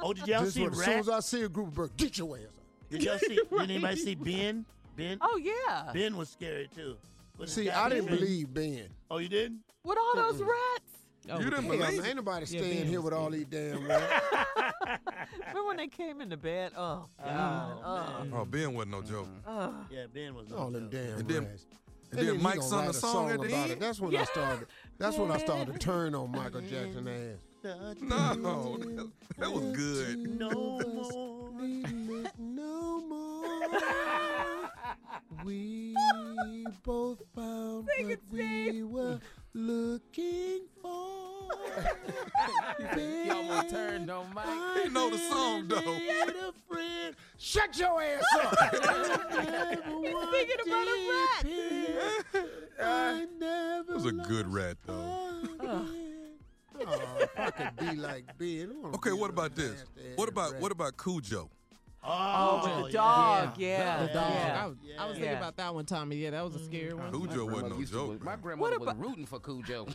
Speaker 4: Oh, did y'all
Speaker 2: This
Speaker 4: see
Speaker 2: one, as soon
Speaker 4: Rat?
Speaker 2: as I see a group of birds, get your ass. up.
Speaker 4: Did y'all see? Did anybody see Ben? Ben?
Speaker 5: Oh
Speaker 11: Ah.
Speaker 5: yeah.
Speaker 4: Ben was scary too. But
Speaker 2: See,
Speaker 4: it's
Speaker 2: I
Speaker 4: got
Speaker 2: didn't
Speaker 4: Ben.
Speaker 2: believe Ben.
Speaker 4: Oh, you didn't?
Speaker 5: With all those rats.
Speaker 11: Oh,
Speaker 2: you didn't
Speaker 11: damn.
Speaker 2: believe Ain't nobody
Speaker 11: Yeah,
Speaker 2: staying
Speaker 11: Ben
Speaker 2: here
Speaker 11: was
Speaker 2: with all these damn rats.
Speaker 5: Remember when they came into bed? Oh God.
Speaker 8: Oh, Ben wasn't no joke.
Speaker 5: Oh. oh.
Speaker 4: Yeah, Ben was.
Speaker 2: All them damn
Speaker 8: And then,
Speaker 2: rats.
Speaker 8: and then
Speaker 2: he
Speaker 8: Mike
Speaker 2: gonna
Speaker 8: sung
Speaker 2: write
Speaker 8: a song at the
Speaker 2: about
Speaker 8: end.
Speaker 2: it. That's when I started. That's when I started to turn on Michael Jackson ass.
Speaker 8: No, that, that was good.
Speaker 4: No more.
Speaker 2: No more. We both found what we were looking for.
Speaker 9: Y'all want turned on my.
Speaker 8: He know the song though.
Speaker 2: Need a friend.
Speaker 1: Shut your ass up. He's thinking about a rat.
Speaker 8: It was a good rat, though.
Speaker 1: oh, if I could be like Ben. I wanna
Speaker 8: Okay,
Speaker 1: be
Speaker 8: what
Speaker 1: a
Speaker 8: about this? What about what about Cujo?
Speaker 11: Oh,
Speaker 1: Oh,
Speaker 11: with the
Speaker 1: yeah.
Speaker 11: dog,
Speaker 1: Yeah.
Speaker 11: yeah.
Speaker 1: The dog.
Speaker 11: yeah. Mm-hmm.
Speaker 1: I was- I
Speaker 11: I was,
Speaker 1: was thinking
Speaker 11: thinking
Speaker 1: about
Speaker 11: about that one, Tommy. Yeah, that was a scary one.
Speaker 8: Cujo wasn't no
Speaker 9: used to-
Speaker 8: joke.
Speaker 9: My grandmother was rooting for Cujo.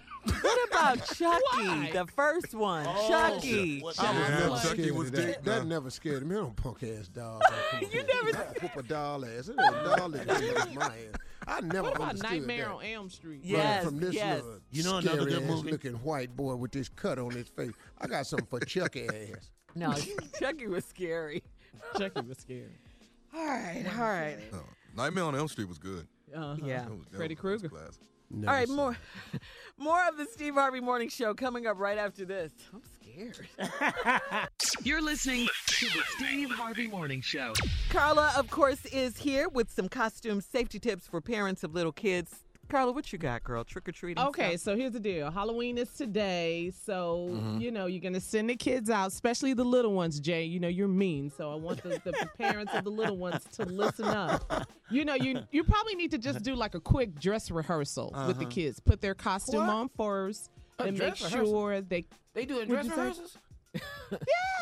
Speaker 5: What about Chucky, the first one?
Speaker 9: Oh,
Speaker 5: Chucky.
Speaker 9: what-
Speaker 5: Chucky.
Speaker 9: Yeah,
Speaker 2: never
Speaker 9: Chucky
Speaker 2: scared
Speaker 8: was
Speaker 2: of that.
Speaker 8: dick,
Speaker 2: That
Speaker 8: huh?
Speaker 2: never scared me. I don't punk ass dog.
Speaker 11: you never
Speaker 2: whoop a doll ass. It ain't a doll ass. It's my ass. I never
Speaker 11: What about
Speaker 2: understood
Speaker 11: Nightmare
Speaker 2: that.
Speaker 11: on Elm Street?
Speaker 2: Running from this little
Speaker 4: You know another
Speaker 2: scary
Speaker 4: good
Speaker 2: ass
Speaker 4: movie?
Speaker 2: looking white boy with this cut on his face. I got something for Chucky ass.
Speaker 5: No, Chucky was scary.
Speaker 11: Chucky was scary. Oh,
Speaker 5: All right, all right.
Speaker 8: No. Nightmare on Elm Street was good.
Speaker 5: Uh-huh. Yeah.
Speaker 8: That was- that
Speaker 5: Freddy
Speaker 8: was- that was
Speaker 5: Krueger.
Speaker 8: classic.
Speaker 5: All right, more more of the Steve Harvey Morning Show coming up right after this. I'm scared.
Speaker 10: You're listening to the Steve Harvey Morning Show.
Speaker 25: Carla, of course, is here with some costume safety tips for parents of little kids. Carla, what you got, girl? Trick or treating?
Speaker 11: Okay, so here's the deal. Halloween is today, so
Speaker 9: Mm-hmm.
Speaker 25: Mhm.
Speaker 11: you know you're gonna send the kids out, especially the little ones. Jay, you know you're mean, so I want the, the parents of the little ones to listen up. You know you you probably need to just do like a quick dress rehearsal with the
Speaker 9: Uh-huh.
Speaker 11: kids. Put their costume
Speaker 9: What?
Speaker 11: on first,
Speaker 9: A
Speaker 11: and make
Speaker 9: dress rehearsal?
Speaker 11: sure they
Speaker 9: They doing
Speaker 11: What'd
Speaker 9: dress
Speaker 11: you say?
Speaker 9: rehearsals?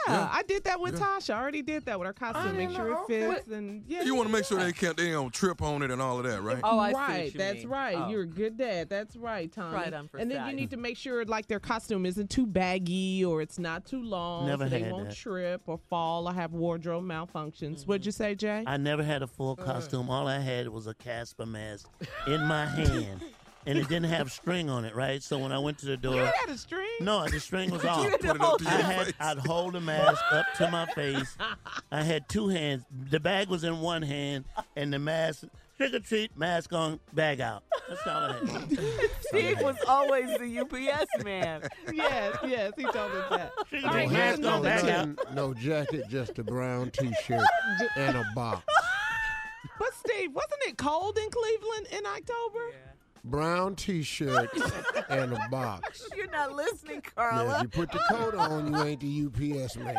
Speaker 11: Yeah, I did that with Tasha. I already did that with her costume. Make sure it fits, and yeah.
Speaker 8: You want to make sure
Speaker 11: yeah.
Speaker 8: they can't they don't trip on it and all of that, right?
Speaker 11: right. that's right.
Speaker 8: Oh.
Speaker 11: You're a good dad. That's right, Tom.
Speaker 25: Right on for
Speaker 11: and then
Speaker 25: size.
Speaker 11: you need to make sure like their costume isn't too baggy or it's not too long,
Speaker 4: Never
Speaker 11: so they
Speaker 4: had
Speaker 11: won't
Speaker 4: that.
Speaker 11: trip or fall or have wardrobe malfunctions. What'd you say, Jay?
Speaker 4: I never had a full
Speaker 2: Uh-huh.
Speaker 4: costume. All I had was a Casper mask in my hand, and it didn't have string on it, right? So when I went to the door,
Speaker 11: you had a string.
Speaker 4: no, the string was
Speaker 11: You
Speaker 4: off.
Speaker 11: had to Put it up hold to
Speaker 4: I
Speaker 11: your it.
Speaker 4: had,
Speaker 11: face.
Speaker 4: I'd hold the mask up to my face. I had two hands. The bag was in one hand, and the mask. Trick or treat, mask on, bag out. That's all I had.
Speaker 5: Steve was always the UPS man.
Speaker 11: yes, yes, he told us that. All
Speaker 2: No
Speaker 11: right, here's
Speaker 2: hat, no,
Speaker 11: another tip.
Speaker 2: nothing, no jacket, just a brown t-shirt and a box.
Speaker 11: But Steve, wasn't it cold in Cleveland in October?
Speaker 2: Brown t-shirt and a box.
Speaker 5: You're not listening,
Speaker 2: Yeah, if
Speaker 5: Carla.
Speaker 2: you put the coat on, you ain't the UPS man.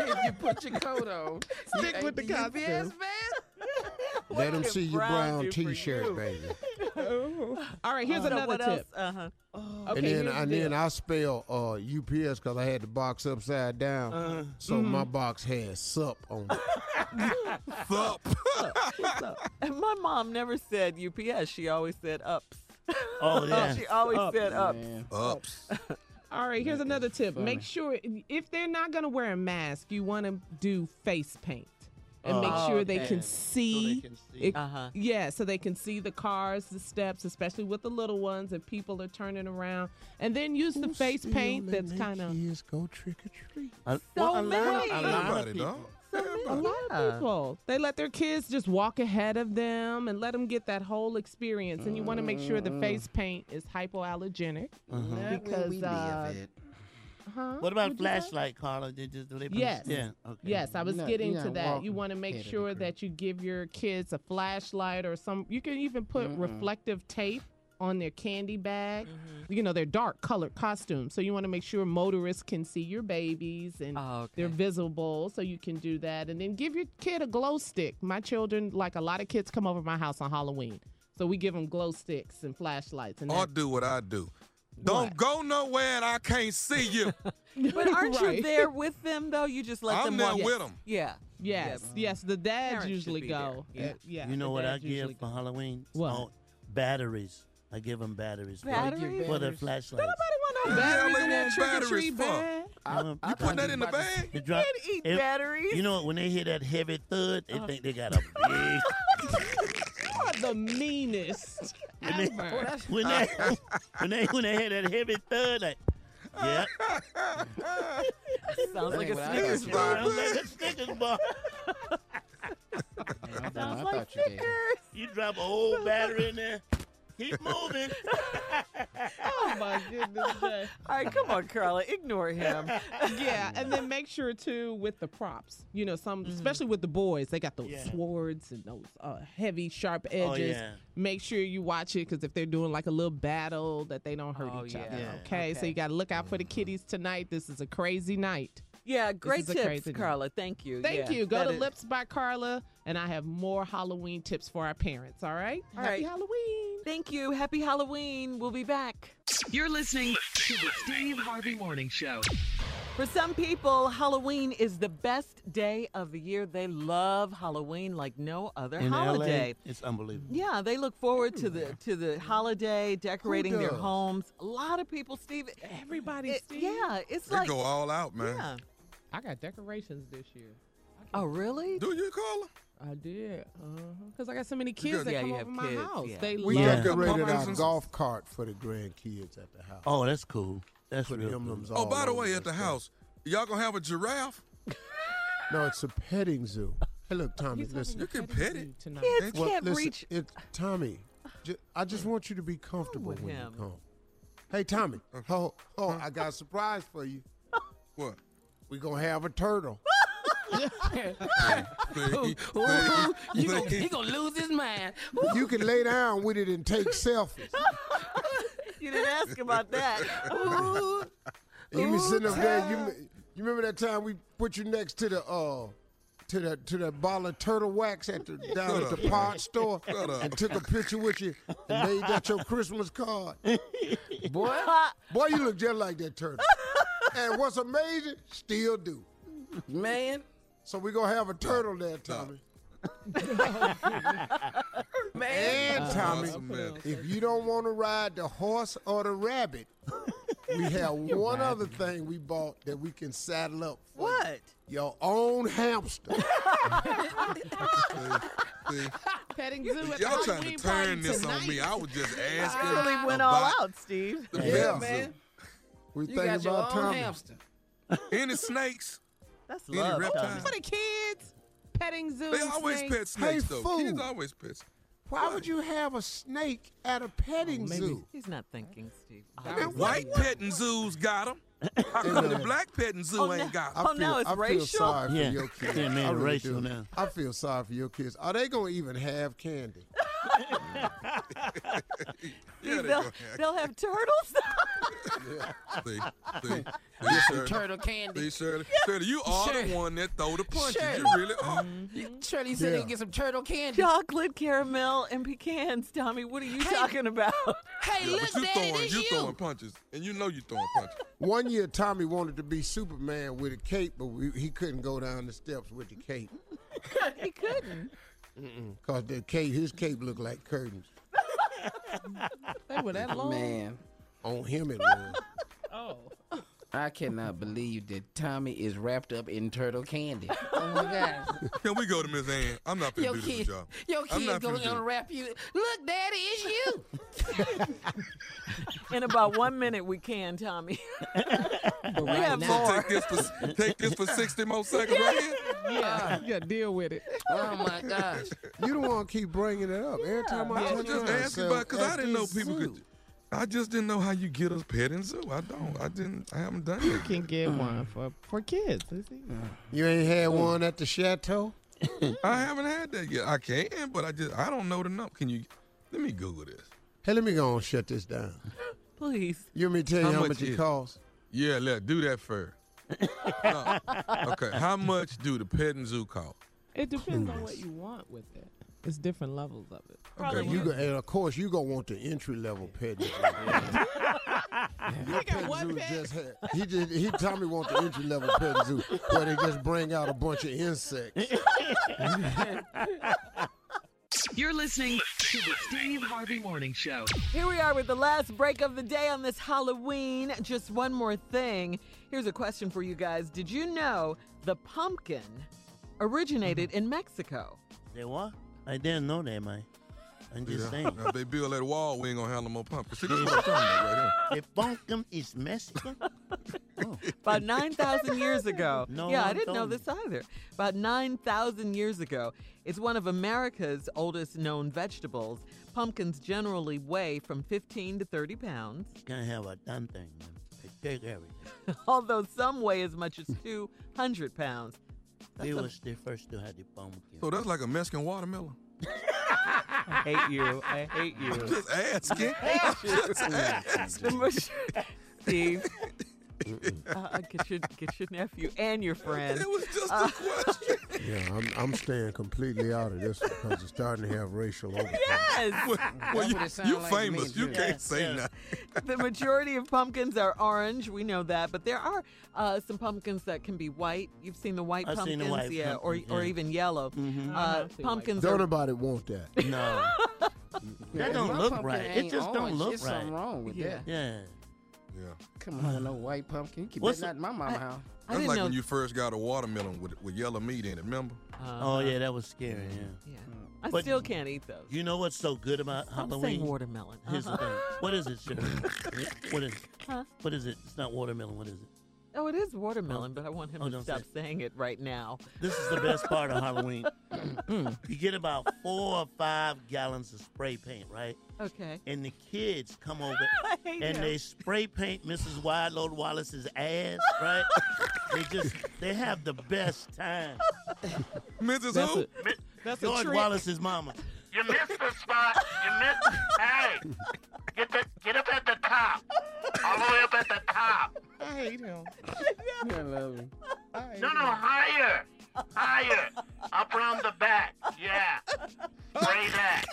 Speaker 9: if you put your coat on,
Speaker 11: stick with the costume.
Speaker 9: man.
Speaker 2: Let them see your brown t-shirt, baby.
Speaker 11: All right, here's
Speaker 25: So
Speaker 11: another
Speaker 25: what
Speaker 11: tip. Oh,
Speaker 25: Uh-huh.
Speaker 11: Okay,
Speaker 2: and then
Speaker 11: here's the
Speaker 2: and
Speaker 11: deal.
Speaker 2: then I spell uh, UPS because I had the box upside down,
Speaker 8: Uh-huh.
Speaker 11: Uh,
Speaker 2: so
Speaker 8: Mm-hmm.
Speaker 11: mhm.
Speaker 2: my box had sup on it.
Speaker 8: Sup.
Speaker 25: And my mom never said UPS. She always said ups.
Speaker 4: Oh, yeah.
Speaker 25: she always
Speaker 4: Ups,
Speaker 25: said ups.
Speaker 8: Ups.
Speaker 11: All right, here's another tip. Make sure if they're not going to wear a mask, you want to do face paint and make
Speaker 25: Oh,
Speaker 11: sure they
Speaker 25: okay.
Speaker 11: can
Speaker 25: So
Speaker 11: see.
Speaker 25: they can see. Uh-huh.
Speaker 11: Yeah, so they can see the cars, the steps, especially with the little ones, and people are turning around. And then use the face paint that's kind of.
Speaker 2: Kids go trick or treat.
Speaker 4: So
Speaker 11: So many.
Speaker 8: Everybody, dog.
Speaker 11: A lot of people. They let their kids just walk ahead of them and let them get that whole experience. And you want to make sure the face paint is hypoallergenic
Speaker 2: Uh-huh.
Speaker 11: because uh, huh?
Speaker 4: Mm-hmm. What about
Speaker 11: Would you say?
Speaker 4: flashlight, Carla? Did you, do they put-
Speaker 11: Yes.
Speaker 4: Yeah. Okay.
Speaker 11: Yes, I was
Speaker 9: You're not-
Speaker 11: getting
Speaker 9: you're
Speaker 11: to
Speaker 9: not
Speaker 11: that. You
Speaker 9: walking
Speaker 11: want to
Speaker 9: ahead
Speaker 11: make
Speaker 9: of the
Speaker 11: sure that you give your kids a flashlight or some. You can even put reflective tape on their candy bag. You know, their dark colored costumes. So you want to make sure motorists can see your babies and they're visible. So you can do that. And then give your kid a glow stick. My children, like a lot of kids, come over my house on Halloween. So we give them glow sticks and flashlights. And
Speaker 8: I'll
Speaker 11: that-
Speaker 8: do what I do. Don't go nowhere and I can't see you.
Speaker 25: But aren't
Speaker 11: Right.
Speaker 25: you there with them though? You just let
Speaker 8: I'm
Speaker 25: them
Speaker 8: there
Speaker 25: walk.
Speaker 8: with 'em.
Speaker 25: Yeah.
Speaker 11: Yes, yes, the dads
Speaker 25: Parents should
Speaker 11: usually
Speaker 25: be
Speaker 11: go.
Speaker 25: there. Yeah.
Speaker 11: Uh, yeah,
Speaker 4: you know
Speaker 11: the
Speaker 4: what I
Speaker 11: dads
Speaker 4: give
Speaker 11: usually
Speaker 4: for Halloween?
Speaker 11: What?
Speaker 4: Oh, batteries. I give them batteries. for-
Speaker 11: Batteries?
Speaker 4: For the
Speaker 11: Batteries.
Speaker 4: flashlights.
Speaker 11: Don't nobody
Speaker 8: Yeah,
Speaker 11: want no batteries
Speaker 8: they
Speaker 11: in that
Speaker 8: want
Speaker 11: trick or
Speaker 8: batteries
Speaker 11: treat
Speaker 8: for.
Speaker 11: bag.
Speaker 4: You
Speaker 8: putting that in the bag?
Speaker 4: They drop-
Speaker 5: Can't eat
Speaker 4: if-
Speaker 5: batteries.
Speaker 4: You know what? When they hear that heavy thud,
Speaker 8: Oh.
Speaker 4: they think they got a big.
Speaker 11: You are the meanest ever.
Speaker 4: when they when they when they hear that heavy thud, like, yeah,
Speaker 5: Sounds like a
Speaker 9: ain't what I
Speaker 5: Snickers
Speaker 9: thought you
Speaker 5: bar.
Speaker 4: I'm like a Snickers bar.
Speaker 9: I
Speaker 5: like
Speaker 9: thought you did.
Speaker 4: You drop a whole battery in there. Keep moving.
Speaker 11: Oh my goodness. Jay.
Speaker 5: All right, come on, Carla. Ignore him.
Speaker 11: Yeah, and then make sure too with the props. You know, some
Speaker 1: Mm-hmm.
Speaker 11: especially with the boys, they got those
Speaker 4: Yeah.
Speaker 11: swords and those uh, heavy, sharp
Speaker 4: Oh,
Speaker 11: edges.
Speaker 4: yeah.
Speaker 11: Make sure you watch it because if they're doing like a little battle, that they don't hurt
Speaker 5: Oh,
Speaker 11: each
Speaker 5: yeah.
Speaker 11: other.
Speaker 4: Yeah. Mm-hmm.
Speaker 11: Okay? so you got to look out for the kiddies tonight. This is a crazy night.
Speaker 1: Yeah,
Speaker 11: great
Speaker 1: great
Speaker 11: is a tips,
Speaker 1: tips,
Speaker 11: crazy one.
Speaker 1: Carla.
Speaker 11: Carla.
Speaker 1: Thank you.
Speaker 11: Thank you. Go to Lips by Carla, and I have more Halloween tips for our parents. All right.
Speaker 1: All
Speaker 11: Happy
Speaker 1: right.
Speaker 11: Halloween.
Speaker 1: Thank you. Happy Halloween. We'll be back.
Speaker 10: You're listening to the Steve Harvey Morning Show.
Speaker 5: For some people, Halloween is the best day of the year. They love Halloween like no other
Speaker 4: In
Speaker 5: holiday.
Speaker 4: LA, it's unbelievable.
Speaker 5: Yeah, they look forward to the to the holiday, decorating their
Speaker 4: does?
Speaker 5: homes. A lot of people, Steve.
Speaker 11: Everybody,
Speaker 5: it-
Speaker 11: Steve.
Speaker 5: Yeah, it's
Speaker 8: They
Speaker 5: like
Speaker 8: go all out, man.
Speaker 5: Yeah.
Speaker 11: I got decorations this year.
Speaker 5: Oh, really?
Speaker 8: Do you call them?
Speaker 11: I did.
Speaker 1: Uh-huh.
Speaker 11: Because Uh, I got so many kids
Speaker 5: do.
Speaker 11: that
Speaker 5: Yeah,
Speaker 11: come
Speaker 5: you
Speaker 11: over
Speaker 5: have
Speaker 11: my
Speaker 5: kids,
Speaker 11: house.
Speaker 5: yeah.
Speaker 11: They
Speaker 2: We
Speaker 11: love
Speaker 2: decorated
Speaker 11: Halloween.
Speaker 2: our golf cart for the grandkids at the house.
Speaker 4: Oh, that's cool. That's
Speaker 2: Put
Speaker 4: real
Speaker 2: emblems
Speaker 4: cool.
Speaker 8: Oh,
Speaker 2: all
Speaker 8: by the
Speaker 2: over
Speaker 8: way,
Speaker 2: that
Speaker 8: at the
Speaker 2: stuff.
Speaker 8: house, y'all gonna have a giraffe?
Speaker 2: No, it's a petting zoo. Hey, look, Tommy,
Speaker 8: He's having
Speaker 2: listen.
Speaker 8: a You can petting pet zoo it. tonight. Kids can't
Speaker 2: listen,
Speaker 8: reach-
Speaker 2: It, Tommy, ju- I just want you to be comfortable with when him? you come. Hey, Tommy. Oh, oh, I got a surprise for you.
Speaker 8: Uh-huh. What?
Speaker 2: We gonna have a turtle.
Speaker 9: Ooh, you gonna, he gonna lose his mind.
Speaker 2: you can lay down with it and take selfies.
Speaker 1: You didn't ask about that. Ooh.
Speaker 2: You be sitting up there. You,
Speaker 1: Ooh.
Speaker 2: m- you remember that time we put you next to the uh to that to that ball of turtle wax at the down
Speaker 8: Shut
Speaker 2: at
Speaker 8: up,
Speaker 2: the
Speaker 8: man.
Speaker 2: pod store
Speaker 8: Shut up.
Speaker 2: and took a picture with you and made that your Christmas card. Boy, boy, you look just like that turtle. And what's amazing, still do.
Speaker 9: Man.
Speaker 2: So we gonna have a turtle there, Tommy. Man, and Tommy,
Speaker 8: Awesome, man.
Speaker 2: if you don't want to ride the horse or the rabbit, we have one other thing we bought that we can saddle up for. What? Your own hamster.
Speaker 11: Petting zoo at the
Speaker 8: Y'all trying
Speaker 11: Halloween
Speaker 8: to turn
Speaker 11: party
Speaker 8: this
Speaker 11: tonight.
Speaker 8: on me. I was just asking.
Speaker 1: really went all
Speaker 8: about
Speaker 1: out, Steve.
Speaker 8: the
Speaker 2: Yeah,
Speaker 8: pet
Speaker 2: man.
Speaker 8: zoo.
Speaker 2: We
Speaker 9: You
Speaker 2: thinking
Speaker 9: got your
Speaker 2: about
Speaker 9: own
Speaker 2: Tommy.
Speaker 9: hamster.
Speaker 8: Any snakes?
Speaker 1: That's
Speaker 8: Any reptiles?
Speaker 11: For the kids, petting zoo.
Speaker 8: They always
Speaker 11: snakes.
Speaker 8: pet snakes,
Speaker 2: Hey,
Speaker 8: though.
Speaker 2: fool.
Speaker 8: Kids always pet snakes.
Speaker 2: Why would you have a snake at a
Speaker 4: Oh,
Speaker 2: petting zoo?
Speaker 5: He's not thinking, Steve.
Speaker 8: Man, white petting zoos got them. How come the black petting zoo ain't got them?
Speaker 5: Oh, now it's
Speaker 2: I
Speaker 5: racial?
Speaker 2: Feel sorry for
Speaker 4: Yeah.
Speaker 2: your kids.
Speaker 4: Yeah, man,
Speaker 2: I really
Speaker 4: racial
Speaker 2: do.
Speaker 4: now.
Speaker 2: I feel sorry for your kids. Are they gonna even have candy?
Speaker 8: Yeah, they
Speaker 1: they'll,
Speaker 8: gonna have-
Speaker 1: they'll have turtles.
Speaker 8: See, see, see,
Speaker 9: Get some
Speaker 8: Shirley.
Speaker 9: turtle candy.
Speaker 8: See, Shirley. Shirley, you are the
Speaker 9: Shirley.
Speaker 8: one that throw the punches.
Speaker 9: Shirley.
Speaker 8: You really oh, are.
Speaker 11: Mm-hmm.
Speaker 9: Shirley said
Speaker 8: Yeah.
Speaker 9: he'd get some turtle candy.
Speaker 1: Chocolate, caramel, and pecans. Tommy, what are you talking about?
Speaker 9: Hey,
Speaker 8: Yeah,
Speaker 9: look,
Speaker 8: but you
Speaker 9: Daddy,
Speaker 8: throwing,
Speaker 9: this
Speaker 8: you
Speaker 9: you.
Speaker 8: throwing punches, and you know you throwing punches.
Speaker 2: One year, Tommy wanted to be Superman with a cape, but we, he couldn't go down the steps with the cape
Speaker 1: he couldn't.
Speaker 2: because the cape, his cape looked like curtains.
Speaker 11: They were that long.
Speaker 9: Man,
Speaker 2: On him it was.
Speaker 11: Oh.
Speaker 9: I cannot believe that Tommy is wrapped up in turtle candy. Oh my gosh.
Speaker 8: Can we go to Miss Ann? I'm not finna
Speaker 9: Your
Speaker 8: do
Speaker 9: kid,
Speaker 8: this job.
Speaker 9: your
Speaker 8: I'm
Speaker 9: kid
Speaker 8: not
Speaker 9: gonna
Speaker 8: finna do it.
Speaker 9: unwrap you. Look, Daddy, it's you.
Speaker 1: In about one minute, we can, Tommy. we have
Speaker 8: So
Speaker 1: more.
Speaker 8: take this for take this for 60 more seconds right here.
Speaker 11: Yeah, you gotta deal with it.
Speaker 9: Oh my gosh.
Speaker 2: You don't want to keep bringing it up every time I
Speaker 8: I
Speaker 2: tell
Speaker 8: was
Speaker 2: you
Speaker 8: just
Speaker 2: to
Speaker 8: asking
Speaker 2: sell
Speaker 8: about because I
Speaker 2: at
Speaker 8: didn't know
Speaker 2: these
Speaker 8: people could.
Speaker 2: zoos.
Speaker 8: I just didn't know how you get a pet in zoo. I don't. I didn't. I haven't done
Speaker 11: You
Speaker 8: it.
Speaker 11: can get one for for kids. It's easy.
Speaker 2: You ain't had one at the chateau.
Speaker 8: I haven't had that yet. I can, but I just I don't know the number. Can you? Let me Google this.
Speaker 2: Hey, let me go and shut this down.
Speaker 1: Please.
Speaker 2: You want me to tell you how much
Speaker 8: is
Speaker 2: it costs?
Speaker 8: Yeah, let do that first. No. Okay, how much do the pet and zoo cost?
Speaker 11: It depends on what you want with it. It's different levels of it.
Speaker 2: Okay, you go, and of course you gonna want the entry level pet. Your pet zoo just had. He just he Tommy want the entry level pet zoo where they just bring out a bunch of insects.
Speaker 10: You're listening to the Steve Harvey Morning Show.
Speaker 5: Here we are with the last break of the day on this Halloween. Just one more thing. Here's a question for you guys. Did you know the pumpkin
Speaker 8: Mm-hmm.
Speaker 5: originated in Mexico?
Speaker 4: They what? I didn't know that, man. I'm just
Speaker 8: Yeah.
Speaker 4: saying.
Speaker 8: Now, if they build that wall, we ain't gonna have no more pumpkins. See, this is what I'm talking about right here.
Speaker 4: If bunkum is Mexican,
Speaker 5: About 9,000 years ago.
Speaker 4: No
Speaker 5: yeah, I
Speaker 4: one
Speaker 5: didn't know
Speaker 4: told me.
Speaker 5: this either. About 9,000 years ago. It's one of America's oldest known vegetables. Pumpkins generally weigh from 15 to 30 pounds,
Speaker 4: can't have a damn thing, man. They take everything.
Speaker 5: although some weigh as much as 200 pounds.
Speaker 4: They
Speaker 5: That's a-
Speaker 4: was the first to have the pumpkin.
Speaker 8: So that's like a Mexican watermelon.
Speaker 5: I hate you. I hate you.
Speaker 8: Just asking. Just asking.
Speaker 5: Steve,
Speaker 26: Uh, get your get your nephew and your friend.
Speaker 27: It
Speaker 8: was just
Speaker 5: Uh,
Speaker 26: a
Speaker 8: question.
Speaker 2: Yeah, I'm, I'm staying completely out of this because it's starting to have racial
Speaker 5: Uh,
Speaker 2: overtones.
Speaker 26: Yes.
Speaker 8: Well, well, you, you famous. You
Speaker 26: Yes,
Speaker 8: can't say
Speaker 26: yes.
Speaker 8: nothing.
Speaker 5: the majority of pumpkins are orange. We know that, but there are uh, some pumpkins that can be white. You've seen the white
Speaker 2: I've
Speaker 5: pumpkins,
Speaker 2: seen the white
Speaker 5: yeah,
Speaker 2: pumpkins,
Speaker 5: or or
Speaker 2: yeah.
Speaker 5: even yellow.
Speaker 4: Mm-hmm.
Speaker 2: Mhm.
Speaker 5: Uh, pumpkins
Speaker 2: Don't
Speaker 5: are
Speaker 2: nobody want that. No.
Speaker 4: That don't
Speaker 9: My
Speaker 4: look
Speaker 9: pumpkin
Speaker 4: right. It
Speaker 9: ain't
Speaker 4: just don't
Speaker 9: orange.
Speaker 4: look
Speaker 9: It's
Speaker 4: right.
Speaker 9: something wrong with
Speaker 4: yeah.
Speaker 9: that.
Speaker 4: Yeah.
Speaker 9: Come on, no white pumpkin. You keep
Speaker 4: What's
Speaker 9: that not in my mama house.
Speaker 8: That's like when you first got a watermelon with, with yellow meat in it, remember?
Speaker 4: Oh yeah, that was scary.
Speaker 5: Uh,
Speaker 4: Yeah. Mm.
Speaker 5: I
Speaker 4: But-
Speaker 5: still can't eat those.
Speaker 4: You know what's so good about
Speaker 5: saying
Speaker 4: Halloween?
Speaker 5: watermelon.
Speaker 4: Here's the
Speaker 5: Uh-huh.
Speaker 4: thing. What is it, Shirley? what is it?
Speaker 5: Huh?
Speaker 4: What is it? It's not watermelon. What is it?
Speaker 5: Oh, it is watermelon, but I want him
Speaker 4: oh,
Speaker 5: to
Speaker 4: don't
Speaker 5: stop
Speaker 4: say
Speaker 5: saying it right now.
Speaker 4: This is the best part of Halloween. Mm. you get about four or five gallons of spray paint, right?
Speaker 5: Okay.
Speaker 4: And the kids come over
Speaker 5: I
Speaker 4: and
Speaker 5: hate him.
Speaker 4: they spray paint Mrs. Wideload Wallace's ass, right? they just they have the best time.
Speaker 8: Mrs.
Speaker 4: That's
Speaker 8: who?
Speaker 4: a-
Speaker 8: That's a
Speaker 4: George
Speaker 8: trick.
Speaker 4: Wallace's mama.
Speaker 1: You missed the spot. You missed. hey, get the, get up at the top. All the way up at the top.
Speaker 28: I hate him.
Speaker 9: I love him.
Speaker 1: No, no, higher, higher, up around the back. Yeah, spray that.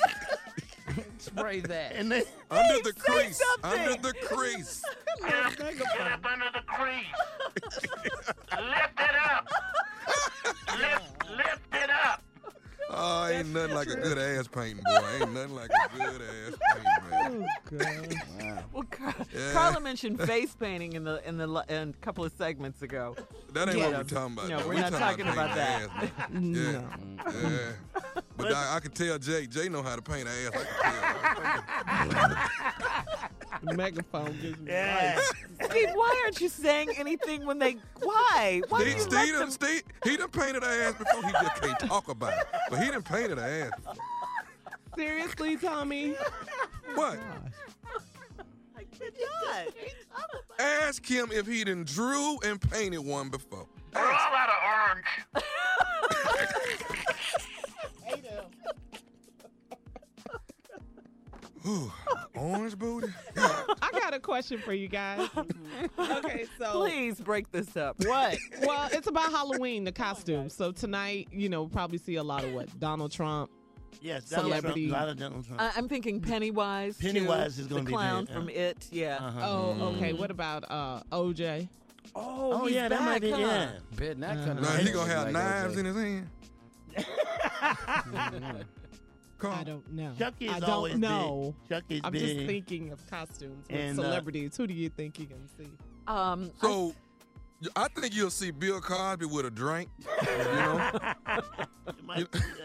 Speaker 9: Spray that.
Speaker 4: And they,
Speaker 8: under the crease. Under the crease.
Speaker 1: Get up, get up under the crease. lift it up. Lift, lift it up.
Speaker 8: Oh, ain't nothing like a good ass painting, boy. Ain't nothing like a good ass
Speaker 5: Oh,
Speaker 8: painting, man.
Speaker 5: Well, Car-
Speaker 8: Yeah.
Speaker 5: Carla mentioned face painting in the in the li- in a couple of segments ago.
Speaker 8: That ain't what
Speaker 5: Yeah.
Speaker 8: we're talking about.
Speaker 5: No,
Speaker 8: though.
Speaker 5: we're not talking
Speaker 8: painting
Speaker 5: about that.
Speaker 8: ass, man. yeah. yeah. But I, I can tell Jay. Jay know how to paint an ass. I can tell.
Speaker 11: The megaphone gives me
Speaker 5: Steve, why aren't you saying anything when they? Why? Why do
Speaker 8: Steve,
Speaker 5: you
Speaker 8: Steve,
Speaker 5: let
Speaker 8: done-
Speaker 5: them?
Speaker 8: Steve, he done painted her ass before. He just can't talk about it. But he done painted her ass.
Speaker 5: Oh,
Speaker 28: Seriously, Tommy?
Speaker 8: What?
Speaker 5: I cannot.
Speaker 8: Ask him if he done drew and painted one before.
Speaker 1: We're all out of orange.
Speaker 4: Oh,
Speaker 8: Ooh, orange booty.
Speaker 11: I got a question for you guys. okay, so
Speaker 5: Please break this up. What?
Speaker 11: well, it's about Halloween, the costumes. So tonight, you know, probably see a lot of what Donald Trump.
Speaker 4: Yes, Donald Trump,
Speaker 11: Celebrity.
Speaker 4: a lot of Donald Trump.
Speaker 5: I- I'm thinking Pennywise. too,
Speaker 4: Pennywise is gonna
Speaker 5: the
Speaker 4: be
Speaker 5: clown
Speaker 4: dead,
Speaker 5: from
Speaker 4: yeah.
Speaker 5: It. Yeah.
Speaker 4: Uh-huh.
Speaker 11: Oh, okay. What about uh, OJ?
Speaker 5: Oh,
Speaker 4: he's yeah, that might back, be- huh? yeah.
Speaker 9: Bet not
Speaker 11: Uh-huh.
Speaker 9: coming.
Speaker 11: Now,
Speaker 9: out
Speaker 11: he gonna
Speaker 9: looking
Speaker 11: have
Speaker 9: like
Speaker 11: knives
Speaker 9: OJ.
Speaker 8: in his hand?
Speaker 11: I don't know.
Speaker 4: Chucky's
Speaker 11: I don't
Speaker 4: always big.
Speaker 11: know.
Speaker 4: Chucky's
Speaker 11: I'm just
Speaker 4: big.
Speaker 11: thinking of costumes with
Speaker 8: And, uh,
Speaker 11: celebrities. Who do you think you can see?
Speaker 5: Um,
Speaker 8: So, I think you'll see Bill Cosby with a drink. You know?
Speaker 1: uh,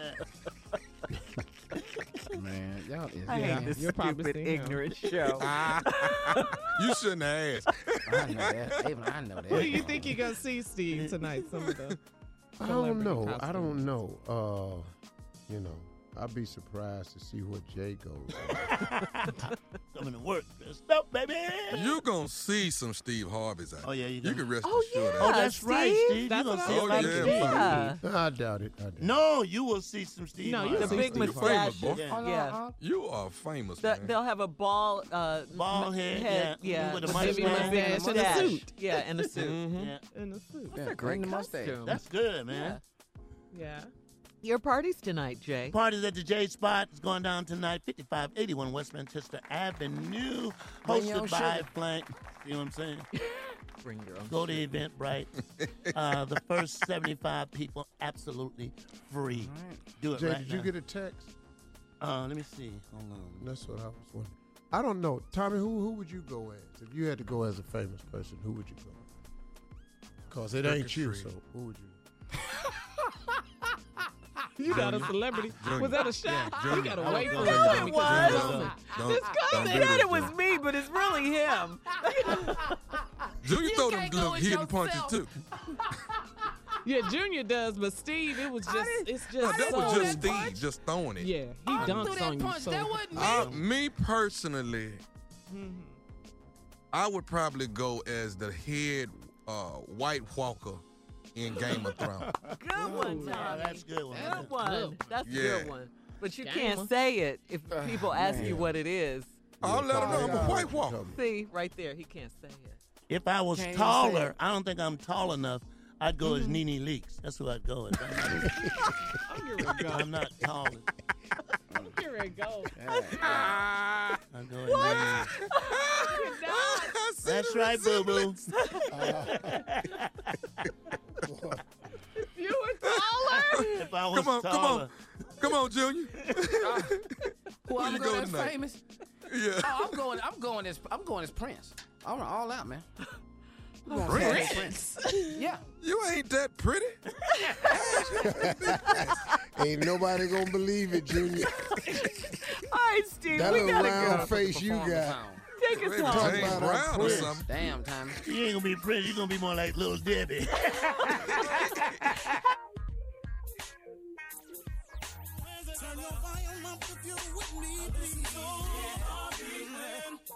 Speaker 9: Man, y'all is.
Speaker 8: I hate
Speaker 9: yeah,
Speaker 8: this
Speaker 9: you'll probably
Speaker 8: stupid,
Speaker 9: see him.
Speaker 8: ignorant show. you shouldn't have asked.
Speaker 9: I know that. Even I
Speaker 4: Oh,
Speaker 9: know that.
Speaker 11: Who do you think you're gonna see, Steve, tonight? Some of the
Speaker 2: I don't know. I don't know. Uh, you know, I'd be surprised to see what Jay goes.
Speaker 4: Coming to work dressed up, baby.
Speaker 8: You gonna see some Steve Harveys out. Oh yeah, you, can rest
Speaker 4: Oh,
Speaker 8: assured.
Speaker 4: yeah,
Speaker 8: of that.
Speaker 4: Oh, that's Steve. right, Steve. You
Speaker 8: That's
Speaker 4: gonna
Speaker 8: what
Speaker 4: see
Speaker 8: I
Speaker 4: a lot of
Speaker 8: was-
Speaker 4: Steve.
Speaker 8: yeah.
Speaker 2: I doubt it. I doubt it.
Speaker 4: No, you will see some Steve.
Speaker 5: No, you
Speaker 4: Harvey.
Speaker 5: the big
Speaker 8: You famous,
Speaker 5: mustache.
Speaker 8: boy.
Speaker 5: Yeah.
Speaker 8: You are famous,
Speaker 5: The-
Speaker 8: man.
Speaker 5: they'll have a ball, uh,
Speaker 4: Ball
Speaker 5: m-
Speaker 4: head, yeah,
Speaker 5: yeah,
Speaker 4: with a
Speaker 5: big
Speaker 4: mustache.
Speaker 5: mustache,
Speaker 4: And a
Speaker 5: mustache.
Speaker 4: suit.
Speaker 5: yeah, and a suit.
Speaker 4: Mhm. Yeah.
Speaker 11: In a suit.
Speaker 4: That's a great And the mustache. costume. That's good, man.
Speaker 11: Yeah.
Speaker 5: Your parties tonight, Jay.
Speaker 4: Parties at the J Spot is going down tonight, 5581 West Manchester Avenue,
Speaker 5: Bring your own
Speaker 4: hosted by
Speaker 5: sugar.
Speaker 4: Plank. You know what I'm saying?
Speaker 5: Bring your own
Speaker 4: Go to Eventbrite. uh, the first 75 people absolutely free. Do it
Speaker 2: Jay,
Speaker 4: right
Speaker 2: did you
Speaker 4: now.
Speaker 2: get a text?
Speaker 4: Uh, let me see. Hold on.
Speaker 2: That's what I was wondering. I don't know, Tommy. Who who would you go as if you had to go as a famous person? Who would you go? Because it
Speaker 29: Trick
Speaker 2: ain't
Speaker 29: or
Speaker 2: you. So
Speaker 29: treat.
Speaker 2: who would you?
Speaker 11: You got a
Speaker 2: Junior.
Speaker 11: celebrity.
Speaker 2: Junior.
Speaker 11: Was that a shot?
Speaker 2: Yeah,
Speaker 11: you
Speaker 2: Junior.
Speaker 11: gotta
Speaker 2: I
Speaker 11: wait
Speaker 2: was
Speaker 11: for
Speaker 2: gonna
Speaker 11: it.
Speaker 2: say that.
Speaker 11: Tommy, 'cause you
Speaker 2: Don't-
Speaker 11: know.
Speaker 8: don't-
Speaker 11: This
Speaker 8: don't
Speaker 11: guy
Speaker 8: do
Speaker 11: said
Speaker 8: this
Speaker 11: it was
Speaker 8: to
Speaker 5: me, but it's really him.
Speaker 8: Junior throw them
Speaker 11: Um, can't go
Speaker 8: little
Speaker 11: with
Speaker 8: hidden punches
Speaker 11: yourself.
Speaker 8: too.
Speaker 11: Yeah, Junior does, but Steve, it was just, it's just.
Speaker 8: that
Speaker 11: so-
Speaker 8: was just Steve just throwing it.
Speaker 11: Yeah, he
Speaker 8: I
Speaker 11: dunks threw that on you, punch. so- That wasn't me.
Speaker 8: I- me personally,
Speaker 11: Mhm.
Speaker 8: I would probably go as the head uh, White Walker in Game of Thrones.
Speaker 5: Good one, Tommy.
Speaker 4: that's good one.
Speaker 5: Good one. That's a
Speaker 8: Yeah.
Speaker 5: good one. But you
Speaker 8: Game
Speaker 5: can't
Speaker 8: one.
Speaker 5: say it if
Speaker 9: Ah,
Speaker 5: people ask you
Speaker 8: man.
Speaker 5: what it is.
Speaker 8: I'll let him know I'm a White Walker.
Speaker 5: See, right there, he can't say it.
Speaker 4: If I was
Speaker 30: Can't even say
Speaker 4: taller,
Speaker 30: it. Mm-hmm.
Speaker 4: I don't think I'm tall enough. I'd go as Nene Leaks. That's who I'd go as. I'm not tall.
Speaker 1: Here we go.
Speaker 4: I'd go as Nene. That's right, boo boo.
Speaker 1: You were taller.
Speaker 4: If I was
Speaker 8: come on,
Speaker 4: taller.
Speaker 8: come on, come on, Junior.
Speaker 9: Who
Speaker 8: Where
Speaker 9: I'm going
Speaker 8: you go
Speaker 9: as
Speaker 8: tonight?
Speaker 9: famous?
Speaker 8: Yeah.
Speaker 9: Oh, I'm going. I'm going as. I'm going as Prince. I'm all out, man. I'm going
Speaker 8: Prince?
Speaker 9: as Prince. Yeah.
Speaker 8: You ain't that pretty.
Speaker 2: Ain't nobody gonna believe it, Junior.
Speaker 31: All right, Steve,
Speaker 2: That
Speaker 31: we
Speaker 2: little
Speaker 31: gotta
Speaker 2: round
Speaker 31: go.
Speaker 2: face you got.
Speaker 31: Take us home.
Speaker 9: Damn, Tommy.
Speaker 4: You ain't gonna be pretty. You're gonna be more like little Debbie.